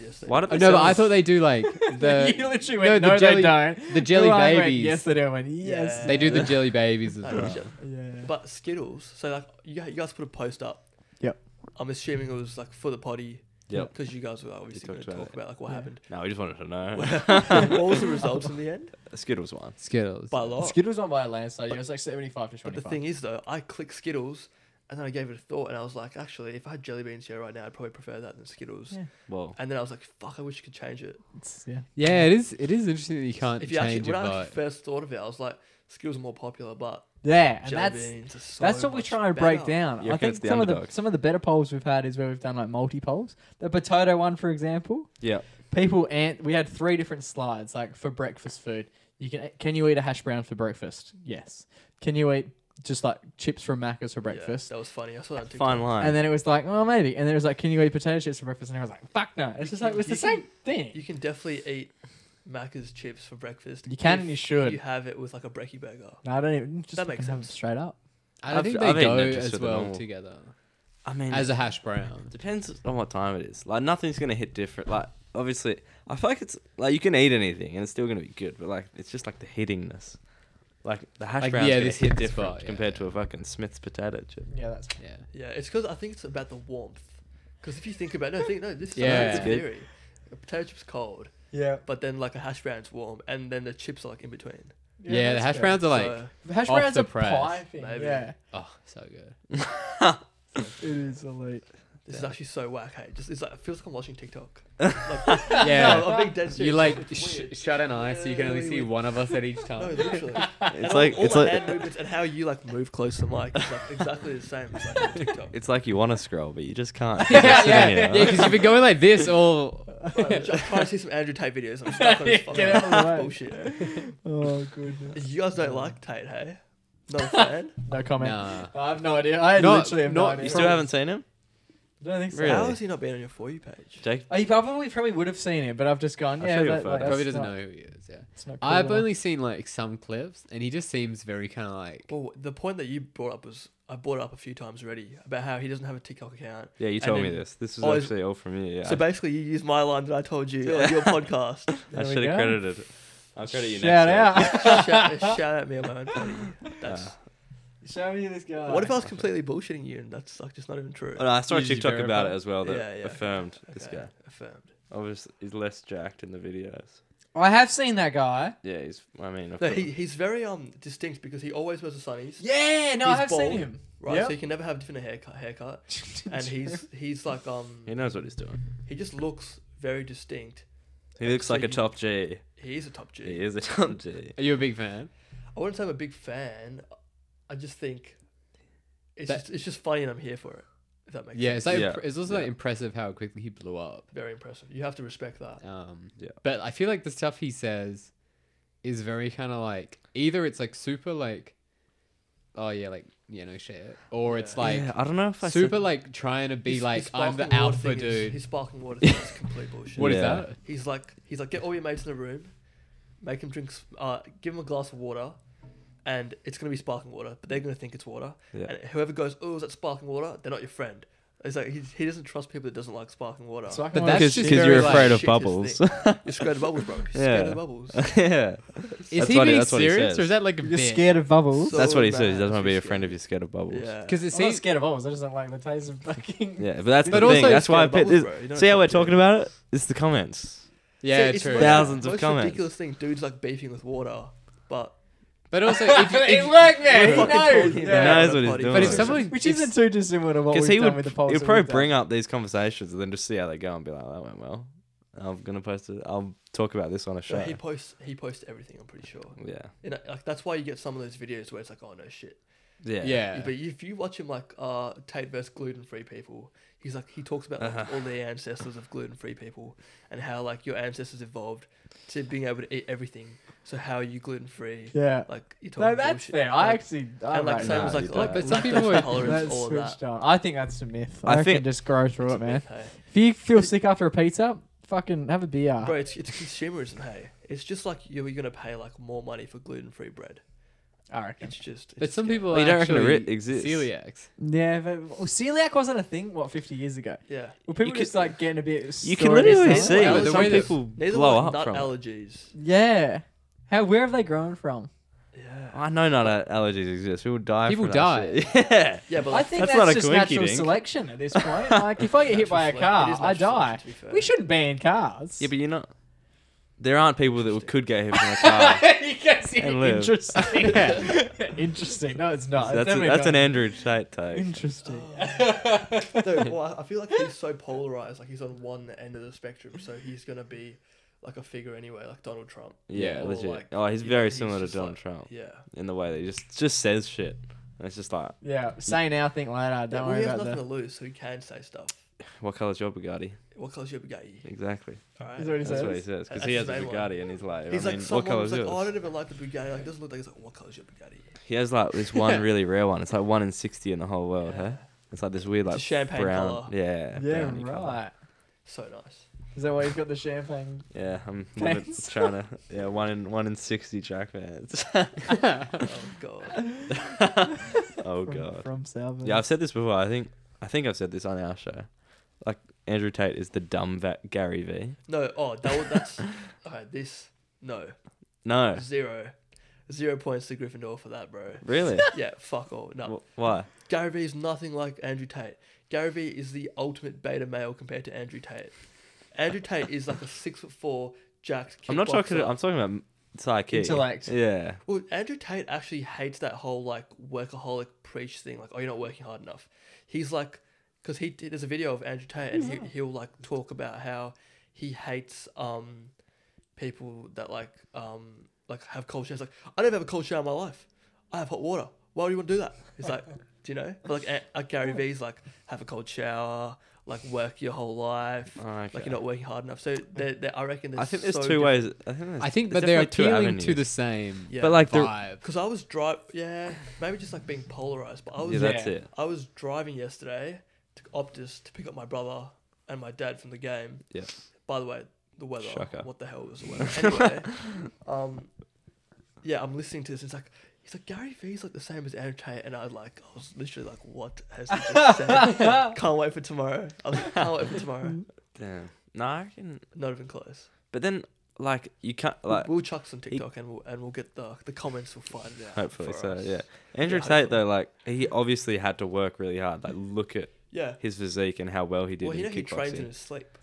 A: Yes, they
C: Why
A: do.
C: did
D: Oh,
C: they
D: no,
C: sell
D: but I
C: us-
D: thought they do like
B: you
D: the
B: literally
D: no,
B: went,
D: the
B: no,
D: jelly-
B: they don't.
D: the jelly
B: I went,
D: babies.
B: yes, they do. I went, yes.
A: Yeah.
D: they do the jelly babies as
A: No,
D: well.
A: shit.
B: Yeah.
A: But Skittles. So like you, you guys put a post up.
B: Yep.
A: I'm assuming it was like for the potty.
C: Yep.
A: Because you guys were obviously going
C: talked
A: to
C: about
A: talk
C: it.
A: about like what
B: Yeah.
A: happened.
C: No, we just wanted to know.
A: what was the results in the end?
C: Skittles one.
D: Skittles.
A: By a lot.
B: Skittles won by a landslide. Yeah, it was like 75 to
A: But the
B: 25.
A: thing is, though, I clicked Skittles and then I gave it a thought and I was like, actually, if I had jelly beans here right now, I'd probably prefer that than Skittles.
B: Yeah.
C: Well,
A: And then I was like, fuck, I wish you could change it.
B: It's- yeah.
D: Yeah, it is. It is interesting that you can't
A: if you actually,
D: change
A: when
D: your
A: I
D: vote.
A: actually first thought of it, I was like, Skittles are more popular, but
B: Yeah, and
A: jelly
B: that's
A: beans are so
B: That's what we
A: much
B: try and break
A: better.
B: down.
C: You
B: I
C: reckon
B: think
C: it's the
B: some of the
C: underdog?
B: some of the better polls we've had is where we've done like multi polls. The potato one, for example,
C: yeah.
B: people and we had three different slides. Like for breakfast food, you can can you eat a hash brown for breakfast? Yes. Can you eat just like chips from Macca's for breakfast.
A: that was funny. I saw that. TikTok.
C: Fine line.
B: And then it was like, oh, maybe. And then it was like, can you eat potato chips for breakfast? And I was like, fuck no. It's just like, it's the
A: You can-
B: same thing.
A: You can definitely eat Macca's chips for breakfast.
B: You can
A: if
B: and you should.
A: You have it with like a brekkie burger.
B: no, I don't even. Just
A: That makes
B: fucking have them
A: sense.
B: straight up.
D: I don't
C: I've-
D: think
C: I've
D: they
C: eaten
D: go
C: it just
D: as
C: with the
D: well
C: normal.
D: together
C: I mean,
D: as a hash brown.
C: Depends on what time it is. Like nothing's gonna hit different. Like obviously, I feel like it's like you can eat anything and it's still gonna be good, but like it's just like the hittingness. Like the hash
D: Like,
C: brown's
D: yeah,
C: gonna
D: this
C: hit
D: hits the
C: different
D: spot, yeah,
C: compared to
D: yeah.
C: a fucking Smith's potato chip.
B: Yeah, that's.
D: Yeah.
A: Yeah, it's because I think it's about the warmth. Because if you think about no, think no, this is
D: Yeah.
A: yeah. a
D: It's
C: good.
A: theory. A potato chip's cold,
B: Yeah.
A: but then like a hash brown's warm, and then the chips are like in between.
D: Yeah, the hash
B: browns.
D: browns are like,
A: So,
B: The hash
D: Off
B: browns
D: the
B: are
D: press,
B: pie thing.
A: maybe.
B: Yeah,
D: oh, so good.
B: it is elite.
A: this is actually so whack. Hey, just it's like it feels like I'm watching TikTok.
D: Yeah.
A: No, I'm being dead serious.
D: You like
A: It's
D: sh-
A: weird.
D: shut an eye so you can only
A: Really
D: see
A: weird.
D: one of us at each
A: No,
D: time.
A: literally. And
C: It's like
A: all
C: it's
A: my
C: like
A: hand movements and how you like move close to the mic is like exactly the same. It's like TikTok.
C: it's like you want to scroll, but you just can't. You're
D: yeah,
C: just
D: yeah,
C: sitting
D: yeah.
C: here.
D: Because you've been going like this all.
A: I'm trying to see some Andrew Tate videos. I'm stuck on his phone.
B: Get out of the way.
A: bullshit.
B: Oh goodness.
A: You guys don't like Tate, hey? Not a fan.
B: No comment.
D: Nah.
B: I have no idea. I
D: Not-
B: literally have no
D: not-
B: idea.
C: You still haven't seen him,
B: I don't think so.
C: Really?
A: How has he not been on your for you page?
C: Jake?
B: Oh, you probably probably would have seen it, but I've just gone.
C: I'll
B: Yeah,
C: show you a
B: that, like,
C: photo.
D: Probably
B: that's
D: doesn't
B: not-
D: know who he is. Yeah.
B: It's not cool
D: I've
B: enough.
D: only seen like some clips, and he just seems very kind of like.
A: Well, the point that you brought up was I brought it up a few times already about how he doesn't have a TikTok account.
C: Yeah, you
A: And
C: told me
A: then-
C: this. This was
A: Oh, is-
C: actually all from you. Yeah,
A: So basically, you use my line that I told you on your podcast.
C: I,
B: There we
C: should
B: go.
C: have credited. it. I'll credit you.
B: Shout
C: next week.
B: out.
A: shout, shout at me on my own party. That's,
B: show me this guy.
A: what if I was completely bullshitting you and that's like just not even true?
C: Oh, no, I saw a
D: Did you
C: TikTok about
D: verify?
C: it as well that
A: Yeah, yeah,
C: affirmed this
A: Okay,
C: guy.
A: affirmed.
C: Obviously, he's less jacked in the videos.
B: I have seen that guy.
C: Yeah, he's. I mean, of
A: No,
C: course.
A: he, he's very um distinct because he always wears the sunnies.
B: Yeah, no, I
A: He's
B: have
A: bald.
B: seen him.
A: Right,
B: Yep.
A: so you can never have a different haircut. Haircut, and he's he's like um
C: he knows what he's doing.
A: he just looks very distinct.
C: He looks
A: So
C: like a
A: you-
C: top G.
A: He is a top G.
C: He is a top G.
D: Are you a big fan?
A: I wouldn't say I'm a big fan. I just think it's
D: That-
A: just, it's just funny, and I'm here for it. If that makes
D: Yeah,
A: sense.
D: it's like
C: Yeah,
D: impre- it's also like
C: yeah.
D: impressive how quickly he blew up.
A: very impressive. You have to respect that.
D: Um,
C: Yeah.
D: But I feel like the stuff he says is very kind of like either it's like super like, oh yeah, like you know shit, or it's
A: Yeah.
D: like
C: yeah, I don't know if I
D: super
C: said-
D: like trying to be
A: His-
D: like
A: his
D: I'm
A: sparkling
D: the
A: water
D: alpha
A: thing is-
D: dude.
A: his sparkling water thing is complete bullshit.
D: What is
C: Yeah.
D: that?
A: He's like he's like get all your mates in the room, make him drink. s- Uh, give him a glass of water, and it's gonna be sparkling water, but they're gonna think it's water.
C: Yeah.
A: And whoever goes, oh, is that sparkling water? They're not your friend. It's like he, he doesn't trust people that doesn't like sparkling water.
B: So I
D: But
B: can
D: that's
B: watch
D: just
B: shit.
D: very,
C: you're
D: like,
C: afraid of
A: shit,
C: bubbles.
A: just You're scared of bubbles, bro. You're
C: Yeah.
A: scared of the bubbles.
C: yeah,
D: Is
C: That's
D: he
C: what he-
D: being
C: that's what he
D: serious or
C: says.
D: is that like a
B: You're
D: bit?
B: scared of bubbles.
A: So-
C: that's what he says. He
A: bad.
C: doesn't want to be
A: He's
C: a friend
A: scared.
C: if you're scared of bubbles. Yeah,
A: Yeah.
D: Because it
B: I'm not
D: seems
B: scared of bubbles. I just don't like the taste of fucking.
C: but that's
D: But
C: the
D: also
C: thing.
D: he's
C: That's why
A: scared
C: I
A: of
C: picked
A: bubbles,
C: this.
A: bro. You know
C: See how we're
A: it's not
C: talking
A: good.
C: about it? It's the comments.
D: yeah,
A: it's
D: true.
A: the
C: Thousands of
A: most
C: comments.
A: ridiculous thing. Dudes like beefing with water, but
D: But also, if, you- if,
B: it worked, man.
A: We're
B: He
A: fucking
B: knows.
A: talking
C: He
A: about
B: Yeah.
C: knows
A: it on
C: what
A: a
C: he's
A: potty
C: doing.
D: but if
A: podcast.
D: someone
B: Which isn't
D: if-
B: too dissimilar to what we've
C: Because he
B: done
C: would,
B: with the
C: he'll
B: polls. that
C: probably
B: we've done.
C: bring up these conversations and then just see how they go and be like, that went well. I'm gonna post it. I'll talk about this on a show.
A: No, he posts he posts everything. I'm pretty sure.
C: Yeah,
A: And uh, like that's why you get some of those videos where it's like, oh no shit.
C: yeah,
D: yeah,
A: But if you watch him like uh Tate versus gluten free people, he's like he talks about like,
C: Uh-huh.
A: all the ancestors of gluten free people and how like your ancestors evolved to being able to eat everything. So how are you gluten free?
B: Yeah.
A: Like you talking
B: No, that's
A: bullshit.
B: fair. I
A: Like,
B: actually. I
A: and like
B: like
A: same
C: nah,
A: as
C: you
A: like, like
C: don't.
D: But some
A: lactose
D: people would-
A: intolerance, all of that.
B: switched on. I think that's a myth. I,
C: I
B: reckon
C: think-
B: just grow through it, man.
A: Myth, hey.
B: If you feel sick after a pizza, fucking have a beer.
A: Bro, it's, it's consumerism, hey. It's just like you're going to pay like more money for gluten free bread.
B: I reckon.
A: It's just. It's
D: but some
A: just-
D: people
C: Well, you
D: are
C: don't reckon it
D: actually
C: re- exists.
D: celiacs.
B: Yeah, but well, celiac wasn't a thing. What fifty years ago?
A: Yeah.
B: Well, people
C: could-
B: just like getting a bit.
C: You can
B: stories
C: literally
B: now.
C: see
A: Yeah, the
C: some
D: way that-
C: people
A: Neither
C: blow
A: like
C: up
A: nut
C: from. it.
A: allergies.
B: Yeah. How? Where have they grown from?
A: Yeah.
C: I know nut al- allergies exist. People die.
D: People
C: from that shit. Yeah.
A: Yeah, but
B: I
A: like,
B: think
C: That's
B: that's,
C: not a
B: just
C: coinky
B: natural
C: dink.
B: selection at this point. Like, if I get hit
A: Natural
B: by a
A: selec- it
B: car, I
A: is natural
B: die.
A: selection, to be fair.
B: We should ban cars.
C: Yeah, but you're not. There aren't people that would- could get hit from a car.
B: you guys see
C: And live.
B: interesting. interesting. No, it's not. It's
C: that's a,
B: definitely
C: that's
B: not.
C: an Andrew Tate take.
B: interesting.
A: Dude, well, I- I feel like he's so polarized. Like he's on one end of the spectrum, so he's gonna be like a figure anyway, like Donald Trump.
C: Yeah,
A: Or,
C: legit.
A: like,
C: oh, he's
A: you know,
C: very similar to
A: just
C: Donald
A: like-
C: Trump
A: Yeah.
C: in the way that he just just says shit. And it's just like,
B: Yeah, say now, think later. Don't
A: yeah well,
B: worry
A: he has
B: about
A: nothing
B: that.
A: to lose, so he can say stuff.
C: what color's your Bugatti?
A: What colour's your Bugatti?
C: Exactly.
A: All right.
B: Is there any- He
C: That's what he
B: says.
C: says because
A: That's
C: he
A: his
C: has a
A: main one.
C: Bugatti and he's like,
A: He's
C: I
A: like
C: mean, what
A: someone
C: color
A: was
C: is
A: like,
C: yours?
A: oh, I don't even like the Bugatti. Like, it doesn't look like it's like, what colour's your Bugatti?
C: He has like this one really rare one. It's like one in sixty in the whole world, huh?
A: Yeah.
C: It's like this weird
A: It's a
C: like
A: champagne
C: brown,
A: colour.
C: yeah,
B: Yeah,
C: browny
B: right.
C: colour.
A: So nice.
B: Is that why he's got the champagne?
C: Yeah, I'm living-
B: Thanks.
C: trying to yeah one in one in sixty track fans.
A: Oh god.
C: oh
B: from,
C: god.
B: From Salvin.
C: Yeah, I've said this before. I think I think I've said this on our show. Like Andrew Tate is the dumb vet Gary V.
A: No. Oh, that was, that's okay. This no
C: No,
A: zero, zero points to Gryffindor for that, bro.
C: really.
A: Yeah, fuck all. No,
C: Wh- Why?
A: Gary Vee is nothing like Andrew Tate. Gary Vee is the ultimate beta male compared to Andrew Tate. Andrew Tate is like a six foot four jacked.
C: I'm not talking.
A: kickboxer.
C: I'm talking about psyche.
B: Intellect.
C: Yeah.
A: Well, Andrew Tate actually hates that whole like workaholic preach thing. Like, oh, you're not working hard enough. He's like, because he there's a video of Andrew Tate, and he, he'll like talk about how he hates um people that like um like have cold showers. Like, I never have a cold shower in my life. I have hot water. Why would you want to do that? He's like, do you know? But like, a- like Gary Vee's like, have a cold shower. Like, work your whole life.
C: Oh, okay.
A: Like, you're not working hard enough. So, they're, they're, I reckon there's
C: I think there's
A: so
C: two
A: different-
C: ways. I think there's,
D: I think,
C: there's
D: but they're
C: definitely two
D: appealing to the
C: avenues.
D: same
A: Yeah.
C: But like the
D: vibe.
A: Because I was drive, yeah, maybe just like being polarized. But I
C: yeah,
A: was,
C: that's
B: Yeah.
C: it.
A: I was driving yesterday to Optus to pick up my brother and my dad from the game.
C: Yeah.
A: By the way, the weather.
C: Shocker.
A: What the hell was the weather? Anyway, um, yeah, I'm listening to this. And it's like he's like Gary Vee's like the same as Andrew Tate, and I was like, I was literally like, what has he just said? can't wait for tomorrow. I was like, can't wait for tomorrow.
C: Damn. No, I reckon.
A: Not even close.
C: But then, like, you can't like.
A: we'll chuck some TikTok and we'll and we'll get the the comments. We'll find it out.
C: Hopefully,
A: for
C: so
A: us.
C: yeah. Andrew
A: Yeah,
C: Tate though, like, he obviously had to work really hard. Like, look at
A: Yeah.
C: his physique and how well he did
A: Well,
C: in
A: you know he
C: kickboxing.
A: trains in his sleep.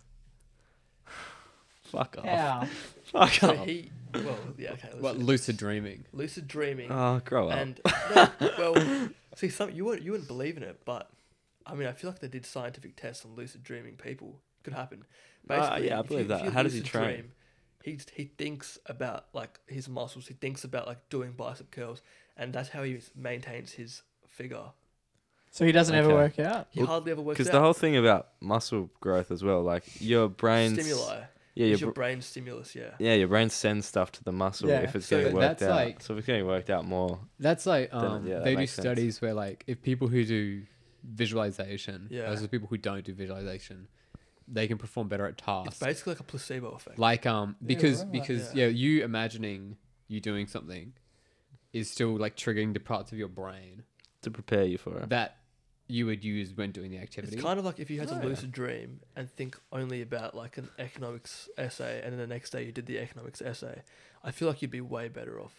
C: Fuck off.
B: How?
C: Fuck
A: So
C: off.
A: he, well, yeah, okay. let's
D: What
A: just-
D: lucid dreaming?
A: lucid dreaming,
C: Oh, grow up.
A: and no, well, see, some you wouldn't you wouldn't believe in it, but I mean, I feel like they did scientific tests on lucid dreaming people. Could happen.
C: Ah, yeah, I
A: if
C: believe
A: if
C: that. How does he
A: lucid
C: train?
A: dream, he he thinks about like his muscles. He thinks about like doing bicep curls, and that's how he maintains his figure.
B: So he doesn't ever
C: Okay.
B: work out.
A: He
C: Well,
A: hardly ever works
C: Because
A: out.
C: the whole thing about muscle growth as well, like your brain
A: stimuli
C: Yeah, your,
A: is your
C: br-
A: brain stimulus. Yeah.
C: yeah, your brain sends stuff to the muscle
B: Yeah.
C: if it's
D: So
C: getting worked
D: that's
C: out.
D: like-
C: so if it's getting worked out more,
D: That's like
C: Then,
D: um,
C: yeah, that
D: they do
C: makes sense.
D: studies where like if people who do visualization
A: Yeah.
D: versus people who don't do visualization, they can perform better at
A: It's
D: tasks.
A: basically like a placebo effect.
D: Like um because
B: right.
D: because yeah.
A: Yeah.
D: you imagining you doing something is still like triggering the parts of your brain
C: to prepare you for it.
D: that you would use when doing the activity.
A: It's kind of like if you had
C: Oh,
A: to
C: yeah.
A: lucid dream and think only about like an economics essay, and then the next day you did the economics essay. I feel like you'd be way better off.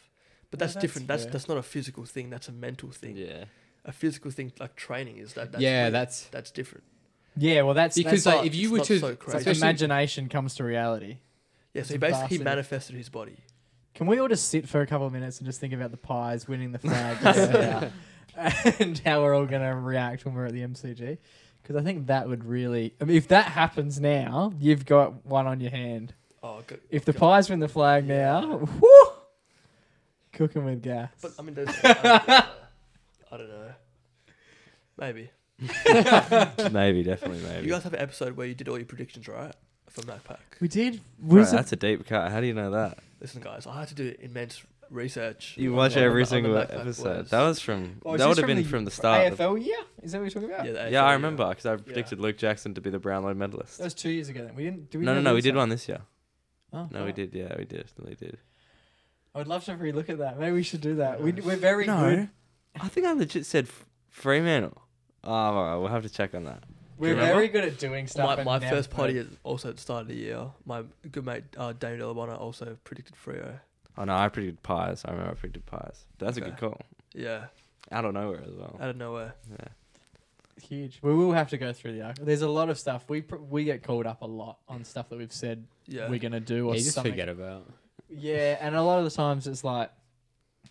A: But
B: No,
A: that's,
B: that's
A: different. That's
B: fair.
A: that's not a physical thing. That's a mental thing.
C: yeah.
A: A physical thing like training is that. That's
D: yeah,
A: weird.
D: that's
A: that's different.
B: Yeah, well, that's
D: because
B: because
A: not-
D: like if
A: it's
D: you were
A: not
D: to
A: so
B: like,
A: crazy.
D: especially-
B: imagination comes to reality.
A: Yeah, so he
B: It's
A: basically he
B: vastly-
A: manifested his body.
B: Can we all just sit for a couple of minutes and just think about the pies winning the flag yesterday and how we're all going to react when we're at the MCG? Because I think that would really. I mean, if that happens now, you've got one on your hand.
A: Oh, go,
B: If the
A: go-
B: pies win the flag
A: Yeah.
B: now, whoo, cooking with gas.
A: But I mean, there's. I don't know. Maybe
C: maybe, definitely, maybe.
A: you guys have an episode where you did all your predictions right for Macpac.
B: we did.
C: Bro,
B: Was
C: that's a deep cut. How do you know that?
A: Listen, guys, I had to do immense research.
C: You
A: on
C: watch
A: the- on
C: every
A: the- on the
C: single
A: Macpac
C: episode.
A: words.
C: That was from.
B: Oh, is this
C: that would have
B: from
C: been
B: the
C: from the start.
B: AFL year? Is that what you're talking about?
A: the
C: yeah,
A: AFL,
C: I remember because I predicted Luke Jackson to be the Brownlow medalist.
B: That was two years ago. Then we didn't. Do we
C: no, no,
B: have
C: no. We did
B: insight?
C: one this year.
B: Oh,
C: No, we
B: right.
C: did. Yeah, we definitely did.
B: I would love to relook at that. Maybe we should do that. We, we're very good.
C: I think I legit said F- Fremantle. Oh, all right, we'll have to check on that.
B: We're
C: remember?
B: very good at doing stuff.
A: My,
B: and
A: my
B: never-
A: first party is also at the start of the year. My good mate uh, Danny Delabona also predicted Frio.
C: Oh no, I predicted pies. I remember I predicted pies. That's a
A: Okay.
C: good call.
A: Yeah,
C: Out of nowhere as well.
A: out of nowhere.
C: Yeah.
B: huge. We will have to go through the article. There's a lot of stuff. We pr- we get called up a lot on stuff that we've said
A: Yeah,
B: we're gonna do
D: yeah,
B: or
D: you just
B: something.
D: forget about.
B: Yeah, and a lot of the times it's like,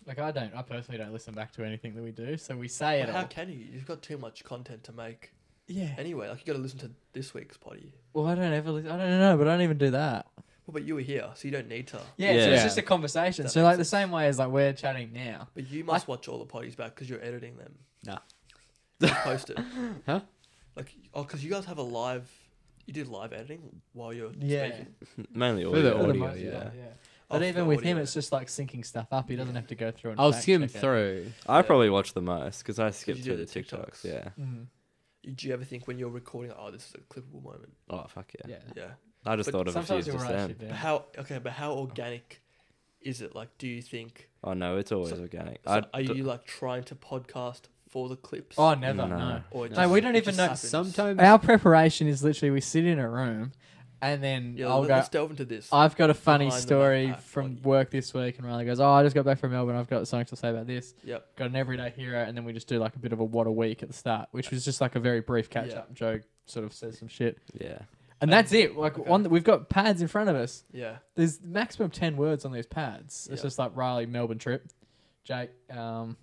B: like I don't, I personally don't listen back to anything that we do, so we say
A: But
B: it.
A: how
B: All.
A: can you? You've got too much content to make
B: Yeah.
A: anyway. Like you got to listen to this week's party.
B: Well, I don't ever. Li- I don't know, but I don't even do that.
A: Well, but you were here, so you don't need to.
B: Yeah, So
D: Yeah.
B: it's just a conversation.
A: That
B: So
A: makes
B: like the same way as like we're chatting now.
A: But you must watch all the parties back because you're editing them.
D: Nah.
A: You post it.
D: Huh?
A: Like oh, because you guys have a live You did live editing while you're
B: Yeah.
A: speaking.
C: Mainly
D: For the
C: audio.
D: audio,
B: most
D: yeah.
B: part, But
A: Oh,
B: even
A: for
B: with
A: audio.
B: him, it's just like syncing stuff up. He doesn't have to go through. And
D: I'll
B: fact
D: skim
B: check it.
D: through.
C: I
A: Yeah.
C: probably watch the most because I skip
A: you
C: through
A: do
C: the
A: the
C: TikToks.
A: TikToks.
C: Yeah.
B: Mm.
A: Do you ever think when you're recording, oh, this is a clippable moment?
C: Oh fuck yeah.
D: Yeah.
A: Yeah.
C: I just
A: But
C: thought of a few
B: Sometimes
C: just
B: you're right.
C: then.
B: shit,
A: But
B: yeah.
A: how? Okay, but how organic is it? Like, do you think?
C: Oh no, it's always
A: So-
C: organic.
A: so
C: I
A: are
C: d-
A: you like trying to podcast for the clips?
B: Oh, never.
C: No.
B: no.
A: or it
D: No,
A: just-
B: we don't
A: it
B: even
A: just
B: know.
A: happens?
D: Sometimes
B: Our preparation is literally we sit in a room, and then
A: Yeah,
B: I'll
A: let,
B: go.
A: us delve into this.
B: I've got a funny
A: behind the
B: story
A: backpack,
B: from
A: like-
B: work this week, and Riley goes, "Oh, I just got back from Melbourne. I've got something to say about this."
A: yep.
B: Got an everyday hero, and then we just do like a bit of a what a week at the start, which was just like a very brief catch
A: Yeah.
B: up. Joe sort of says some shit,
C: Yeah.
B: and
A: Um,
B: that's it. Like
A: okay.
B: on, the, we've got pads in front of us.
A: Yeah.
B: There's maximum ten words on these pads. It's
A: Yeah.
B: just like Riley Melbourne trip, Jake, um,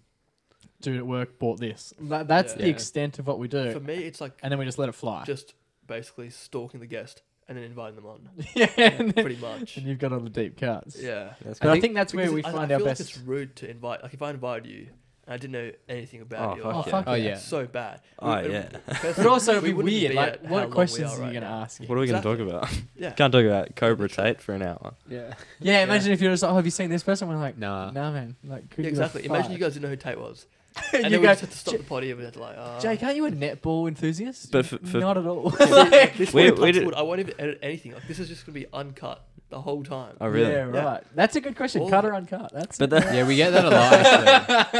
B: dude at work bought this. That, that's
A: Yeah.
B: the
D: Yeah.
B: extent of what we do,
A: For me, it's like
B: and then we just let it fly.
A: just basically stalking the guest and then inviting them on.
B: yeah, and, then,
A: pretty much.
B: and you've got all the deep cuts.
A: Yeah.
C: That's
B: But I
D: I
B: think,
D: think-
B: that's where
A: Because
B: we
A: I,
B: find
A: I
B: our
A: feel
B: best.
A: like it's rude to invite. Like if I invited you and I didn't know anything about
C: Oh,
A: you,
C: fuck
B: oh
A: like,
C: yeah.
B: fuck
D: Oh,
B: yeah.
D: yeah.
A: it's so bad.
C: Oh,
A: It would-
C: yeah.
B: But
A: personally,
B: also, it'd
A: we
B: be
A: wouldn't
B: weird.
A: be at
B: Like,
A: how long
B: what
A: we
B: questions are
A: right
B: you gonna
A: now.
B: ask?
C: what are we gonna talk about?
A: Yeah.
C: Can't talk about Cobra
A: Literally.
C: Tate for an hour.
D: Yeah.
B: Yeah, imagine if you're just like, oh, have you seen this person? We're like,
D: Nah.
B: nah, man. Like, could
A: Yeah,
B: give a
A: exactly. Imagine you
B: fuck."
A: guys didn't know who Tate was, and
B: you
A: then we
B: go,
A: just had to stop
B: "J-
A: the potty and we had to like, uh,
B: Jake, aren't you a netball enthusiast?
C: But for- for-
B: not at all.
A: this- this
C: We-
A: we,
C: we did-
A: I won't even edit anything. Like this is just gonna be uncut the whole time.
C: Oh really?
B: Yeah,
A: Yeah.
B: right. That's a good question.
A: All
B: cut
A: of
B: or uncut? That's.
C: But
B: it.
C: that,
D: Yeah, we get that a lot.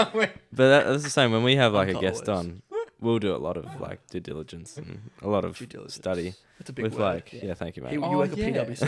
D: actually.
C: but that, that's the same. When we have like a
A: Uncut
C: guest
A: words.
C: on, we'll do a lot of like due diligence and a lot of
A: Due diligence.
C: study
A: That's a big
C: with
A: word.
C: like yeah.
B: Yeah.
C: thank you
A: He-
C: mate.
A: you
B: Oh,
A: work at
B: yeah.
A: PwC.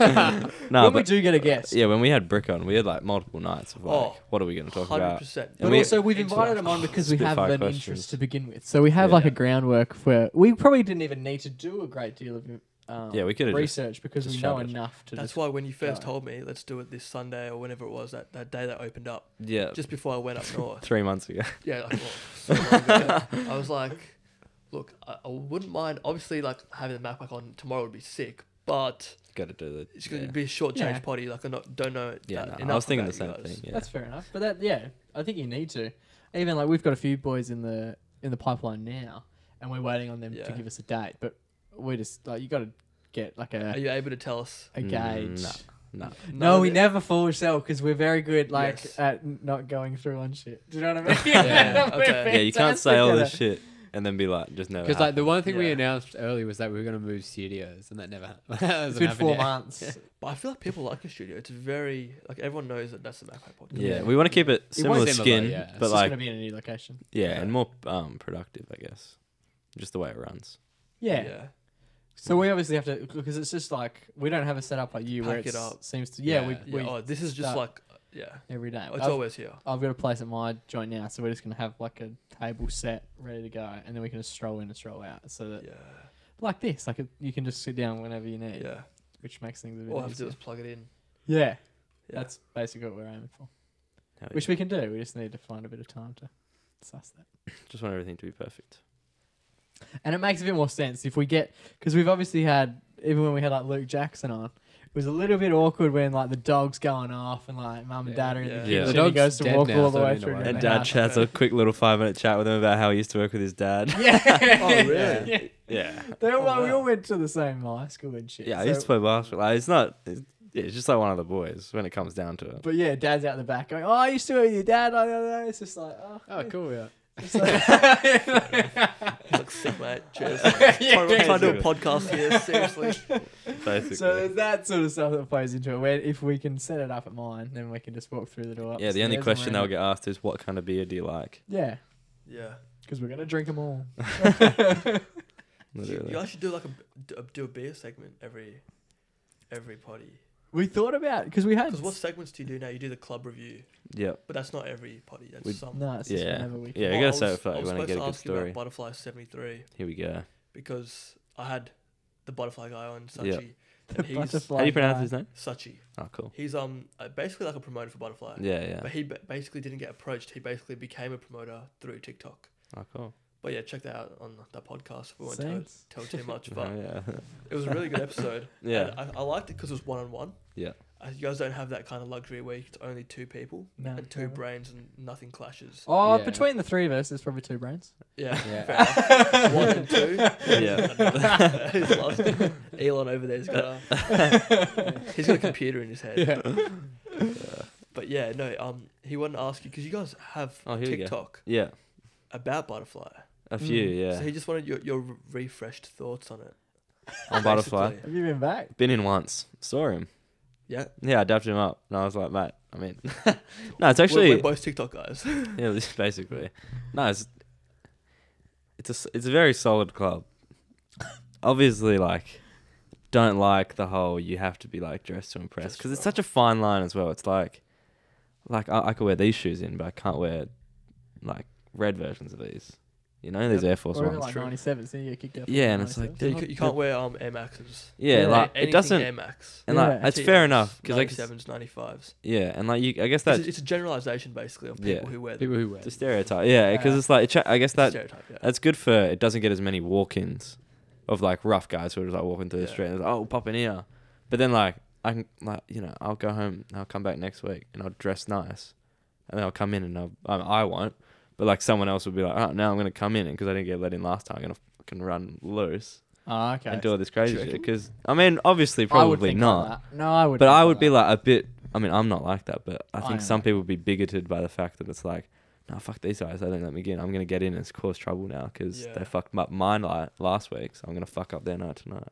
A: right?
C: No,
B: when we
C: but
B: do get a guest.
C: yeah, when we had Brick on, we had like multiple nights of like,
A: Oh,
C: what are we gonna talk
A: Hundred
C: about?
A: percent.
B: But
C: And we-
B: also, we've invited him on because we have
C: Spitfire
B: an
C: questions.
B: interest to begin with. So we have
C: Yeah.
B: like a groundwork where we probably didn't even need to do a great deal of um,
C: Yeah, we could've just-
B: research because
C: just
B: we know
C: shouted.
B: enough to.
A: That's
B: just,
A: why when you first
B: Yeah.
A: told me, let's do it this Sunday or whenever it was that, that day that opened up,
C: Yeah,
A: just before I went up north.
C: three months ago.
A: yeah, like, well, so long ago, I was like, look, I, I wountn't mind. Obviously, like having the backpack on tomorrow would be sick, but
C: Got to do the.
A: it's gonna
C: yeah.
A: be a short change
B: Yeah.
A: potty. Like I not, don't know.
C: Yeah,
A: that
C: no, I
A: enough
C: was thinking the
A: about you
C: same
A: guys.
C: thing. Yeah.
B: That's fair enough. But that, yeah, I think you need to. Even like we've got a few boys in the in the pipeline now, and we're waiting on them
A: Yeah.
B: to give us a date. But we just like you got to get like
A: Are
B: a
A: you able to tell us?
B: a
C: Mm,
B: gauge.
C: no. no.
A: none
B: No,
A: of
B: we
A: it?
B: never fool ourselves because we're very good, like
A: Yes.
B: at n- not going through on shit. Do you know what I mean?
A: Yeah,
B: We're
A: okay.
C: Yeah, you can't say
B: fantastic
C: all
B: at
C: this
B: it.
C: shit and then be like, just never.
D: Because like the
C: happened.
D: one thing we
A: Yeah.
D: announced earlier was that we were going to move studios, and that never happened.
B: It's
D: that hasn't
B: been
D: happened
B: four
D: yet.
B: months.
A: But I feel like people like a studio. It's very like everyone knows that that's the backpack podcast.
C: yeah,
B: Yeah.
C: we want to keep it
D: won't
C: similar
D: seem like-
C: skin,
D: yeah. It's
C: but
B: it's just
C: like
B: gonna be in a new location.
C: yeah,
A: Yeah.
C: and more um productive, I guess. Just the way it runs.
B: Yeah. So we obviously have to because it's just like we don't have a setup like you where
A: Pack
B: it
A: it up.
B: seems to yeah,
A: Yeah,
B: we, we
A: oh, this is just
B: start
A: like yeah.
B: every day.
A: It's
B: I've,
A: always here.
B: I've got a place at my joint now, so we're just gonna have like a table set ready to go, and then we can just stroll in and stroll out. So that
A: Yeah,
B: like this, like it, you can just sit down whenever you need,
A: yeah.
B: which makes things a bit
A: All I have to do
B: easier.
A: is plug it in.
B: Yeah,
A: Yeah.
B: that's basically what we're aiming for,
C: Hell
B: which
C: yeah.
B: we can do. We just need to find a bit of time to suss that.
C: just want everything to be perfect.
B: And it makes a bit more sense if we get because we've obviously had even when we had like Luke Jackson on, it was a little bit awkward when like the dog's going off and like mum and dad are in
A: Yeah.
B: the
C: Yeah.
B: kitchen.
C: The
B: and
D: dog's
B: he goes to
D: dead
B: walk
D: now,
B: all the
D: so
B: way
D: we
B: through.
D: don't
B: to
D: worry
C: And
B: the
C: dad
B: house.
C: chats a quick little five minute chat with him about how he used to work with his dad.
B: Yeah.
A: Oh, really?
B: Yeah.
C: Yeah,
B: They all,
A: Oh,
B: like, We
A: wow.
B: all went to the same high school and shit.
C: yeah. I
B: so-
C: used to play basketball. Like, it's not. It's, yeah, it's just like one of the boys when it comes down to it.
B: But yeah, dad's out the back going, "Oh, I used to with your dad." I don't know. It's just like, oh,
D: Oh, cool. Yeah.
B: It's like-
A: It's like sick, mate. Cheers.
B: Yeah,
A: trying, trying to do
C: yeah.
A: a podcast here. Seriously.
C: Basically,
B: so there's that sort of stuff that plays into it. Where if we can set it up at mine, then we can just walk through the door.
C: yeah. The
B: upstairs
C: only
B: and
C: question
B: we're
C: they'll
B: in
C: get asked is, "What kind of beer do you like?"
B: it. Yeah,
A: Yeah.
B: because we're gonna drink them all.
A: You,
C: Literally.
A: you actually do like a d- do a beer segment every every potty.
B: We thought about because we had
A: Because what segments do you do now? You do the club review,
C: Yep.
A: but that's not every potty. That's
C: We-
A: some.
B: no, it's just
C: Yeah.
B: whenever we can.
C: Yeah,
A: Oh,
C: you
A: I
C: gotta
A: was-
C: set it
A: I
C: first.
A: was
C: You want to
A: supposed
C: get a
A: to
C: good
A: ask you
C: story.
A: about Butterfly seventy three
C: Here we go.
A: because I had the butterfly guy on
C: Yeah.
A: Sachi.
B: The
A: and he's
B: butterfly
C: How do you pronounce
B: guy.
C: his name?
A: Sachi.
C: Oh, cool.
A: He's um uh, basically like a promoter for Butterfly.
C: Yeah, yeah.
A: But he ba- basically didn't get approached. He basically became a promoter through TikTok.
C: Oh, cool.
A: But yeah, check that out on that podcast. We won't tell,
B: Saints.
A: tell too much,
C: Oh,
A: but
C: yeah.
A: it was a really good episode.
C: Yeah.
A: And I, I liked it because it was one on one.
C: Yeah.
A: uh, you guys don't have that kind of luxury where it's only two people
B: No,
A: and two
B: never.
A: brains and nothing clashes.
B: Oh,
D: Yeah.
B: between the three of us, there's probably two brains.
A: Yeah.
D: Yeah.
A: fair enough. One and two.
C: Yeah.
A: He's lost. Elon over there's got a, he's got a computer in his head. But yeah, no. Um, he wanted to ask you because you guys have
C: Oh, here we go.
A: TikTok
C: Yeah,
A: about butterfly.
C: a few.
B: Mm.
C: Yeah,
A: So he just wanted your your r- refreshed thoughts on it.
C: on butterfly.
A: basically.
B: Have you been back?
C: Been in once. Saw him.
A: Yeah.
C: Yeah, I dapped him up, and I was like, mate. I mean, no, it's
A: We're-
C: actually
A: we're, both TikTok guys.
C: yeah, this- basically. No, it's it's a s- it's a very solid club. Obviously, like don't like the whole you have to be like dressed to impress
A: Just
C: because it's
A: right.
C: such a fine line as well. It's like like I, I could wear these shoes in, but I can't wear like red versions of these. You know, these Air Force
B: Or even
C: ones.
B: like
A: True.
B: 97, so you get kicked out. for
C: Yeah, and it's like,
B: 97s.
A: Yeah, you, ca- you can't wear um Air Maxes.
C: yeah,
B: Yeah,
C: like
A: Anything
C: it doesn't.
A: Air Max.
C: and like
B: Yeah.
C: that's fair enough because
A: Ninety
C: like
A: sevens, ninety fives.
C: yeah, and like you, I guess
A: It's,
C: that's
A: a- it's a generalization basically of
C: Yeah.
A: people who wear them.
D: People who wear.
C: the stereotype. Yeah, because
B: Yeah.
C: it's like it cha- I guess
A: It's a
C: that
A: stereotype. Yeah.
C: That's good for it doesn't get as many walk-ins of like rough guys who are just like walking through the
A: Yeah.
C: street and it's like, oh pop in here. But then like I can like you know I'll go home and I'll come back next week and I'll dress nice, and then I'll come in and I'll I, mean, I won't, but like someone else will be like oh now I'm gonna come in and because I didn't get let in last time I'm gonna fucking run loose
B: Oh, okay.
C: and do all this crazy shit
A: reckon?
C: because I mean obviously
B: I would
C: probably
B: think
C: not.
B: like that. No, I would.
C: But
B: think
C: I would
B: like
C: be
B: that.
C: like a bit. I mean, I'm not like that, but I
B: I
C: think
B: am
C: some
B: like
C: people would be bigoted by the fact that it's like, no, fuck these guys. They don't let me in. I'm gonna get in and cause trouble now because
A: Yeah.
C: they fucked up my night last week. So I'm gonna fuck up their night tonight.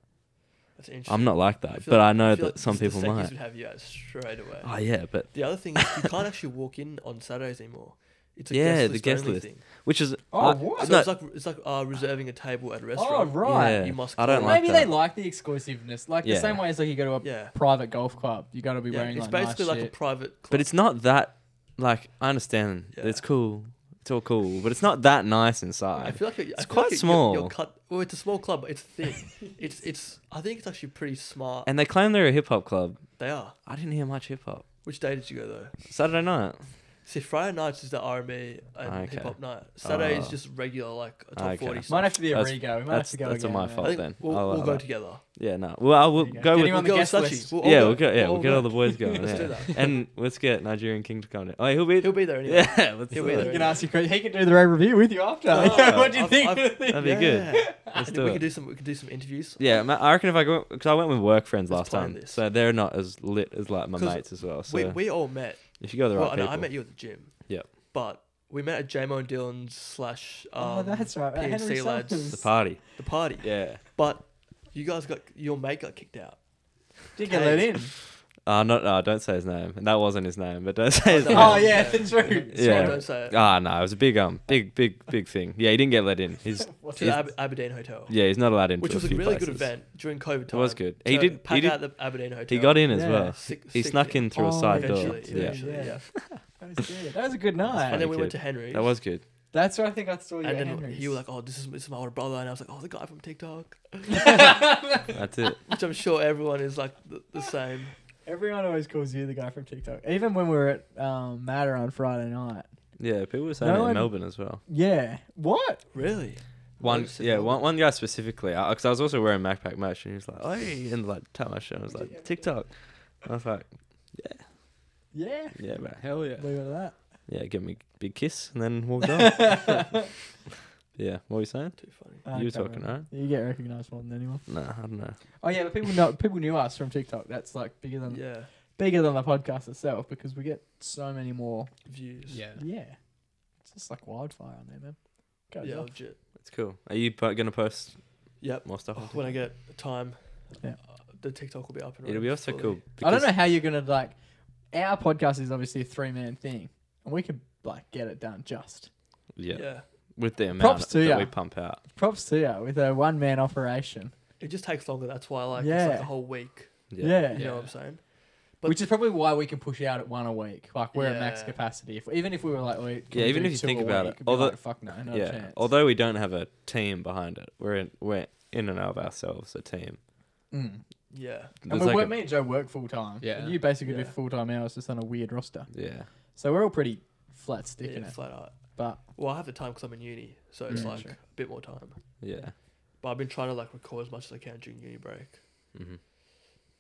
A: That's interesting.
C: I'm not like that,
A: feel
C: but
A: like-
C: I know
A: feel
C: that
A: like
C: some
A: the
C: people
A: Stekies
C: might.
A: would have you out straight away.
C: Oh yeah, but
A: The other thing is you can't actually walk in on Saturdays anymore. It's a
C: Yeah,
A: guest
C: the
A: list
C: guest
A: only
C: list.
A: thing.
C: which is
B: Oh,
C: I-
B: what?
A: So
C: no,
A: it's like it's like uh, reserving a table at a
B: Oh,
A: restaurant.
B: right.
C: Yeah.
A: You must.
C: I don't
A: call.
C: like
B: Maybe
C: that.
B: they like the exclusiveness, like
C: Yeah.
B: the same way as like you go to a
A: Yeah.
B: private golf club, you got to be
A: yeah,
B: wearing
A: it's
B: like
A: basically
B: nice
A: like
B: shit.
A: a private. Club.
C: but it's not that. Like I understand, that it's
A: Yeah.
C: cool. It's all cool, but it's not that nice
A: I
C: inside.
A: feel like you're,
C: It's
A: I feel like
C: quite
A: you're- you're- You're,
C: small.
A: cut. Well, it's a small club. But it's thin. it's it's. I think it's actually pretty smart.
C: And they claim they're a hip hop club.
A: they are.
C: I didn't hear much hip hop.
A: Which day did you go though?
C: Saturday night.
A: See, Friday nights is the R and B and
C: Okay.
A: hip hop night. Saturday is
C: Oh.
A: just regular like a top
C: Okay.
A: forty.
B: might
A: song.
B: have to be a
C: That's-
B: rego. We might have
C: that's-
B: to go.
C: that's
B: again,
C: my
B: yeah.
C: fault.
A: I think
C: then. Oh,
A: we'll,
C: I'll
A: we'll
C: allow
A: go
C: that.
A: together.
C: Yeah, no. Well, I
B: There
C: will
B: you go.
C: go
B: Did
C: with
B: anyone
A: We'll
B: on the
A: go with
B: guest
A: Sachi.
B: list.
A: We'll all
C: yeah,
A: go.
C: we'll go. Yeah,
A: We'll
C: we'll,
A: all
C: get
A: go.
C: all the boys going.
A: Let's
C: yeah.
A: do that.
C: And let's get Nigerian King to come in. Oh, he'll be.
A: He'll be there anyway.
C: yeah, let's
A: He'll
C: do
A: be
C: it.
A: there.
B: You can ask your que- He can do the rave review with you after.
A: Oh,
B: what do you
A: I've-
B: think?
A: I've-
C: That'd be good. Let's
A: And
C: do
A: we
C: it.
A: can do some. We can do some interviews.
C: yeah, ma- I reckon if I go, because I went with work friends
A: Let's
C: last
A: plan
C: time,
A: this.
C: so they're not as lit as like my
A: 'Cause
C: mates as well. So
A: we, we all met.
C: if you go to the
A: Well,
C: right
A: no,
C: people,
A: I met you at the gym.
C: Yep.
A: But we met at JMO and Dylan's slash. Um,
B: oh, that's right.
A: PNC
B: Henry
A: lads.
B: Summers.
C: the party.
A: the party.
C: Yeah,
A: But you guys got your mate got kicked out.
B: Did get let in.
C: uh, not. Uh, don't say his name. And that wasn't his name, but don't say his
A: Oh,
C: name.
B: Oh
A: Yeah.
B: yeah, that's true.
A: So
C: Yeah.
A: Don't say it.
C: Ah, no, it was a big, um, big, big, big thing. Yeah, he didn't get let in. He's
A: to the Aber- Aberdeen Hotel,
C: yeah, he's not allowed in.
A: which
C: to
A: was a
C: few
A: really good
C: places.
A: event during COVID
C: It
A: time.
C: was good. He
A: So
C: did- he
A: Pack
C: did-
A: out the Aberdeen Hotel.
C: He got in as
B: Yeah.
C: well.
A: Sick-
C: He
A: sick
C: snuck
A: year.
C: in through a
B: Oh,
C: side door.
A: Eventually,
B: Eventually,
C: Yeah,
A: eventually, yeah.
B: yeah. That was good. That was a good night.
A: And then we
C: Funny
A: went
C: kid.
A: to Henry's.
C: that was good.
B: That's where I think I saw you.
A: And
B: at
A: then
B: Henry's.
A: he was like, "Oh, this is this is my older brother," and I was like, "Oh, the guy from TikTok,"
C: That's it.
A: which I'm sure everyone is like the, the same.
B: Everyone always calls you the guy from TikTok. Even when we were at um, Matter on Friday night.
C: Yeah, people were saying
B: No
C: it in
B: one-
C: Melbourne as well.
B: Yeah. What?
A: Really?
C: One,
A: Notice it
C: yeah,
A: more.
C: one, one guy specifically, because I, was also wearing backpack merch, and he was like, "Oh, "Hey," and like tapped my shoulder, and was like, "TikTok." I was like,
B: Yeah.
C: "Yeah, man,
D: Hell yeah.
B: Leave it at that.
C: yeah." Give me a big kiss, and then walked on. yeah, what were you saying?
A: Too funny.
B: I
C: you were
B: can't
C: talking,
B: remember.
C: right?
B: You get recognized more than anyone.
C: No, I don't know.
B: Oh yeah, but people know people knew us from TikTok. That's like bigger than
A: Yeah.
B: bigger than the podcast itself because we get so many more.
A: Views.
D: Yeah.
B: Yeah. It's just like wildfire on there, man. Goes
A: Yeah.
B: off.
A: Legit.
C: It's cool. Are you po- gonna post
A: Yep.
C: more stuff? on
B: Oh,
A: When I
C: TikTok?
A: get the time,
B: Yeah.
A: uh, the TikTok will be up and
C: it'll be
A: running
C: also
A: fully.
C: cool.
B: I don't
C: because-
B: know how you're gonna like. Our podcast is obviously a three man thing, and we could like get it done just.
C: Yeah,
A: yeah.
C: with the amount
B: Props to
C: that
B: ya.
C: we pump out.
B: Props to you with a one man operation.
A: It just takes longer. That's why, like, it's
B: Yeah.
A: like a whole week.
C: Yeah.
B: Yeah.
A: You know
D: Yeah.
A: what I'm saying? But-
B: Which is probably why we can push out at one a week. Like we're at max
A: Yeah.
B: capacity. If, even if we were like, we, can
C: Yeah,
B: we
C: even
B: do
C: if you
B: two
C: think
B: a
C: about
B: week?
C: it,
B: It'd be
C: although-
B: like, fuck no, not a
C: yeah.
B: chance.
C: Although we don't have a team behind it, we're in, we're in and of ourselves a team.
B: Mm.
A: Yeah.
B: and
C: There's
B: we
C: like
B: work,
C: a-
B: me and Joe work full time.
D: Yeah.
B: and you basically do
A: Yeah.
B: full time hours just on a weird roster.
C: yeah.
B: So we're all pretty flat sticking
A: yeah
B: it.
A: flat out.
B: But
A: Well, I have the time because I'm in uni, so it's
B: Yeah,
A: like
B: sure.
A: a bit more time.
C: Yeah.
A: But I've been trying to like record as much as I can during uni break.
C: hmm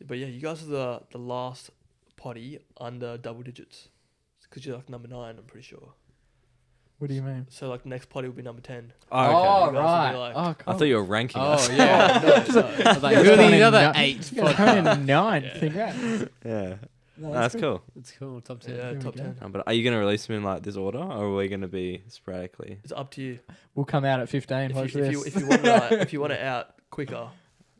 A: But yeah, you guys are the the last potty under double digits because you're like number nine. I'm pretty sure.
B: What do you mean?
A: So like next potty will be number ten.
C: Oh, okay.
B: Oh,
A: You guys would be
B: right.
A: like-
B: oh,
C: I
B: cool.
C: thought you were ranking
D: Oh
C: us.
D: yeah.
B: no,
D: I was like, who are the other eight?
B: You guys are only in nine.
A: Yeah.
B: Congrats.
C: yeah.
B: No,
C: No, that's cool.
D: It's cool. Top
A: Yeah,
D: ten.
B: we
A: top
B: go.
A: ten.
C: No, but are you going to release them in like this order or are we going to be sporadically?
A: It's up to you.
B: We'll come out at 15. Watch
A: If you, if you
B: this.
A: if you want it out, if you want it out quicker,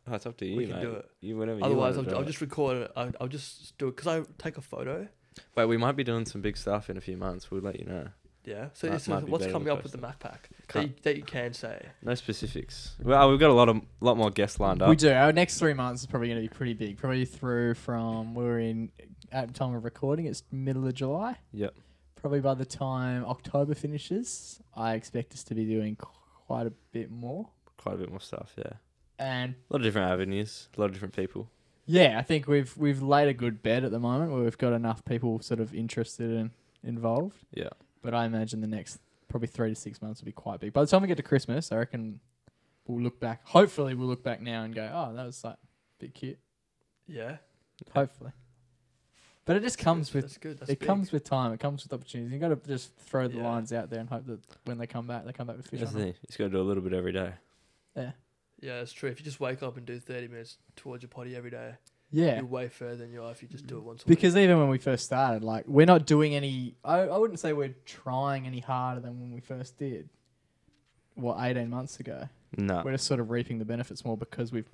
C: Oh, it's up to you,
A: We can
C: mate.
A: do it.
C: You whatever. you
A: otherwise
C: wanna
A: I'll,
C: do
A: I'll
C: it.
A: just record it. I'll, I'll just do it because I take a photo.
C: Wait, we might be doing some big stuff in a few months. We'll let you know.
A: Yeah. So
C: That
A: this
C: might
A: is
C: be
A: what's
C: better than
A: coming
C: the
A: up with the Mac pack that you, that you can say.
C: No specifics. Well, uh, we've got a lot of lot more guests lined up.
B: We do. Our next three months is probably going to be pretty big. Probably through from we're in at the time of recording. It's middle of July.
C: Yep.
B: Probably by the time October finishes, I expect us to be doing qu- quite a bit more.
C: Quite a bit more stuff. Yeah, a
B: And
C: lot of different avenues, a lot of different people.
B: yeah, I think we've we've laid a good bed at the moment where we've got enough people sort of interested and involved.
C: Yeah.
B: But I imagine the next probably three to six months will be quite big. By the time we get to Christmas, I reckon we'll look back. Hopefully, we'll look back now and go, "Oh, that was like a bit cute."
A: Yeah.
B: Hopefully. But it just comes
A: that's,
B: with
A: That's good. That's
B: it
A: big.
B: comes with time. It comes with opportunities. You got to just throw the
A: Yeah.
B: lines out there and hope that when they come back, they come back with fish.
C: That's
B: on
C: the
B: them.
C: thing. You just got to do a little bit every day.
A: Yeah, that's true. If you just wake up and do 30 minutes towards your potty every day,
B: Yeah,
A: you're way further than you are if you just do it once a week.
B: because even when we first started, like we're not doing any. I, I wouldn't say we're trying any harder than when we first did. What eighteen months ago?
A: Uh.
C: No.
B: We're just sort of reaping the benefits more because we've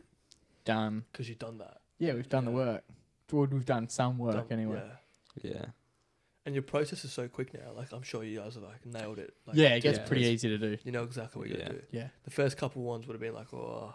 B: done.
A: Because you've done that.
B: Yeah, we've done the
A: Yeah.
B: work. Well, We've done some work
A: Done-
B: anyway.
A: Yeah.
C: Yeah.
A: And your process is so quick now. Like, I'm sure you guys have like nailed it. Like,
B: yeah, it gets
D: yeah,
B: pretty
A: it's-
B: easy to do.
A: You know exactly what you're going
C: Yeah.
A: to do.
B: Yeah,
A: The first couple ones would have been like, oh,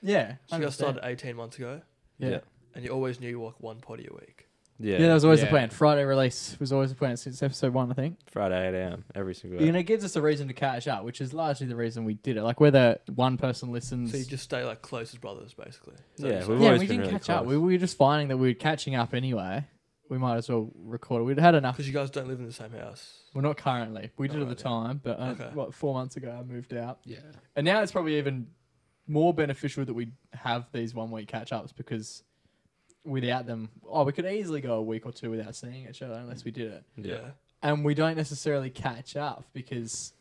B: yeah.
A: so you guys
B: 100%.
A: started 18 months ago
B: yeah.
A: and you always knew you walk one potty a week.
C: Yeah.
B: Yeah, that was always the
D: Yeah.
B: plan. Friday release was always the plan since episode one, I think.
C: Friday eight a.m. every single day.
B: And it gives us a reason to catch up, which is largely the reason we did it. Like whether one person listens,
A: So you just stay like close as brothers, basically. Is that
C: Yeah,
B: Mm. yeah,
A: what you're
C: we've
A: saying?
B: we
C: always
B: didn't
C: been really
B: catch up.
C: close.
B: We, we were just finding that we were catching up anyway. We might as well record it. We'd had enough.
A: Because you guys don't live in the same house.
B: Well, not currently. We did at
A: Alright,
B: the
A: yeah.
B: time, but uh,
A: Okay.
B: what four months ago I moved out,
D: Yeah.
B: and now it's probably even more beneficial that we have these one week catch ups because without them, oh, we could easily go a week or two without seeing each other unless we did it.
C: yeah.
B: and we don't necessarily catch up because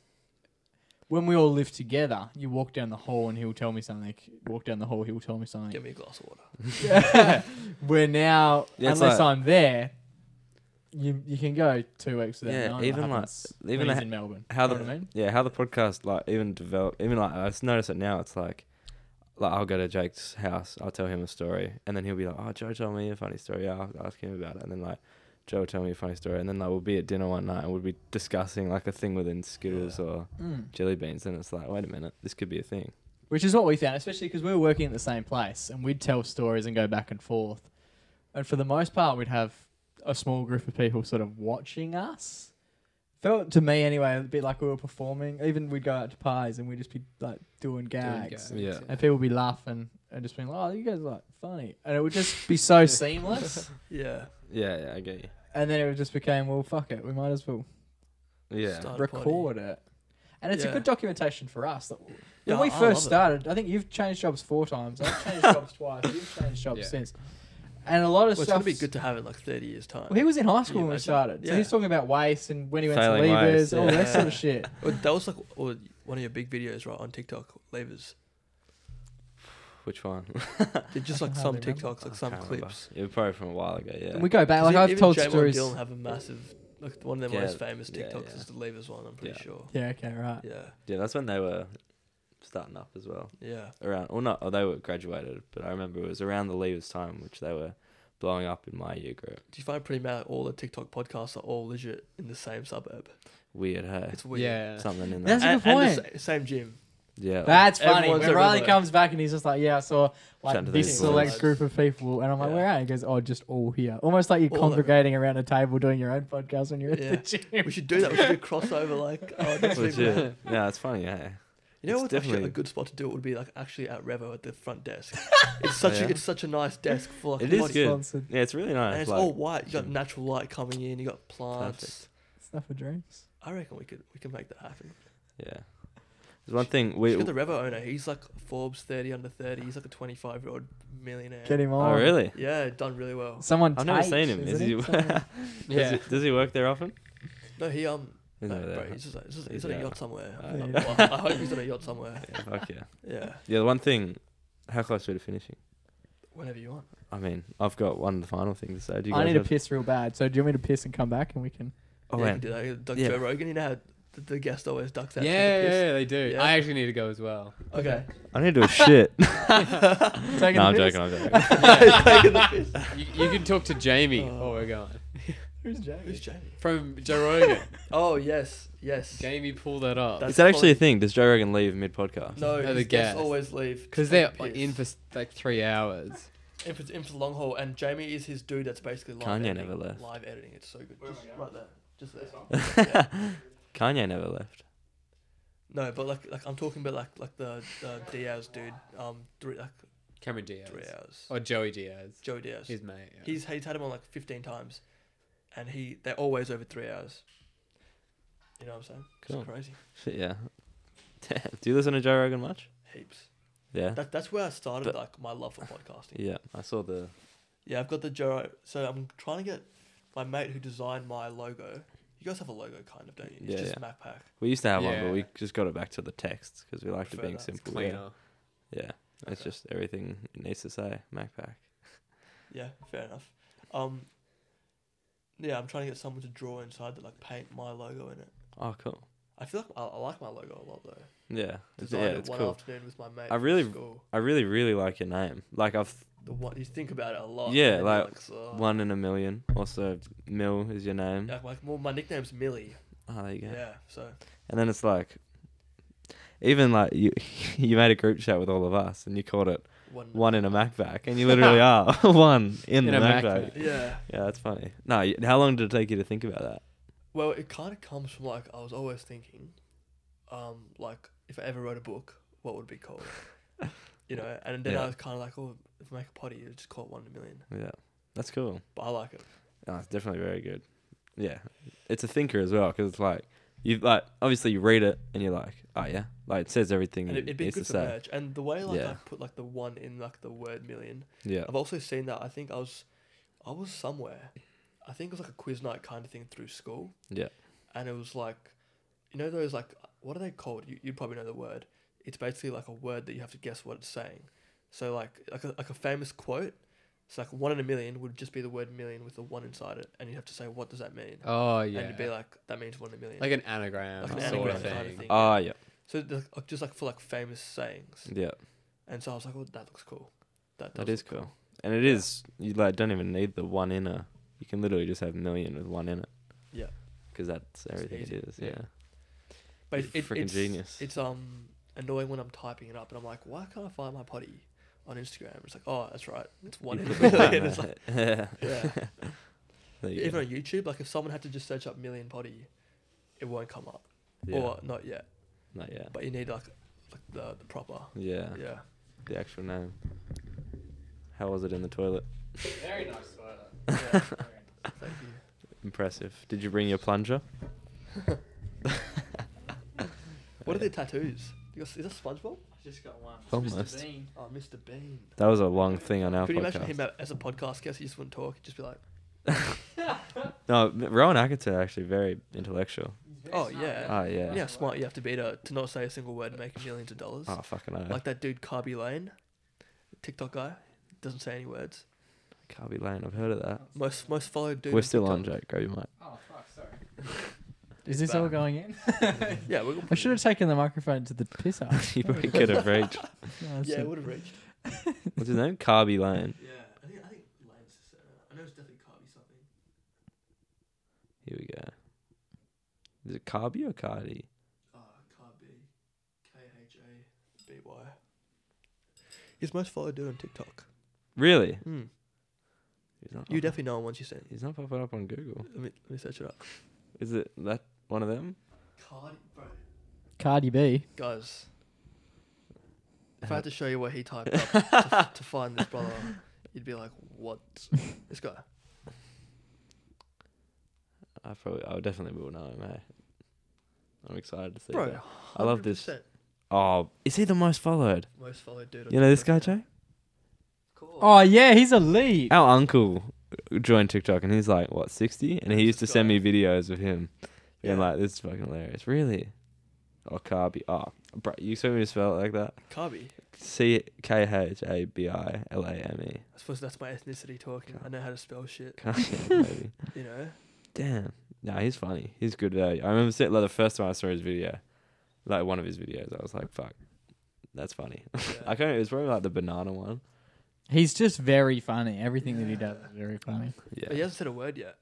B: when we all live together, you walk down the hall and he'll tell me something. Walk down the hall, he'll tell me
A: Get
B: something.
A: me a glass of water.
B: We're now,
C: Yeah, it's
B: unless
C: like-
B: I'm there, you you can go two weeks without.
C: Yeah,
B: knowing what
C: even like-
B: happens when
C: even
B: he's
C: the-
B: in Melbourne.
C: How
B: you
C: the
B: know what I mean?
C: yeah how the podcast like even develop even like I just notice it now. It's like like I'll go to Jake's house. I'll tell him a story, and then he'll be like, "Oh, Joe told me a funny story." Yeah, I'll ask him about it, and then like. Joe will tell me a funny story, and then like we'll be at dinner one night, and we'll be discussing like a thing within Skittles
A: Yeah.
C: or
B: Mm.
C: jelly beans, and it's like, wait a minute, this could be a thing.
B: Which is what we found, especially because we were working at the same place and we'd tell stories and go back and forth. And for the most part, we'd have a small group of people sort of watching us. Felt to me anyway a bit like we were performing. Even we'd go out to pies and we'd just be like doing gags.
D: gags,
C: Yeah.
B: And people would be laughing and just being like, oh, you guys are like funny. And it would just be so seamless.
A: Yeah.
C: Yeah, yeah, I get you.
B: And then it would just became, well, fuck it. We might as well
C: Yeah,
A: Start a potty.
B: record it. And it's a
A: Yeah.
B: good documentation for us. That when
A: Yeah,
B: we
A: I- I
B: first
A: love it.
B: started, I think you've changed jobs four times. I've changed jobs twice. You've changed jobs
D: Yeah.
B: since. And a lot of
A: Well, it's
B: stuff.
A: gonna be good to have in like 30 years time.
B: well, he was in high school
A: you
B: when we
A: imagine?
B: started, so
A: Yeah.
B: he's talking about waste and when he went
C: Failing
B: to levers,
C: waste,
B: all that
A: yeah.
B: sort of shit.
A: Well, that was like or one of your big videos, right, on TikTok, levers.
C: which one?
A: They're just
B: I
A: like
B: can
A: some
B: hardly remember.
A: TikTks, like some
C: Can't remember.
A: clips.
C: Yeah, probably from a while ago. Yeah.
B: And we go back.
A: 'Cause
B: Like
A: e-
B: I've
A: even
B: told
A: J1
B: stories.
A: Dylan have a massive, like one of their
C: Yeah,
A: most famous
C: yeah,
A: TikToks
C: yeah.
A: is the levers one. I'm pretty
C: Yeah.
A: sure.
B: Yeah. Okay. Right.
A: Yeah,
C: yeah, that's when they were starting up as well.
A: yeah,
C: Around, well, not oh, they were graduated, but I remember it was around the leavers time, which they were blowing up in my year group.
A: Do you find it pretty mad? Like, all the TikTok podcasts are all legit in the same suburb.
C: Weird, hey?
A: It's weird.
D: Yeah.
C: Something in
B: That's
C: there.
B: a
A: And,
B: good
A: and the
B: point.
A: sa- same gym.
C: Yeah.
B: That's funny.
A: Everyone's
B: When Riley
A: everywhere.
B: comes back and he's just like, "Yeah, I saw like
C: Chatting to
B: this
C: these
B: select
A: boys.
B: group of people," and I'm like,
A: Yeah.
B: "Where are?" you?" He goes, "Oh, just all here." Almost like you're
A: All over.
B: congregating around a table doing your own podcast when you're at
A: Yeah.
B: the gym.
A: We should do that. We should do a crossover. Like, oh, that's
C: Legit.
A: people.
C: yeah, that's funny, hey?
A: You know
C: It's
A: what's actually
C: definitely-
A: a good spot to do it would be like actually at Revo at the front desk. It's such
C: yeah?
A: a it's such a nice desk for like
C: It is
A: body-
C: good.
B: Sponsored
C: Yeah, it's really nice.
A: And it's
C: like,
A: all white. You got
C: Mm.
A: natural light coming in. You got plants.
B: stuff for dreams.
A: I reckon we could we can make that happen.
C: Yeah. There's one thing
A: We,
C: we.
A: the Revo owner. He's like Forbes 30 under 30. He's like a 25 year old millionaire.
B: Get him on.
C: Oh really?
A: Yeah, done really well.
B: Someone
C: I've never
B: Tate,
C: seen him. Is
B: isn't
C: he?
B: it? Someone-
C: Does, he, does he work there often?
A: No, he um.
C: He's
A: no,
C: over
A: bro,
C: there.
A: he's, just, he's, just,
C: He's
A: he's on a
C: out.
A: yacht somewhere.
C: Uh,
A: Um,
B: yeah.
A: well, I hope he's on a yacht somewhere.
C: Yeah, fuck yeah.
A: Yeah,
C: Yeah, the one thing. How close are we to finishing?
A: whenever you want.
C: I mean, I've got one final thing to say. Do you
B: I
C: guys
B: need to
C: have...
B: piss real bad. So do you want me to piss and come back and we can?
C: Oh,
A: yeah, you
C: man.
A: can do that. Like
C: Yeah.
A: Joe Rogan, you know how the, the guest always ducks
D: Yeah,
A: out.
D: yeah, yeah, they do.
A: Yeah.
D: I actually need to go as well.
A: Okay.
C: I need to do a shit. no,
B: Taking
C: I'm
B: the piss?
C: joking. I'm joking.
D: You, you can talk to Jamie
A: Oh.
D: while we're going.
B: Who's Jamie?
A: Who's Jamie?
D: From Joe Rogan.
A: Oh yes, yes.
D: Jamie pulled that up.
A: That's
C: Is that actually a
A: fine.
C: thing? Does Joe Rogan leave mid podcast?
A: No,
D: No,
A: no
D: the
A: the guests
D: guest.
A: always leave to
D: Because they're
A: take the
D: in for
A: piss.
D: like three hours.
A: in for in for the long haul, and Jamie is his dude. That's basically live
C: Kanye
A: editing.
C: never left.
A: Live editing, it's so good. Just right there, just there. Yeah.
C: Kanye never left.
A: No, but like like I'm talking about like like the, the Diaz dude. Um, three like
D: Cameron Diaz.
A: three hours.
C: Oh,
D: Or Joey Diaz.
A: Joe Diaz.
D: His mate. yeah.
A: He's he's had him on like 15 times, and he they're always over three hours. You know what I'm saying?
C: Cool.
A: It's crazy.
C: Shit, yeah. Damn. Do you listen to Joe Rogan much?
A: Heaps.
C: Yeah.
A: That, that's where I started
C: But-
A: like my love for podcasting.
C: Yeah. I saw the.
A: Yeah, I've got the Joe. So I'm trying to get my mate who designed my logo. You guys have a logo, kind of, don't you? It's
C: Yeah,
A: just
C: yeah.
A: Mac Pack.
C: We used to have one,
D: Yeah.
C: but we just got it back to the text because we liked it
A: Prefer
C: being
A: that. It's
C: simple. Yeah.
D: cleaner.
C: Yeah. It's
A: Okay.
C: just everything it needs to say. Macpac.
A: Yeah, fair enough. Um, yeah, I'm trying to get someone to draw inside that, like paint my logo in it.
C: Oh, cool.
A: I feel like I, I like my logo a lot though.
C: Yeah. It's, yeah,
A: Designed it
C: it's
A: one
C: cool.
A: afternoon with my mate.
C: I
A: from
C: really-
A: school.
C: I really, really like your name. Like I've
A: the one you think about it a lot.
C: Yeah,
A: and then you're
C: like,
A: so-
C: one in a million. Also, Mill is your name.
A: Oh. Yeah, like well, my nickname's Millie.
C: Oh, there you go.
A: Yeah. so
C: And then it's like, even like you, you made a group chat with all of us, and you called it
A: one.
C: one in a MacBack, and you literally are one in,
D: In
C: the
D: a
C: MacBack.
D: MacBack.
A: Yeah.
C: Yeah, that's funny. No, y- how long did it take you to think about that?
A: Well, it kind of comes from like I was always thinking, um, like if I ever wrote a book, what would it be called? you know, and then
C: Yeah.
A: I was kind of like, oh, if I make a potty, you just call it one in a million.
C: Yeah, that's cool.
A: But I like it.
C: Oh, it's definitely very good. Yeah, it's a thinker as well because it's like you like obviously you read it and you're like, oh yeah, like it says everything
A: And
C: it,
A: it, it'd be
C: needs
A: good for
C: to say.
A: merch. And the way like
C: Yeah.
A: I put like the one in like the word million,
C: Yeah,
A: I've also seen that. I think I was, I was somewhere, I think it was like a quiz night kind of thing through school.
C: Yeah.
A: And it was like, you know those like what are they called? You you probably know the word. It's basically like a word that you have to guess what it's saying. So like like a, like a famous quote. It's like one in a million would just be the word million with the one inside it, and you have to say what does that mean?
D: Oh, yeah.
A: And you'd be like that means one in a million.
D: like an anagram,
A: Like an
D: sort
A: anagram
D: of
A: kind of
D: thing.
A: thing.
C: oh yeah,
A: so the- like, just like for like famous sayings.
C: yeah,
A: And so I was like, oh, that looks cool. That does
C: that is
A: look
C: cool. And it is you like don't even need the one in a. You can literally just have million with one in it.
A: Yeah.
C: because that's everything it
A: easy.
C: is.
A: Yeah.
C: Yeah.
A: But
C: You're
A: it,
C: freaking
A: it's,
C: genius.
A: It's um annoying when I'm typing it up and I'm like, why can't I find my potty on Instagram? It's like, oh, that's right, it's one.
C: You
A: in
C: put
A: a
C: the one
A: million. It's like,
C: there.
A: yeah.
C: There you
A: Even
C: go.
A: on YouTube, like if someone had to just search up million potty, it won't come up
C: Yeah.
A: or not yet.
C: Not yet.
A: But you need like like the, the proper.
C: Yeah.
A: Yeah.
C: The actual name. How was it in the toilet?
D: Very nice sweater.
A: yeah. Thank you.
C: Impressive. Did you bring your plunger?
A: What are their tattoos? You got- Is that SpongeBob?
B: Just got one.
C: Almost.
B: Mr. Bean.
A: Oh, Mr. Bean.
C: That was a long thing on our
A: Could you
C: podcast.
A: imagine him a- as a podcast guest? He just wouldn't talk. He'd just be like,
C: no, M- Rowan Atkinson are actually very intellectual.
A: "Oh yeah,
C: Oh
A: yeah,
C: yeah.
A: you know how smart you have to be to, to not say a single word and make millions of dollars."
C: Oh fucking I.
A: Like that dude Carby Lane, TikTok guy, doesn't say any words.
C: Carby Lane. I've heard of that.
A: Most most followed dude.
C: We're still
A: TikTok.
C: on, Jake. Grab your mic.
D: Oh, fuck, sorry.
B: Is this all going in?
A: Yeah, we're gonna
B: I
A: put
B: should have
A: it
B: taken the microphone to the pisser.
C: you probably could have reached.
B: No,
A: in.
B: it's
A: Yeah,
B: a-
A: it would have reached.
C: What's his name? Carby Lane.
A: Yeah, I think I think Lane's the center. I know it's definitely Carby something.
C: Here we go. Is it Carby or Cardi?
A: Ah, Carby, K H A B Y. He's most followed dude on TikTok.
C: Really?
A: Hmm.
C: He's not
A: You
C: popping-
A: definitely know him once you see him.
C: He's not popping up on Google.
A: Let me let me search it up.
C: Is it that one of them?
A: Cardi, bro,
B: Cardi B.
A: guys. If I had to show you what he typed up to, to find this brother, you'd be like, "What? This guy."
C: I probably, I definitely will know him. eh? I'm excited to see.
A: Bro,
C: that. I love this.
A: 100%.
C: Oh, is he the most followed?
A: Most followed dude. on
C: You know this guy,
A: TikTok.
C: Jay?
A: Cool.
B: Oh yeah, he's elite.
C: Our uncle joined TikTok and he's like, what, 60? And he used to send me videos of him being
A: Yeah.
C: like, this is fucking hilarious. Really? Oh, Carby. Oh, bro, you expect me to spell it like that?
A: Kabi.
C: C K H A B I L A M E.
A: I suppose that's my ethnicity talking. I know how to spell shit.
C: Carby, maybe.
A: You know.
C: Damn. Nah, he's funny. He's good value. I remember seeing, like, the first time I saw his video, like one of his videos, I was like, fuck, that's funny.
A: uh,
C: I can't, it was probably like the banana one.
B: He's just very funny. Everything that he does is very funny.
C: Yeah.
A: But he hasn't said a word yet.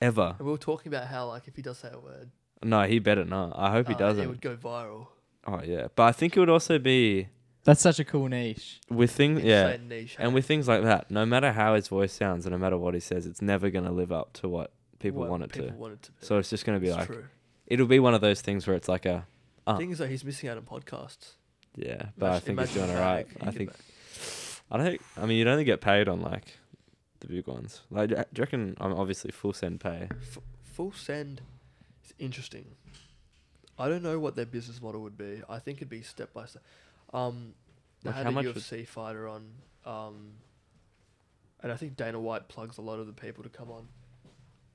C: Ever.
A: And we were talking about how like if he does say a word,
C: No, he better not. I hope he
A: uh,
C: doesn't.
A: it would go viral.
C: Oh yeah, but I think it would also be
B: That's such a cool niche.
C: with things, yeah,
A: Insane niche.
C: and with things like that. No matter how his voice sounds, and no matter what he says, it's never gonna live up to what people
A: what
C: want it
A: people
C: to.
A: want it to be.
C: So it's just gonna be
A: It's
C: like
A: true.
C: it'll be one of those things where it's like a uh,
A: Thing is, though, he's missing out on podcasts.
C: yeah, but I
A: Imagine-
C: think he's
A: imagine
C: doing
A: that.
C: alright.
A: Can you
C: I
A: get
C: think
A: back?
C: I don't. I mean, you'd only get paid on like the big ones. Like, do you do you reckon? I'm obviously full send pay.
A: F- full send is interesting. I don't know what their business model would be. I think it'd be step by step. Um, they
C: Like,
A: had
C: how
A: a
C: much would-
A: UFC fighter on, um, and I think Dana White plugs a lot of the people to come on,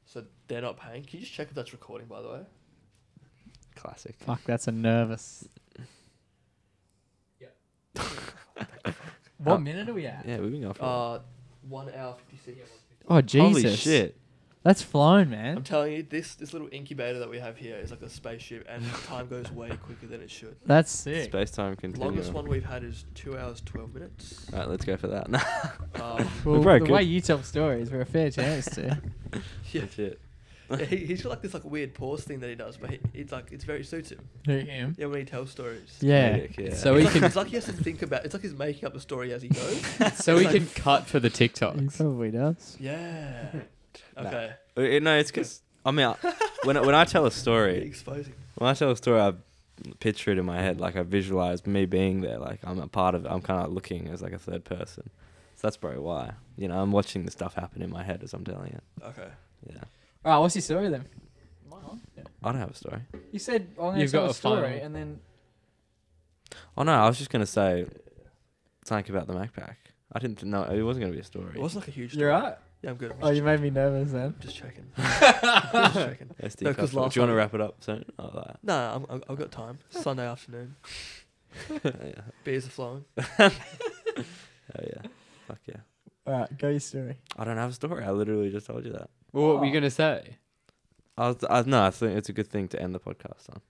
A: so they're not paying. Can you just check if that's recording, by the way?
C: Classic.
B: Fuck, that's a nervous. what
C: Oh.
B: minute are we at?
C: Yeah, we've been going for. a while.
A: Uh, one hour fifty six.
B: Oh
A: Uh,
B: Jesus!
C: Holy shit!
B: that's flown,
A: I'm
B: man.
A: telling you, this this little incubator that we have here is like a spaceship, and time goes way quicker than it should.
B: That's sick.
C: Space time
A: The
C: continuum.
A: longest one we've had is two hours twelve minutes.
C: All right, let's go for that. Oh.
A: Um,
B: Well,
C: Bro,
B: the
C: good.
B: way you tell stories, we're a fair chance to.
A: yeah,
C: Legit.
A: Yeah, he, he's got like this like weird pause thing that he does, but he, it's like it's very suits him.
B: Who him?
A: Yeah, when he tells stories.
B: Yeah.
C: Comedic, yeah.
D: So
A: it's
D: he
A: like,
D: can
A: It's like he has to think about. It's like he's making up the story as he goes.
D: so he can cut for the
B: He
D: TikToks.
B: probably does.
A: yeah.
C: Nah.
A: Okay.
C: Uh, it- no, it's because I mean, I- when I- when I tell a
A: You're
C: story,
A: Exposing.
C: when I tell a story, I picture it in my head, like I visualize me being there, like I'm a part of it. I'm kind of looking as like a third person. So that's probably why, you know, I'm watching the stuff happen in my head as I'm telling it.
A: Okay.
C: Yeah,
B: All right, what's your story then?
C: I don't have a story.
B: You said I'm gonna
D: You've
B: tell
D: got
B: a
D: a
B: story,
D: final.
B: and then
C: Oh no, I was just gonna say something about the backpack. I didn't th- no, it wasn't gonna be a story.
A: It wasn't like a huge.
B: you're
A: story.
B: right.
A: Yeah, I'm good. I'm
B: Oh,
A: just,
B: you made me nervous then.
A: I'm just checking. just checking.
C: SD
A: No, 'cause
C: card story.
A: last
C: Do you want to
A: time-
C: wrap it up soon? Oh, that.
A: No, I'm, I'm, I've got time. Sunday afternoon.
C: Oh, yeah.
A: Beers are flowing.
C: Oh yeah. Fuck yeah.
B: All right, go your story.
C: I don't have a story. I literally just told you that.
D: Well, what were you
B: Oh.
D: gonna say?
C: I, was, I no, I think it's a good thing to end the podcast on.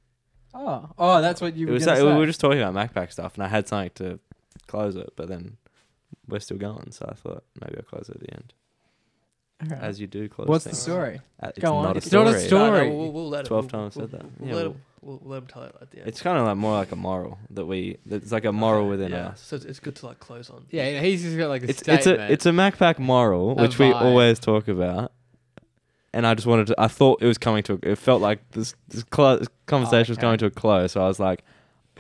B: Oh, oh, that's what you
C: It
B: were
C: was
B: gonna
C: like, we
B: say.
C: were just talking about MacPack stuff, and I had something to close it, but then we're still going, so I thought maybe I'll close it at the end,
B: All right.
C: as you do close.
B: What's the
C: things.
B: story?
C: Uh, it's
B: Go on.
C: not a
B: It's
C: story.
D: not a sto-
A: No,
D: Story.
A: no, we'll, we'll let him.
C: 12
A: we'll,
C: times
A: we'll,
C: said that.
A: We'll,
C: Yeah,
A: let
C: we'll-
A: him, we'll let him tell it at the end.
C: It's kind of like more like a moral that we. It's like a moral
A: Okay,
C: within
A: yeah.
C: us.
A: So it's, it's good to like close on.
D: Yeah, he's just got like a
C: It's it's
D: statement.
C: a it's a MacPack moral,
D: A
C: which we
D: vibe.
C: always talk about. And I just wanted to. I thought it was coming to. A, it felt like this this, clo- this conversation was
B: okay.
C: coming to a close, so I was like,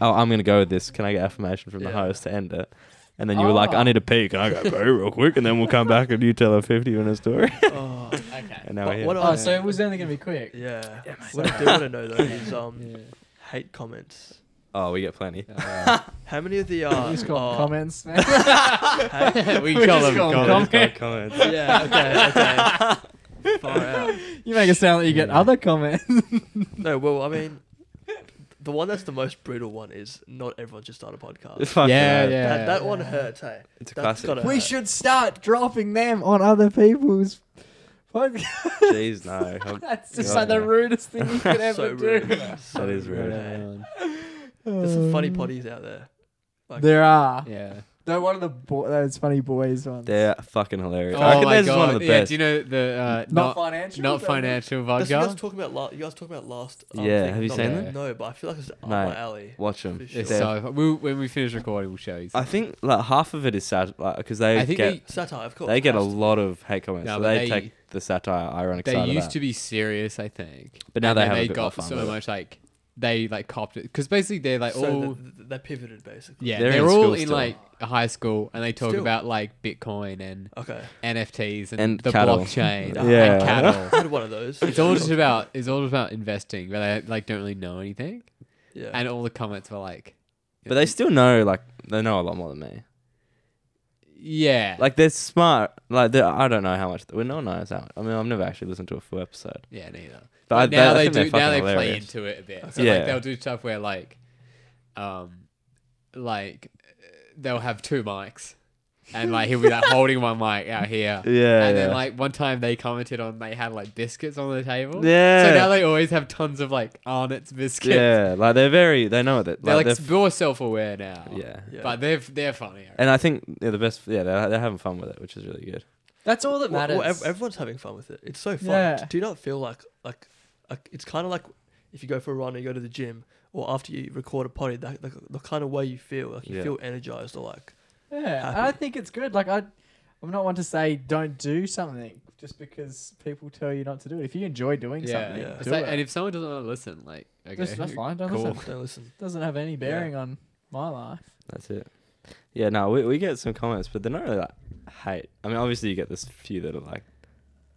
C: "Oh, I'm gonna go with this. Can I get affirmation from the
A: Yeah.
C: host to end it?" And then you were like,
B: Oh.
C: "I need a pee. Can I go pee real quick?" And then we'll come back and you tell a 50 minute story.
A: Oh,
B: Okay.
C: And now
A: But
C: we're here.
A: what
B: Oh, so it was only gonna be quick.
A: yeah.
B: mate.
A: What I do want to know though is um
D: Yeah.
A: hate comments.
C: oh, we get plenty.
D: Uh,
A: How many of the uh,
B: You just got
A: uh,
B: comments, man.
A: hey-
D: we
B: We
D: call
B: just
D: him
B: call him
D: God.
B: Comment.
C: Comment, comment.
A: yeah. Okay. Okay. Far out.
B: you make it sound like you get other comments.
A: No. Well, I mean, the one that's the most brutal one is not everyone should start a
C: It's
A: podcast.
C: fucking
D: Yeah,
C: rad.
D: yeah.
A: That, that one hurts. Hey.
C: It's a
A: That's
C: classic.
A: gotta-
B: we should start dropping them on other people's. podcasts.
C: Jeez, no. I'll-
B: That's just
C: Yeah.
B: like the rudest thing you could ever
A: so
B: do.
A: rude. So
C: That is
A: rude.
C: rude.
A: hey.
D: Yeah.
A: There's some funny potties out there. Like,
B: There are.
D: Yeah.
B: No, one of the bo- those funny boys ones.
C: They're fucking hilarious. I reckon there's one of the
D: Oh Yeah,
C: best.
D: do you know the uh,
B: not,
D: not
B: financial.
D: not
B: but-
D: financial
A: that's what you guys
D: vodka?
A: talking about. La- you guys talking about last. um,
C: Yeah,
A: thing,
C: have you
A: not-
D: seen that?
A: No, but I feel like it's up
C: No.
A: my alley.
C: Watch them.
A: Fish
D: It's
A: They're-
D: so. We, when we finish recording, we'll show you.
C: I
D: Some.
C: think like half of it is sat like because they
D: I think
C: get
D: they,
A: Satire, of course.
C: they get a
A: has to.
C: lot of hate comments.
D: No,
C: so
D: but
C: they,
D: they-
C: take the satire ironic
D: they
C: side
D: used
C: of
D: to
C: that.
D: be serious. I think,
C: But now
D: And
C: they
D: then
C: have a
D: they
C: bit more
D: got
C: fun
D: so
C: with it.
D: much like they like copped it because basically they're like
A: so
D: all
A: th- th- they pivoted basically.
D: yeah
C: They're
D: they're,
C: in
D: all
C: school
D: in
C: still.
D: like high school and they talk
A: Still.
D: about like Bitcoin and
A: Okay.
D: NFTs and,
C: And
D: the
C: cattle.
D: blockchain
C: Yeah.
D: and cattle.
A: I had one of those.
D: It's all just about it's all about investing, but they like don't really know anything.
A: yeah.
D: And all the comments were like,
C: But they still know, like, they know a lot more than me.
D: Yeah.
C: Like, they're smart. Like, they're, I don't know how much. Well, no one knows how much. I mean, I've never actually listened to a full episode.
D: Yeah, neither.
C: But
D: But
C: I-
D: now
C: I
D: they
C: think they're
D: do. Now they
C: fucking
D: play
C: hilarious.
D: into it a bit. So like
C: Yeah.
D: they'll do stuff where like, um, like uh, they'll have two mics, and like he'll be like holding one mic out here.
C: Yeah,
D: And then
C: yeah.
D: like one time they commented on they had like biscuits on the table. So
C: Yeah.
D: now they always have tons of like Arnott's biscuits.
C: Yeah, like, they're very, they know that.
D: They're
C: Like,
D: like,
C: they're,
D: more self-aware now.
C: yeah.
A: Yeah.
D: But they're they're funny.
C: And I think yeah, the best, yeah, they're, they're having fun with it, which is really good.
B: That's all that
A: Well,
B: matters.
A: well, ev- everyone's having fun with it. It's so fun.
B: Yeah.
A: Do you not feel like like, like it's kind of like if you go for a run or you go to the gym or after you record a potty, that, the, the kind of way you feel, like you
C: Yeah.
A: feel energized or like
B: yeah,
A: happy.
B: I think it's good. Like I, I'm not one to say don't do something just because people tell you not to do it. If you enjoy doing
D: Yeah.
B: something,
A: Yeah.
D: It's
B: do
D: like-
B: it.
D: and if someone doesn't want to listen, like okay,
B: That's- that's fine. Don't
D: cool.
B: listen.
A: don't listen.
B: doesn't have any bearing on my life.
C: That's it. Yeah, no, we, we get some comments, but they're not really like hate. I mean, obviously, you get this few that are like,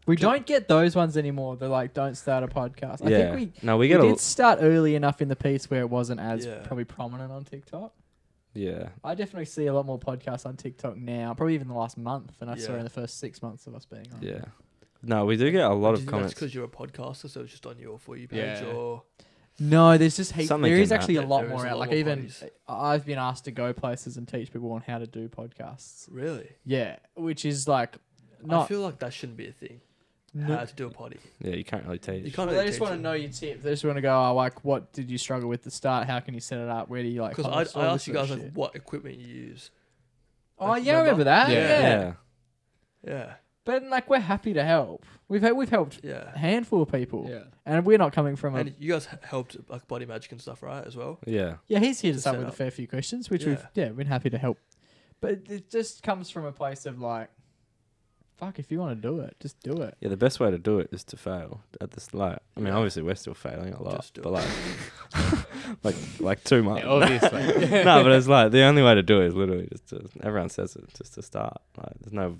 B: We don't get those ones anymore. They're like, don't start a podcast. I
C: yeah.
B: think we,
C: no, we
B: we
C: get a.
B: did start early enough in the piece where it wasn't as
A: Yeah.
B: probably prominent on TikTok.
C: Yeah.
B: I definitely see a lot more podcasts on TikTok now, probably even the last month than I saw
A: Yeah.
B: in the first six months of us being on.
C: Yeah. No, we do get a
A: Do
C: lot of
A: Oh. you think
C: comments.
A: That's because you're a podcaster, so it's just on your for you page
D: Yeah.
A: or
B: No, there's just heaps.
C: Something
B: There is
C: in that.
B: actually a
A: There-
B: lot
A: there is
B: more
A: a
B: out.
A: lot
B: Like
A: more
B: even
A: parties.
B: I've been asked to go places and teach people on how to do podcasts.
A: really.
B: Yeah, which is like
A: I
B: not.
A: feel like that shouldn't be a thing.
B: No-
A: How to do a potty?
C: yeah, you can't really teach.
A: You
B: well,
A: can't. really
B: they just
A: teach
B: want to
A: it.
B: know your tips. They just want to go, oh, like, what did you struggle with at the start? How can you set it up? Where do you like?
A: Because
B: comments?
A: I,
B: All
A: I
B: this
A: asked you
B: sort
A: guys
B: of
A: like
B: shit.
A: what equipment you use.
B: Oh
A: like,
B: yeah, I remember
A: remember?
B: that.
D: Yeah.
B: Yeah.
C: yeah.
A: Yeah,
B: But like we're happy to help. We've hel- we've helped a
A: yeah.
B: handful of people.
D: Yeah.
B: And we're not coming from a
A: And you guys h- helped like body magic and stuff, right? As well.
C: Yeah.
B: Yeah, he's here to
A: to
B: start
A: set
B: with a
A: up.
B: fair few questions, which we've yeah, been happy to help. But it- it just comes from a place of like fuck, if you want to do it, just do it.
C: Yeah, the best way to do it is to fail at this. Like, I mean, obviously we're still failing a lot,
A: Just do
C: but
A: it.
C: like, like, like too much.
D: Yeah, obviously.
C: no, but it's like the only way to do it is literally just to. Everyone says it, just to start. Like, there's no,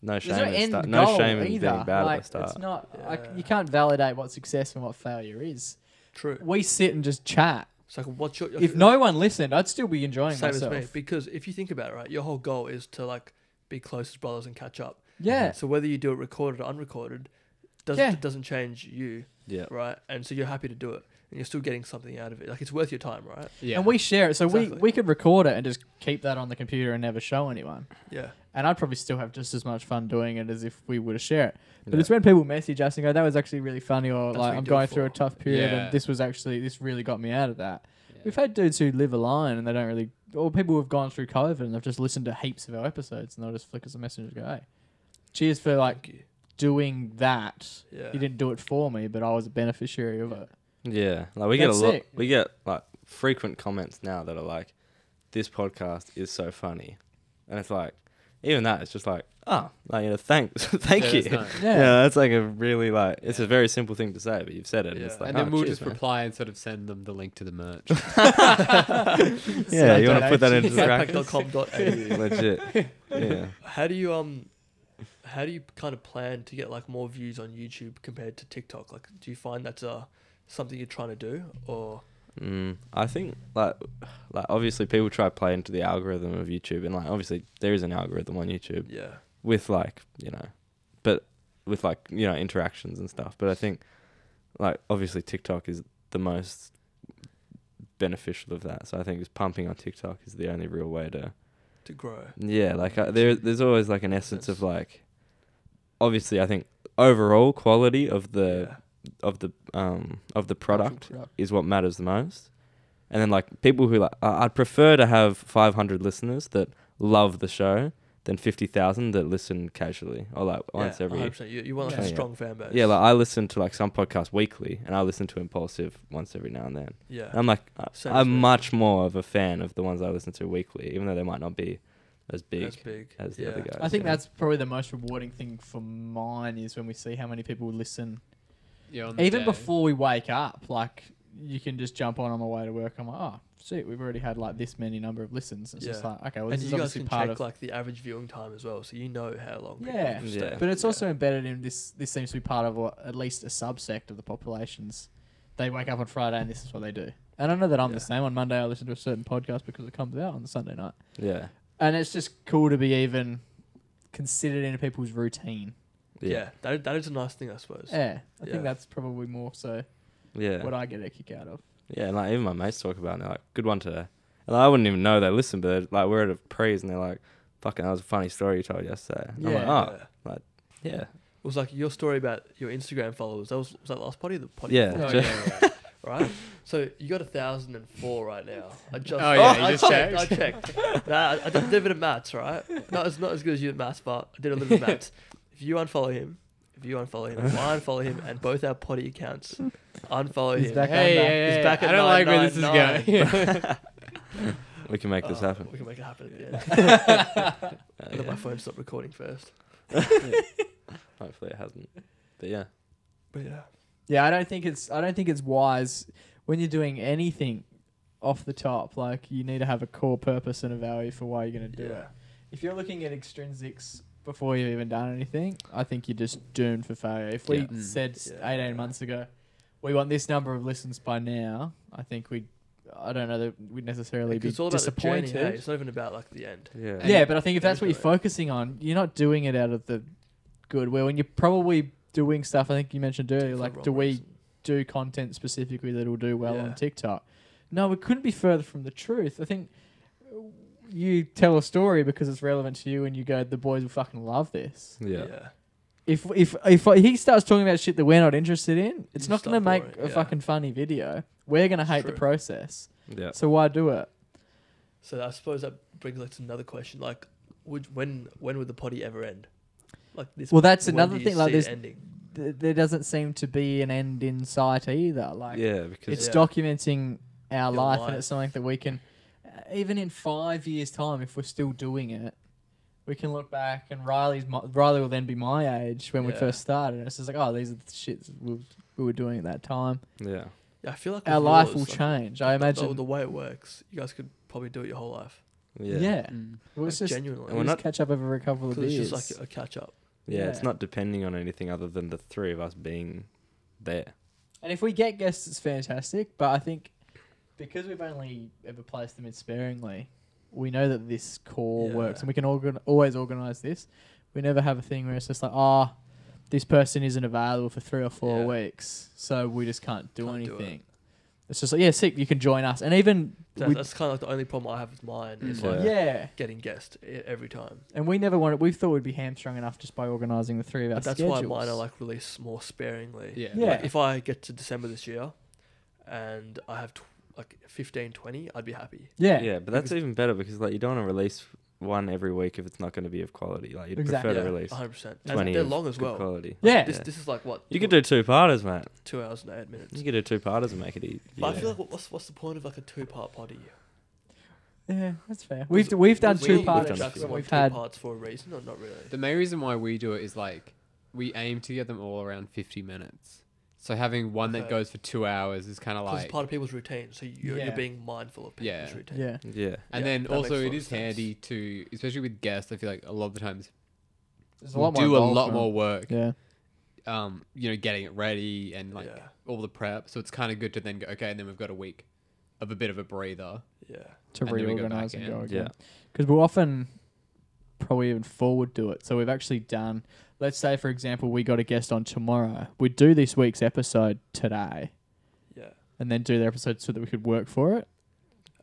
C: no shame.
B: There's no
C: in
B: end
C: sta-
B: goal
C: no shame in
B: either.
C: being bad
B: like,
C: at the start.
B: It's not like,
A: Yeah.
B: you can't validate what success and what failure is.
A: True.
B: We sit and just chat.
A: It's like what's your
B: If no one listened, I'd still be enjoying
A: same
B: myself.
A: as me because if you think about it, right, your whole goal is to like be close as brothers and catch up.
B: Yeah.
A: So whether you do it recorded or unrecorded, doesn't
B: Yeah.
A: doesn't change you,
C: yeah,
A: right? And so you're happy to do it, and you're still getting something out of it. Like it's worth your time, right?
D: yeah.
B: And we share it. So we,
A: Exactly.
B: we could record it and just keep that on the computer and never show anyone.
A: Yeah.
B: And I'd probably still have just as much fun doing it as if we were to share it. But
C: Yeah.
B: it's when people message us and go, that was actually really funny, or
A: That's what
B: like,
A: you
B: I'm
A: do it
B: going through a
A: for.
B: tough period
D: Yeah.
B: and this was actually, this really got me out of that.
D: Yeah.
B: We've had dudes who live a line and they don't really, or people who have gone through COVID and they've just listened to heaps of our episodes and they'll just flick us a message and go, hey, cheers for like
A: Thank you.
B: doing that.
A: Yeah.
B: You didn't do it for me, but I was a beneficiary of it.
C: yeah. Like we get a
B: That's
C: lot.
B: sick.
C: We get like frequent comments now that are like, "This podcast is so funny," and it's like, even that, it's just like, oh, like you know, thanks, thank
D: Yeah,
C: you.
D: that's nice.
C: Yeah.
B: Yeah.
C: that's like a really like it's a very simple thing to say, but you've said it. And it's
A: Yeah.
C: like,
D: and then
C: oh,
D: we'll
C: cheers,
D: just
C: man.
D: reply and sort of send them the link to the merch.
C: Yeah, you want to put that
B: Donation.
C: into the brackets?
A: Backpack.com.au.
C: Legit. Yeah.
A: How do you um, how do you kind of plan to get like more views on YouTube compared to TikTok? Like, do you find that's uh something you're trying to do, or
C: Mm, I think like like obviously people try to play into the algorithm of YouTube, and like obviously there is an algorithm on YouTube
A: yeah,
C: with like you know, but with like you know interactions and stuff. But I think like obviously TikTok is the most beneficial of that. So I think just pumping on TikTok is the only real way to
A: to grow?
C: Yeah, like I, there, there's always like an essence of
A: sense.
C: like, obviously, I think overall quality of the
A: Yeah.
C: of the um of the product
B: product.
C: is what matters the most, and then like people who like I- I'd prefer to have 500 listeners that love the show than 50,000 that listen casually or like once
A: yeah,
C: every
A: 100%. You, you want like
C: Yeah.
A: a strong fan base.
C: yeah like I listen to like some podcasts weekly and I listen to Impulsive once every now and then.
A: yeah.
C: I'm like I-
A: Same as me.
C: I'm much more of a fan of the ones I listen to weekly, even though they might not be as big
A: That's big.
C: as the
A: yeah.
C: other guys.
B: I think
C: yeah.
B: that's probably the most rewarding thing for mine is when we see how many people listen.
D: Yeah, on the
B: Even
D: day.
B: before we wake up, like you can just jump on on my way to work. I'm like, oh, shit, we've already had like this many number of listens. It's just
A: Yeah.
B: like, okay, well,
A: and
B: this is
A: you guys
B: obviously
A: can
B: part
A: check
B: of.
A: like the average viewing time as well, so you know how long. people
B: Yeah.
A: stay.
C: Yeah.
B: but it's
A: Yeah.
B: also embedded in this. This seems to be part of what, at least a subsect of the population's they wake up on Friday and this is what they do. And I know that I'm the same. On Monday, I listen to a certain podcast because it comes out on the Sunday night.
C: Yeah.
B: And it's just cool to be even considered into people's routine.
A: Yeah, that, that is a nice thing, I suppose.
B: Yeah, I
A: Yeah.
B: think that's probably more so
C: Yeah.
B: what I get a kick out of.
C: Yeah, and like even my mates talk about it, and they're like, good one today. And I wouldn't even know they listen, but they're, like we're at a praise and they're like, fucking, that was a funny story you told yesterday. And I'm
B: Yeah.
C: like, oh,
A: Yeah.
C: yeah.
A: It was like your story about your Instagram followers. That was, was that last potty? The potty.
C: Yeah.
A: before?
C: Oh,
A: Right. So you got a thousand and four right now. I just.
D: Oh, yeah, you
A: I
D: just
A: I checked. Nah, I, I did a bit of maths. Right. No, it's not as good as you at maths, but I did a little bit of maths. If you unfollow him, if you unfollow him, if I unfollow him, and both our potty accounts unfollow
B: He's
A: him,
B: back
D: Hey,
B: on that.
D: hey,
A: He's
D: hey,
A: back
D: I
A: at
D: don't like where this is
A: 999.
D: going.
C: We can make this
A: uh,
C: happen.
A: We can make it happen at the end.
C: Uh,
A: Let
C: yeah.
A: my phone stop recording first.
C: Hopefully it hasn't. But yeah.
A: But yeah.
B: Yeah, I don't think it's I don't think it's wise when you're doing anything off the top. Like you need to have a core purpose and a value for why you're going to do
A: Yeah.
B: it. If you're looking at extrinsics before you've even done anything, I think you're just doomed for failure. If we
C: Yeah.
D: Mm.
B: said s
A: Yeah.
B: 18 months ago, we want this number of listens by now, I think we I don't know that we'd necessarily be
A: It's all about the journey.
B: disappointed.
A: Hey? It's not even about like the end.
C: Yeah.
B: yeah, but I think if that's what you're
A: Enjoy it.
B: focusing on, you're not doing it out of the good. Where when you're probably doing stuff, I think you mentioned earlier,
A: For
B: like
A: wrong
B: do we
A: reason.
B: do content specifically that will do well
A: Yeah.
B: on TikTok. No, it couldn't be further from the truth. I think uh, you tell a story because it's relevant to you, and you go, "The boys will fucking love this."
C: Yeah.
B: If if if he starts talking about shit that we're not interested in, it's
A: You
B: not
A: start
B: going to make
A: boring,
B: a
A: yeah.
B: fucking funny video. We're going to
A: It's
B: hate the
A: true.
B: process,
C: Yeah.
B: so why do it?
A: So I suppose that brings like to another question. Like, would when when would the potty ever end? Like this.
B: Well, that's
A: when
B: another
A: do you
B: thing, like
A: see it
B: there's-
A: ending.
B: Th- there doesn't seem to be an end in sight either. Like
C: yeah, because
B: it's
A: Yeah.
B: documenting our
A: Your
B: life,
A: life.
B: and it's something that we can uh, even in five years time if we're still doing it we can look back and riley's my, riley will then be my age when we
A: Yeah.
B: first started and it's just like oh these are the shits we, we were doing at that time
C: yeah.
A: Yeah, I feel like
B: our
A: with
B: life
A: yours,
B: will
A: like,
B: change i
A: the- the-
B: imagine
A: the, way it works. You guys could probably do it your whole life.
C: Yeah.
B: yeah,
C: Yeah.
D: Mm.
B: Well, it's
A: Like,
B: just
A: genuinely.
C: And we're
B: we just
C: not-
B: catch up over a couple of
A: 'Cause
B: years
A: it's just like a catch up.
C: It's
B: Yeah.
C: not depending on anything other than the three of us being there.
B: And if we get guests, it's fantastic. But I think because we've only ever placed them in sparingly, we know that this core
A: Yeah.
B: works, and we can organ- always organise this. We never have a thing where it's just like, ah, this person isn't available for three or four
A: Yeah.
B: weeks, so we just can't do
A: Can't do it.
B: anything. it's just like, yeah, sick. You can join us, and even
A: That,
B: we,
A: that's kind of like the only problem I have with mine. Is
C: Mm.
A: like
C: Yeah.
B: yeah.
A: getting guessed e- every time.
B: And we never wanted. We thought we'd be hamstrung enough just by organising the three of us.
A: But that's
B: schedules.
A: why mine are like released more sparingly.
D: Yeah.
B: Yeah.
A: Like, if I get to December this year, and I have tw- like 15, 20, I'd be happy.
B: yeah,
C: Yeah, but that's even better because like you don't want to release one every week if it's not going to be of quality. Like you'd
B: Exactly.
C: prefer
A: Yeah,
C: to release
A: 100%.
C: twenty.
A: And they're
C: of
A: long as
C: good
A: well.
C: Quality.
B: Yeah.
A: This,
C: Yeah.
A: this is like what
C: You could do two parters, mate.
A: two hours and eight minutes.
C: You could do two parters and make it easy.
A: But I feel like what's what's the point of like a two part potty?
B: yeah, that's fair. We've we've done
A: We-
B: two
A: we've
B: parts.
C: done a
A: done
B: We've,
C: few.
A: someone two
B: had
A: parts for a reason or not really.
D: The main reason why we do it is like we aim to get them all around 50 minutes. So having one that
A: Okay.
D: goes for two hours is kind of
A: 'Cause
D: like.
A: it's part of people's routine, so you're,
B: Yeah.
A: you're being mindful of people's
D: Yeah.
A: routine.
B: yeah.
C: yeah.
D: and
A: yeah,
D: then
A: that makes a
D: also
A: lot
D: it
A: of
D: is
A: sense.
D: handy to, especially with guests, I feel like a lot of the times
B: There's
D: we'll do a lot more work,
B: Yeah.
D: um, you know, getting it ready and like
A: yeah,
D: all the prep. So it's kind of good to then go, okay, and then we've got a week of a bit of a breather.
A: yeah.
B: to
D: And then we go
B: reorganize
D: back
B: and go
D: in.
B: again.
C: Yeah.
B: Because we'll often probably even forward do it. So we've actually done, let's say, for example, we got a guest on tomorrow. We do this week's episode today
A: Yeah.
B: and then do their episode so that we could work for it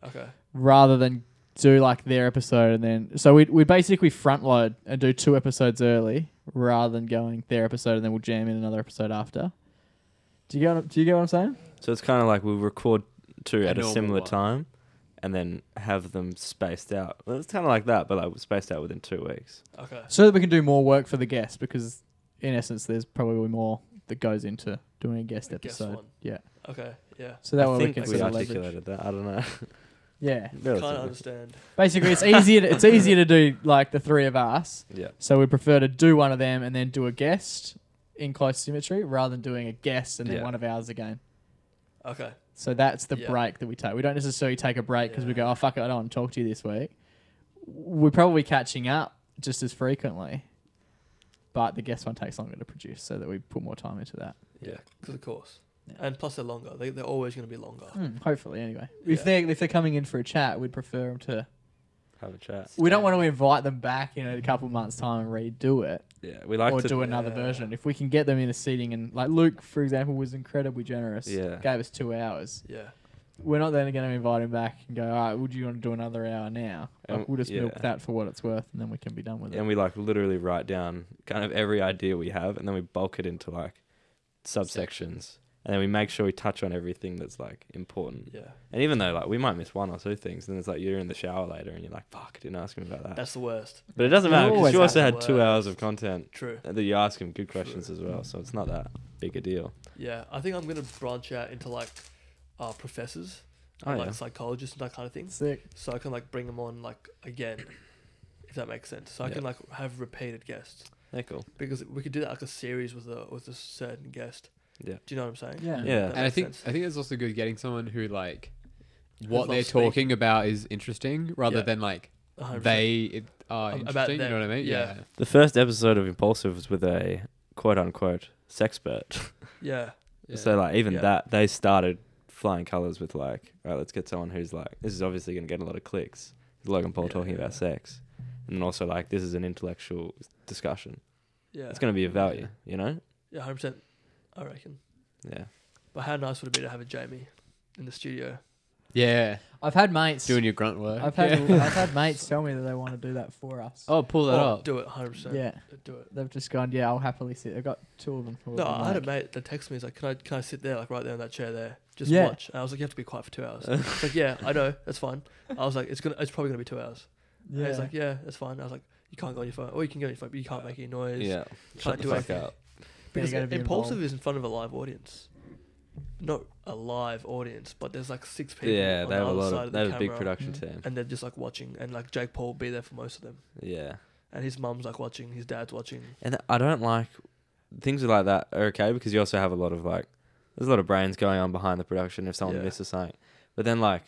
A: Okay.
B: rather than do like their episode and then. So we we basically front load and do two episodes early rather than going their episode and then we'll jam in another episode after. Do you get what, do you get what I'm saying?
C: So it's kind of like we'll record two
D: A
C: at a
D: normal
C: similar
D: one.
C: time and then have them spaced out. Well, it's kind of like that, but like spaced out within two weeks.
A: Okay.
B: so that we can do more work for the guest because in essence there's probably more that goes into doing a guest
A: A guest
B: episode
A: one.
B: yeah
A: Okay. Yeah.
B: so that
C: I
B: way we
C: think
B: can
C: we,
B: sort of leverage
C: articulated that. I don't know.
B: yeah
A: Can't
C: Relatively.
A: understand.
B: basically it's easier to, it's easier to do like the three of us
C: Yeah.
B: so we prefer to do one of them and then do a guest in close symmetry rather than doing a guest and then
C: Yeah.
B: one of ours again
A: Okay.
B: so that's the
A: Yeah.
B: break that we take we don't necessarily take a break because we
A: Yeah.
B: go oh fuck it i don't want to talk to you this week we're probably catching up just as frequently but the guest one takes longer to produce so that we put more time into that
A: Yeah. Because of course. And plus, they're longer. They, they're always going to be longer.
B: Hmm, hopefully, anyway.
A: Yeah.
B: If they if they're coming in for a chat, we'd prefer them to.
C: Have a chat.
B: We don't want to invite them back in a couple months' time and redo it
C: Yeah, we like
B: or
C: to.
B: do another
A: Yeah.
B: version. If we can get them in a seating and like Luke, for example, was incredibly generous.
C: Yeah.
B: gave us two hours.
A: Yeah.
B: We're not then going to invite him back and go. All right, would you want to do another hour now? Like,
C: And-
B: we'll just milk
C: yeah.
B: that for what it's worth, and then we can be done with
C: and
B: it.
C: we like literally write down kind of every idea we have, and then we bulk it into like subsections, and then we make sure we touch on everything that's like important.
A: Yeah.
C: And even though like we might miss one or two things, then it's like you're in the shower later and you're like, "Fuck, I didn't ask him about that."
A: That's the worst.
C: but it doesn't
B: It
C: matter because
B: always
C: you also had
A: happens.
C: two hours of content
A: True.
C: that you ask him good questions as well, so it's not that big a deal.
A: Yeah. I think I'm going to branch out into like uh, professors,
C: Oh
A: and, like
C: yeah,
A: psychologists, and that kind of thing.
B: Sick.
A: So I can like bring them on like again, if that makes sense. So I
C: Yeah.
A: can like have repeated guests
C: they're cool.
A: because we could do that like a series with a with a certain guest.
C: Yeah.
A: Do you know what I'm saying?
B: Yeah.
C: Yeah.
A: That
D: and I
A: makes
D: think
A: sense.
D: I think it's also good getting someone who like what
A: loves
D: they're
A: speaking.
D: talking about is interesting rather
A: Yeah.
D: than like
A: 100%.
D: they it, are
A: Ab- about
D: interesting. You
A: them,
D: know what I mean?
A: yeah.
C: The first episode of Impulsive was with a quote unquote sexpert.
A: Yeah.
D: Yeah.
C: So like even
A: Yeah.
C: that they started flying colors with like, all right, let's get someone who's like, this is obviously gonna get a lot of clicks. Logan Paul
A: Yeah,
C: talking
A: yeah.
C: about sex, and then also like this is an intellectual discussion.
A: Yeah.
C: It's gonna be of value, you know?
A: Yeah. Hundred percent. I reckon.
C: Yeah.
A: But how nice would it be to have a Jamie in the studio?
D: yeah,
B: I've had mates.
D: doing your grunt work.
B: I've had
D: Yeah.
B: I've had mates tell me that they want to do that for us.
D: oh, pull that
A: Oh,
D: up.
A: do it. Hundred percent.
B: yeah.
A: Do it.
B: They've just gone. Yeah, I'll happily sit. I've got two of them. who have
A: No,
B: been
A: I had a
B: like-
A: mate that texted me. He's like, "Can I can I sit there, like right there in that chair there, just
B: Yeah.
A: watch?" And I was like, "You have to be quiet for two hours." It's like, "Yeah, I know, that's fine." I was like, "It's gonna, it's probably gonna be two hours." Yeah.
B: Yeah.
A: He's like, "Yeah, that's fine." I was like, "You can't go on your phone, or you can go on your phone, but you can't make any noise."
C: Yeah. Shut the
A: do
C: fuck
A: anything.
C: up.
A: because
B: gotta be
A: impulsive
B: involved.
A: is in front of a live audience, not a live audience, but there's like six people.
C: Yeah,
A: on
C: they
A: the
C: have a
A: other
C: lot
A: side
C: of
A: of the
C: they have a
A: camera,
C: big production
B: Mm.
C: team.
A: and they're just like watching, and like Jake Paul will be there for most of them,
C: Yeah.
A: and his mum's like watching, his dad's watching.
C: And I don't like things like that are okay because you also have a lot of like there's a lot of brains going on behind the production if someone
A: Yeah.
C: misses something. But then like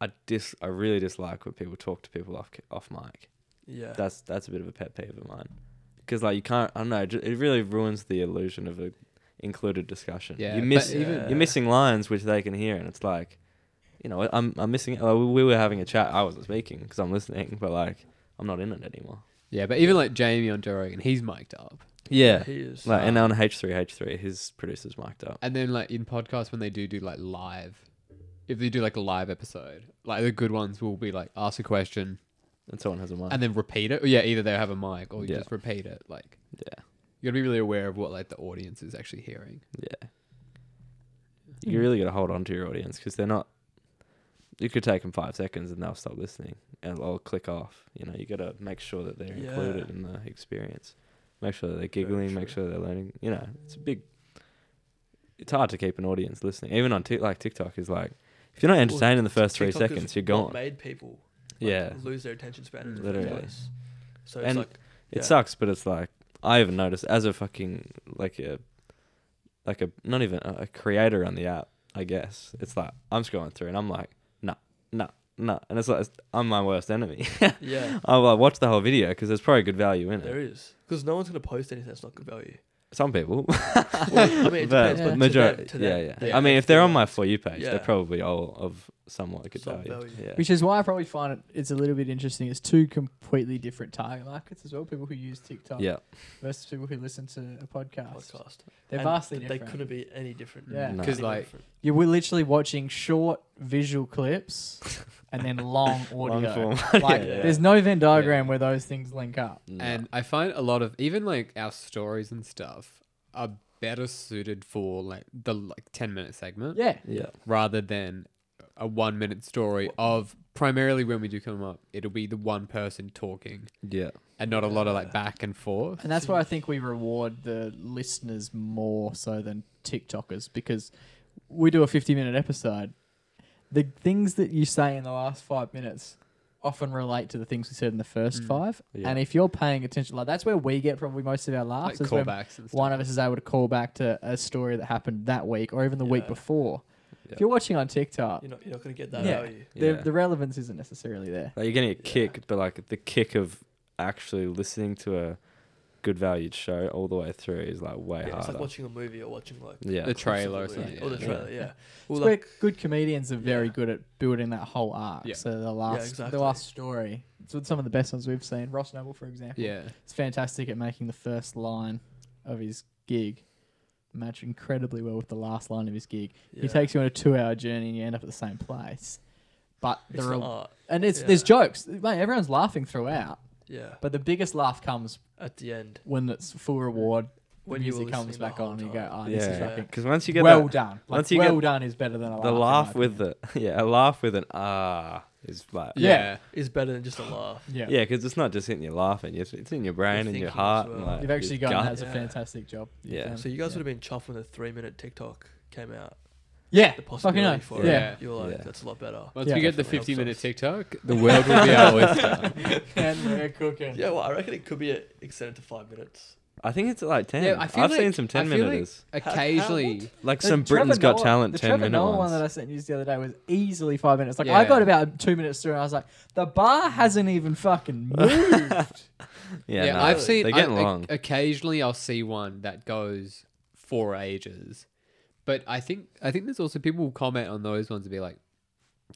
C: I dis I really dislike when people talk to people off ca- off mic.
A: Yeah,
C: That's that's a bit of a pet peeve of mine. Because like you can't I don't know it ju- it really ruins the illusion of a included discussion.
D: Yeah,
C: you
D: but
C: miss
D: even-
C: you're missing lines which they can hear and it's like you know I'm I'm missing like, we were having a chat I wasn't speaking because I'm listening but like I'm not in it anymore.
D: Yeah, but even like Jamie on Joe Rogan, he's mic'd up.
C: Yeah.
A: he is.
C: Like and uh, on H three H three, his producer's mic'd up.
D: And then like in podcasts when they do do like live, if they do like a live episode, like the good ones will be like ask a question
C: And someone has a mic.
D: and then repeat it. Yeah, either they have a mic or you
C: Yeah.
D: just repeat it. Like
C: yeah.
D: you gotta be really aware of what like the audience is actually hearing.
C: Yeah. You really got to hold on to your audience because they're not. You could take them five seconds and they'll stop listening and they'll click off. You know, you got to make sure that they're
A: Yeah.
C: included in the experience. Make sure that they're
A: Very
C: giggling. Make
A: true.
C: sure they're learning. You know, it's a big. It's hard to keep an audience listening, even on Tik like TikTok. Is like, if you're not entertained in the first three
A: TikTok is
C: seconds, you're
A: what
C: gone.
A: Made people like,
C: yeah,
A: lose their attention span in the first
C: Literally.
A: place. So it's
C: And
A: like yeah.
C: It sucks, but it's like I even noticed as a fucking like a like a not even a, a creator on the app. I guess it's like I'm scrolling through and I'm like, nah, nah, nah, and it's like I'm my worst enemy.
A: yeah,
C: I like watch the whole video because there's probably good value in it.
A: there is because no one's gonna post anything that's not good value.
C: Some people,
A: Well, I mean, it
C: but
A: depends.
B: Yeah.
A: but to
C: majority,
A: them- to
C: yeah,
A: them,
C: yeah.
A: they
C: I
A: actually
C: mean, if they're on
A: want-
C: my for you page,
A: Yeah.
C: they're probably all of somewhat good
A: Some
C: value.
A: value.
C: Yeah.
B: Which is why I probably find it it's a little bit interesting. It's two completely different target markets as well. People who use TikTok
C: yeah,
B: versus people who listen to a podcast.
A: podcast.
B: They're
A: And
B: vastly
A: th-
B: different.
A: They couldn't be any different.
B: Yeah.
C: No.
D: 'Cause,
A: Any
D: like,
A: different.
B: Yeah, we're literally watching short visual clips and then long
C: Long
B: audio.
C: form.
B: Like
A: Yeah.
B: there's no Venn diagram where those things link up.
C: Nah.
D: And I find a lot of even like our stories and stuff are better suited for like the like ten minute segment
B: Yeah.
C: yeah,
D: rather than a one minute story of primarily when we do come up, it'll be the one person talking
C: yeah,
D: and not a lot of like back and forth.
B: And that's why I think we reward the listeners more so than TikTokers because we do a 50 minute episode. The things that you say in the last five minutes often relate to the things we said in the first five.
C: Mm. Yeah.
B: And if you're paying attention, like that's where we get probably most of our laughs.
D: like
B: is when
D: callbacks and stuff.
B: one of us is able to call back to a story that happened that week or even the week
A: Yeah.
B: before.
C: Yeah.
B: If you're watching on TikTok,
A: You're not, you're not going to get that
B: Yeah.
A: value.
B: the,
C: Yeah.
B: the relevance isn't necessarily there.
C: Like you're getting a
A: Yeah.
C: kick, but like the kick of actually listening to a good valued show all the way through is like way
A: Yeah, it's
C: harder.
A: like watching a movie or watching like
C: yeah.
D: the trailer or
A: clips of the movie.
D: something.
A: Or the
D: yeah.
A: trailer, yeah. Well,
B: It's
A: like,
B: where good comedians are very
A: Yeah.
B: good at building that whole arc.
D: Yeah.
B: So the last,
A: exactly.
B: the last story. It's with some of the best ones we've seen. Ross Noble, for example.
D: Yeah.
B: It's fantastic at making the first line of his gig match incredibly well with the last line of his gig.
A: yeah.
B: He takes you on a two-hour journey and you end up at the same place. But
A: it's
B: there
A: the
B: are,
A: art,
B: and it's
A: yeah.
B: there's jokes. Mate, everyone's laughing throughout.
A: yeah.
B: But the biggest laugh comes
A: At the end,
B: when it's full reward.
A: when
B: When
A: you
B: music
A: were
B: comes
A: listening the
B: back
A: whole
B: on, you
A: time.
B: go, "Ah, this is
C: yeah,
B: fucking
C: because once you get
B: well
C: that,
B: done." Like,
C: once you
B: well
C: get
B: done is better than a laugh.
C: the
B: in my
C: laugh with
B: opinion.
C: the yeah, a laugh with an ah is like
B: Yeah.
A: is better than just a laugh.
B: yeah.
C: yeah, because it's not just in your laughing, it's it's in your brain and
A: thinking
C: your
A: as
C: heart. and,
A: well.
C: like,
B: You've actually
C: your
B: gotten
C: gut.
B: that's a
A: Yeah.
B: fantastic job. you've
C: Yeah.
B: done.
A: So you guys
B: yeah.
A: would have been chuffed when the three-minute TikTok came out.
B: yeah,
A: The
B: fucking
A: possibility
B: hell.
A: for
B: yeah.
A: it. You're like,
C: Yeah.
A: that's a lot better.
D: Once
B: Yeah.
D: we get the
A: Definitely
D: 50 minute
A: helps us.
D: TikTok, the world will be our oyster.
B: and we're cooking.
A: Yeah, well, I reckon it could be a, extended to five minutes.
C: I think it's like ten.
D: Yeah, I feel
C: I've seen
D: like-
C: some
D: I
C: ten
D: feel like
C: minutes.
D: Occasionally,
C: Like,
B: The
C: some
B: Trevor
C: Britain's Got
B: Noah-
C: Talent
B: the
C: ten
B: Trevor
C: minute
B: Noah
C: ones.
B: one that I sent you the other day was easily five minutes. Like I
D: Yeah.
B: got about two minutes through, and I was like, the bar hasn't even fucking moved.
C: yeah,
D: yeah,
C: no,
D: I've seen.
C: They're
D: I- uh,
C: getting
D: o-
C: long.
D: occasionally, I'll see one that goes for ages, but I think I think there's also people will comment on those ones and be like,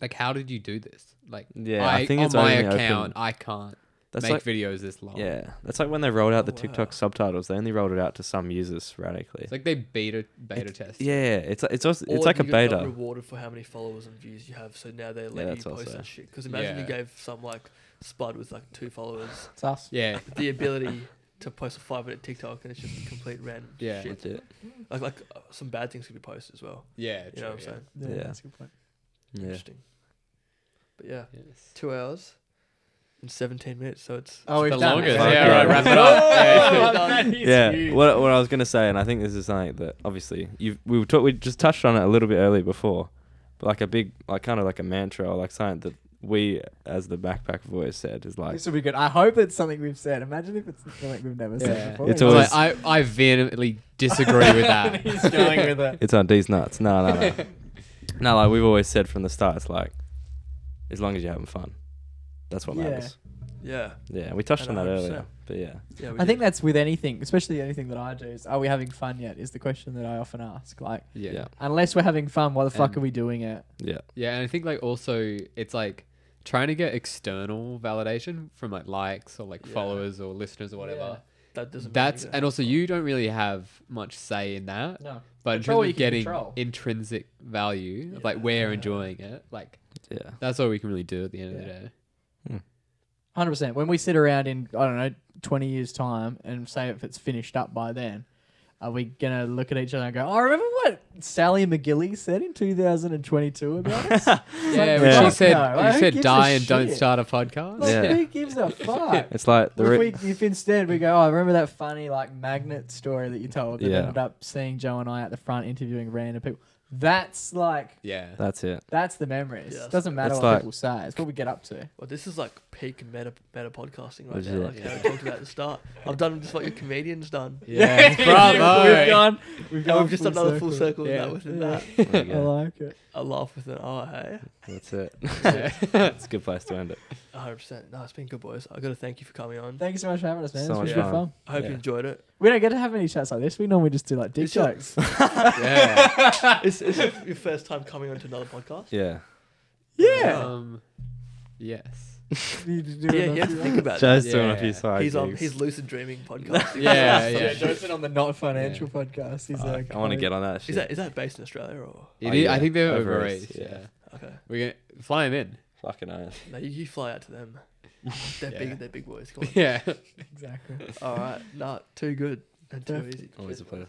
D: like, how did you do this? Like,
C: Yeah,
D: I,
C: I think
D: on
C: it's
D: my
C: only open-
D: account, I can't
C: That's
D: make
C: like-
D: videos this long.
C: yeah, that's like when they rolled out the
A: Oh, wow.
C: TikTok subtitles. They only rolled it out to some users sporadically.
D: it's like they beta beta test.
C: yeah, it's like it's also,
A: Or
C: it's like a
A: you got
C: beta.
A: rewarded for how many followers and views you have, so now they let you
C: that's
A: post
C: also-
A: that shit. Because imagine you
D: Yeah.
A: gave some like spud with like two followers
B: it's us.
D: yeah,
A: the ability to post a five-minute TikTok and it's just complete random
D: Yeah.
A: shit.
C: Legit.
A: Like like uh, some bad things could be posted as well.
D: yeah.
A: You know
D: true,
A: what I'm
D: yeah.
A: saying?
B: Yeah,
C: Yeah.
B: that's a good point.
C: Yeah.
A: Interesting. But yeah,
D: Yes.
A: two hours and seventeen minutes, so it's
B: Oh, we've
D: the
B: done
D: longest.
B: it.
C: Fuck Yeah, yeah. right, wrap
A: it up.
B: Oh,
A: Yeah.
B: that is
C: yeah,
B: huge.
C: what, what I was gonna say, and I think this is something that obviously you we were talk, we just touched on it a little bit earlier before, but like a big like kind of like a mantra or like something that we as the backpack voice said is like
B: This will be good. I hope it's something we've said. Imagine if it's something we've never
D: Yeah.
B: said before.
C: It's
D: I was
C: always-
D: like, I I vehemently disagree with that.
B: He's going with it.
C: it's on these nuts. No, no, no, no. Like we've always said from the start, it's like as long as you're having fun, that's what
B: Yeah.
C: matters.
A: yeah,
C: Yeah, we touched on
A: And
C: that
A: 100%.
C: earlier, but yeah,
A: yeah. we
B: I think
A: did.
B: that's with anything, especially anything that I do. Is are we having fun yet? Is the question that I often ask. Like,
D: Yeah.
C: Yeah.
D: yeah,
B: unless we're having fun, why the fuck
D: And-
B: are we doing it?
C: yeah,
D: and I think like also it's like trying to get external validation from like likes or like
A: Yeah.
D: followers or listeners or whatever.
A: that doesn't. mean
D: That's
A: you're
D: and
A: gonna
D: also you don't really have much say in that.
B: No.
D: But in
B: Control
D: terms
B: you
D: of
B: can
D: getting
B: control.
D: intrinsic value, of, like we're enjoying it, like
C: yeah.
D: that's all we can really do at the end of the
B: Yeah.
D: day.
B: Hundred percent. When we sit around in I don't know twenty years time and say if it's finished up by then, are we gonna look at each other and go, "Oh, remember what Sally McGilly said in two thousand and twenty-two about us?"
D: Yeah,
B: like,
D: when
B: fuck
D: she said
B: no, like,
D: you
B: who
D: said
B: gives a
D: die and don't
B: shit?"
D: start a podcast.
B: Like,
C: Yeah.
B: who gives a fuck?
C: It's like the
B: if,
C: re-
B: we, if instead we go, oh, remember that funny like magnet story that you told that
C: Yeah.
B: ended up seeing Joe and I at the front interviewing random people. That's like
D: Yeah.
C: that's it.
B: that's the memories.
A: Yeah,
B: Doesn't matter
C: it's
B: what
C: like-
B: people say. It's what we get up to.
A: Well, this is like peak meta meta podcasting right
C: Legit.
A: now. Like how we talked about at the start. I've done just what your comedian's done.
D: Yeah.
B: we've
D: Bravo.
B: gone. We've
A: And
B: gone
A: we've just done another full circle with
D: Yeah.
A: that within
B: Yeah.
A: that.
C: There you
B: I
C: go.
B: like it.
A: I laugh with an oh hey.
C: That's it.
D: Yeah.
C: It's a good place to end it.
A: hundred percent. No, it's been good boys. I gotta thank you for coming on.
B: Thank you so much for having us, man.
C: So
B: it's
C: much
B: been good
C: fun.
B: fun.
A: I hope
C: Yeah.
A: you enjoyed it.
B: We don't get to have any chats like this. We normally just do like dick
A: It's your-
B: jokes.
D: yeah.
A: Is is it your first time coming onto another podcast?
C: Yeah.
B: yeah.
D: Um, yes.
B: You just do
A: Yeah,
B: it
A: you have to think about that.
C: Joe's doing a few
D: Yeah.
C: side
A: He's on
C: gigs.
A: he's lucid dreaming podcasting.
D: Yeah,
B: yeah,
D: yeah.
B: Joe's been on the not financial podcast.
A: uh,
B: He's
C: Fuck,
B: like, "Oh,
C: I want to get on that shit.
A: Is that is that based in Australia or
D: It
C: Oh,
D: is-
C: yeah.
D: I think they're
C: Overrated,
D: overrated.
C: yeah.
D: Yeah.
A: okay?
D: We're gonna fly them in.
C: Fucking oath.
A: No, you, you fly out to them. They're
D: Yeah.
A: big. They're big boys. Come on.
D: Yeah.
B: exactly.
A: All right. Not too good and too
B: Perfect.
A: easy.
C: Always a pleasure.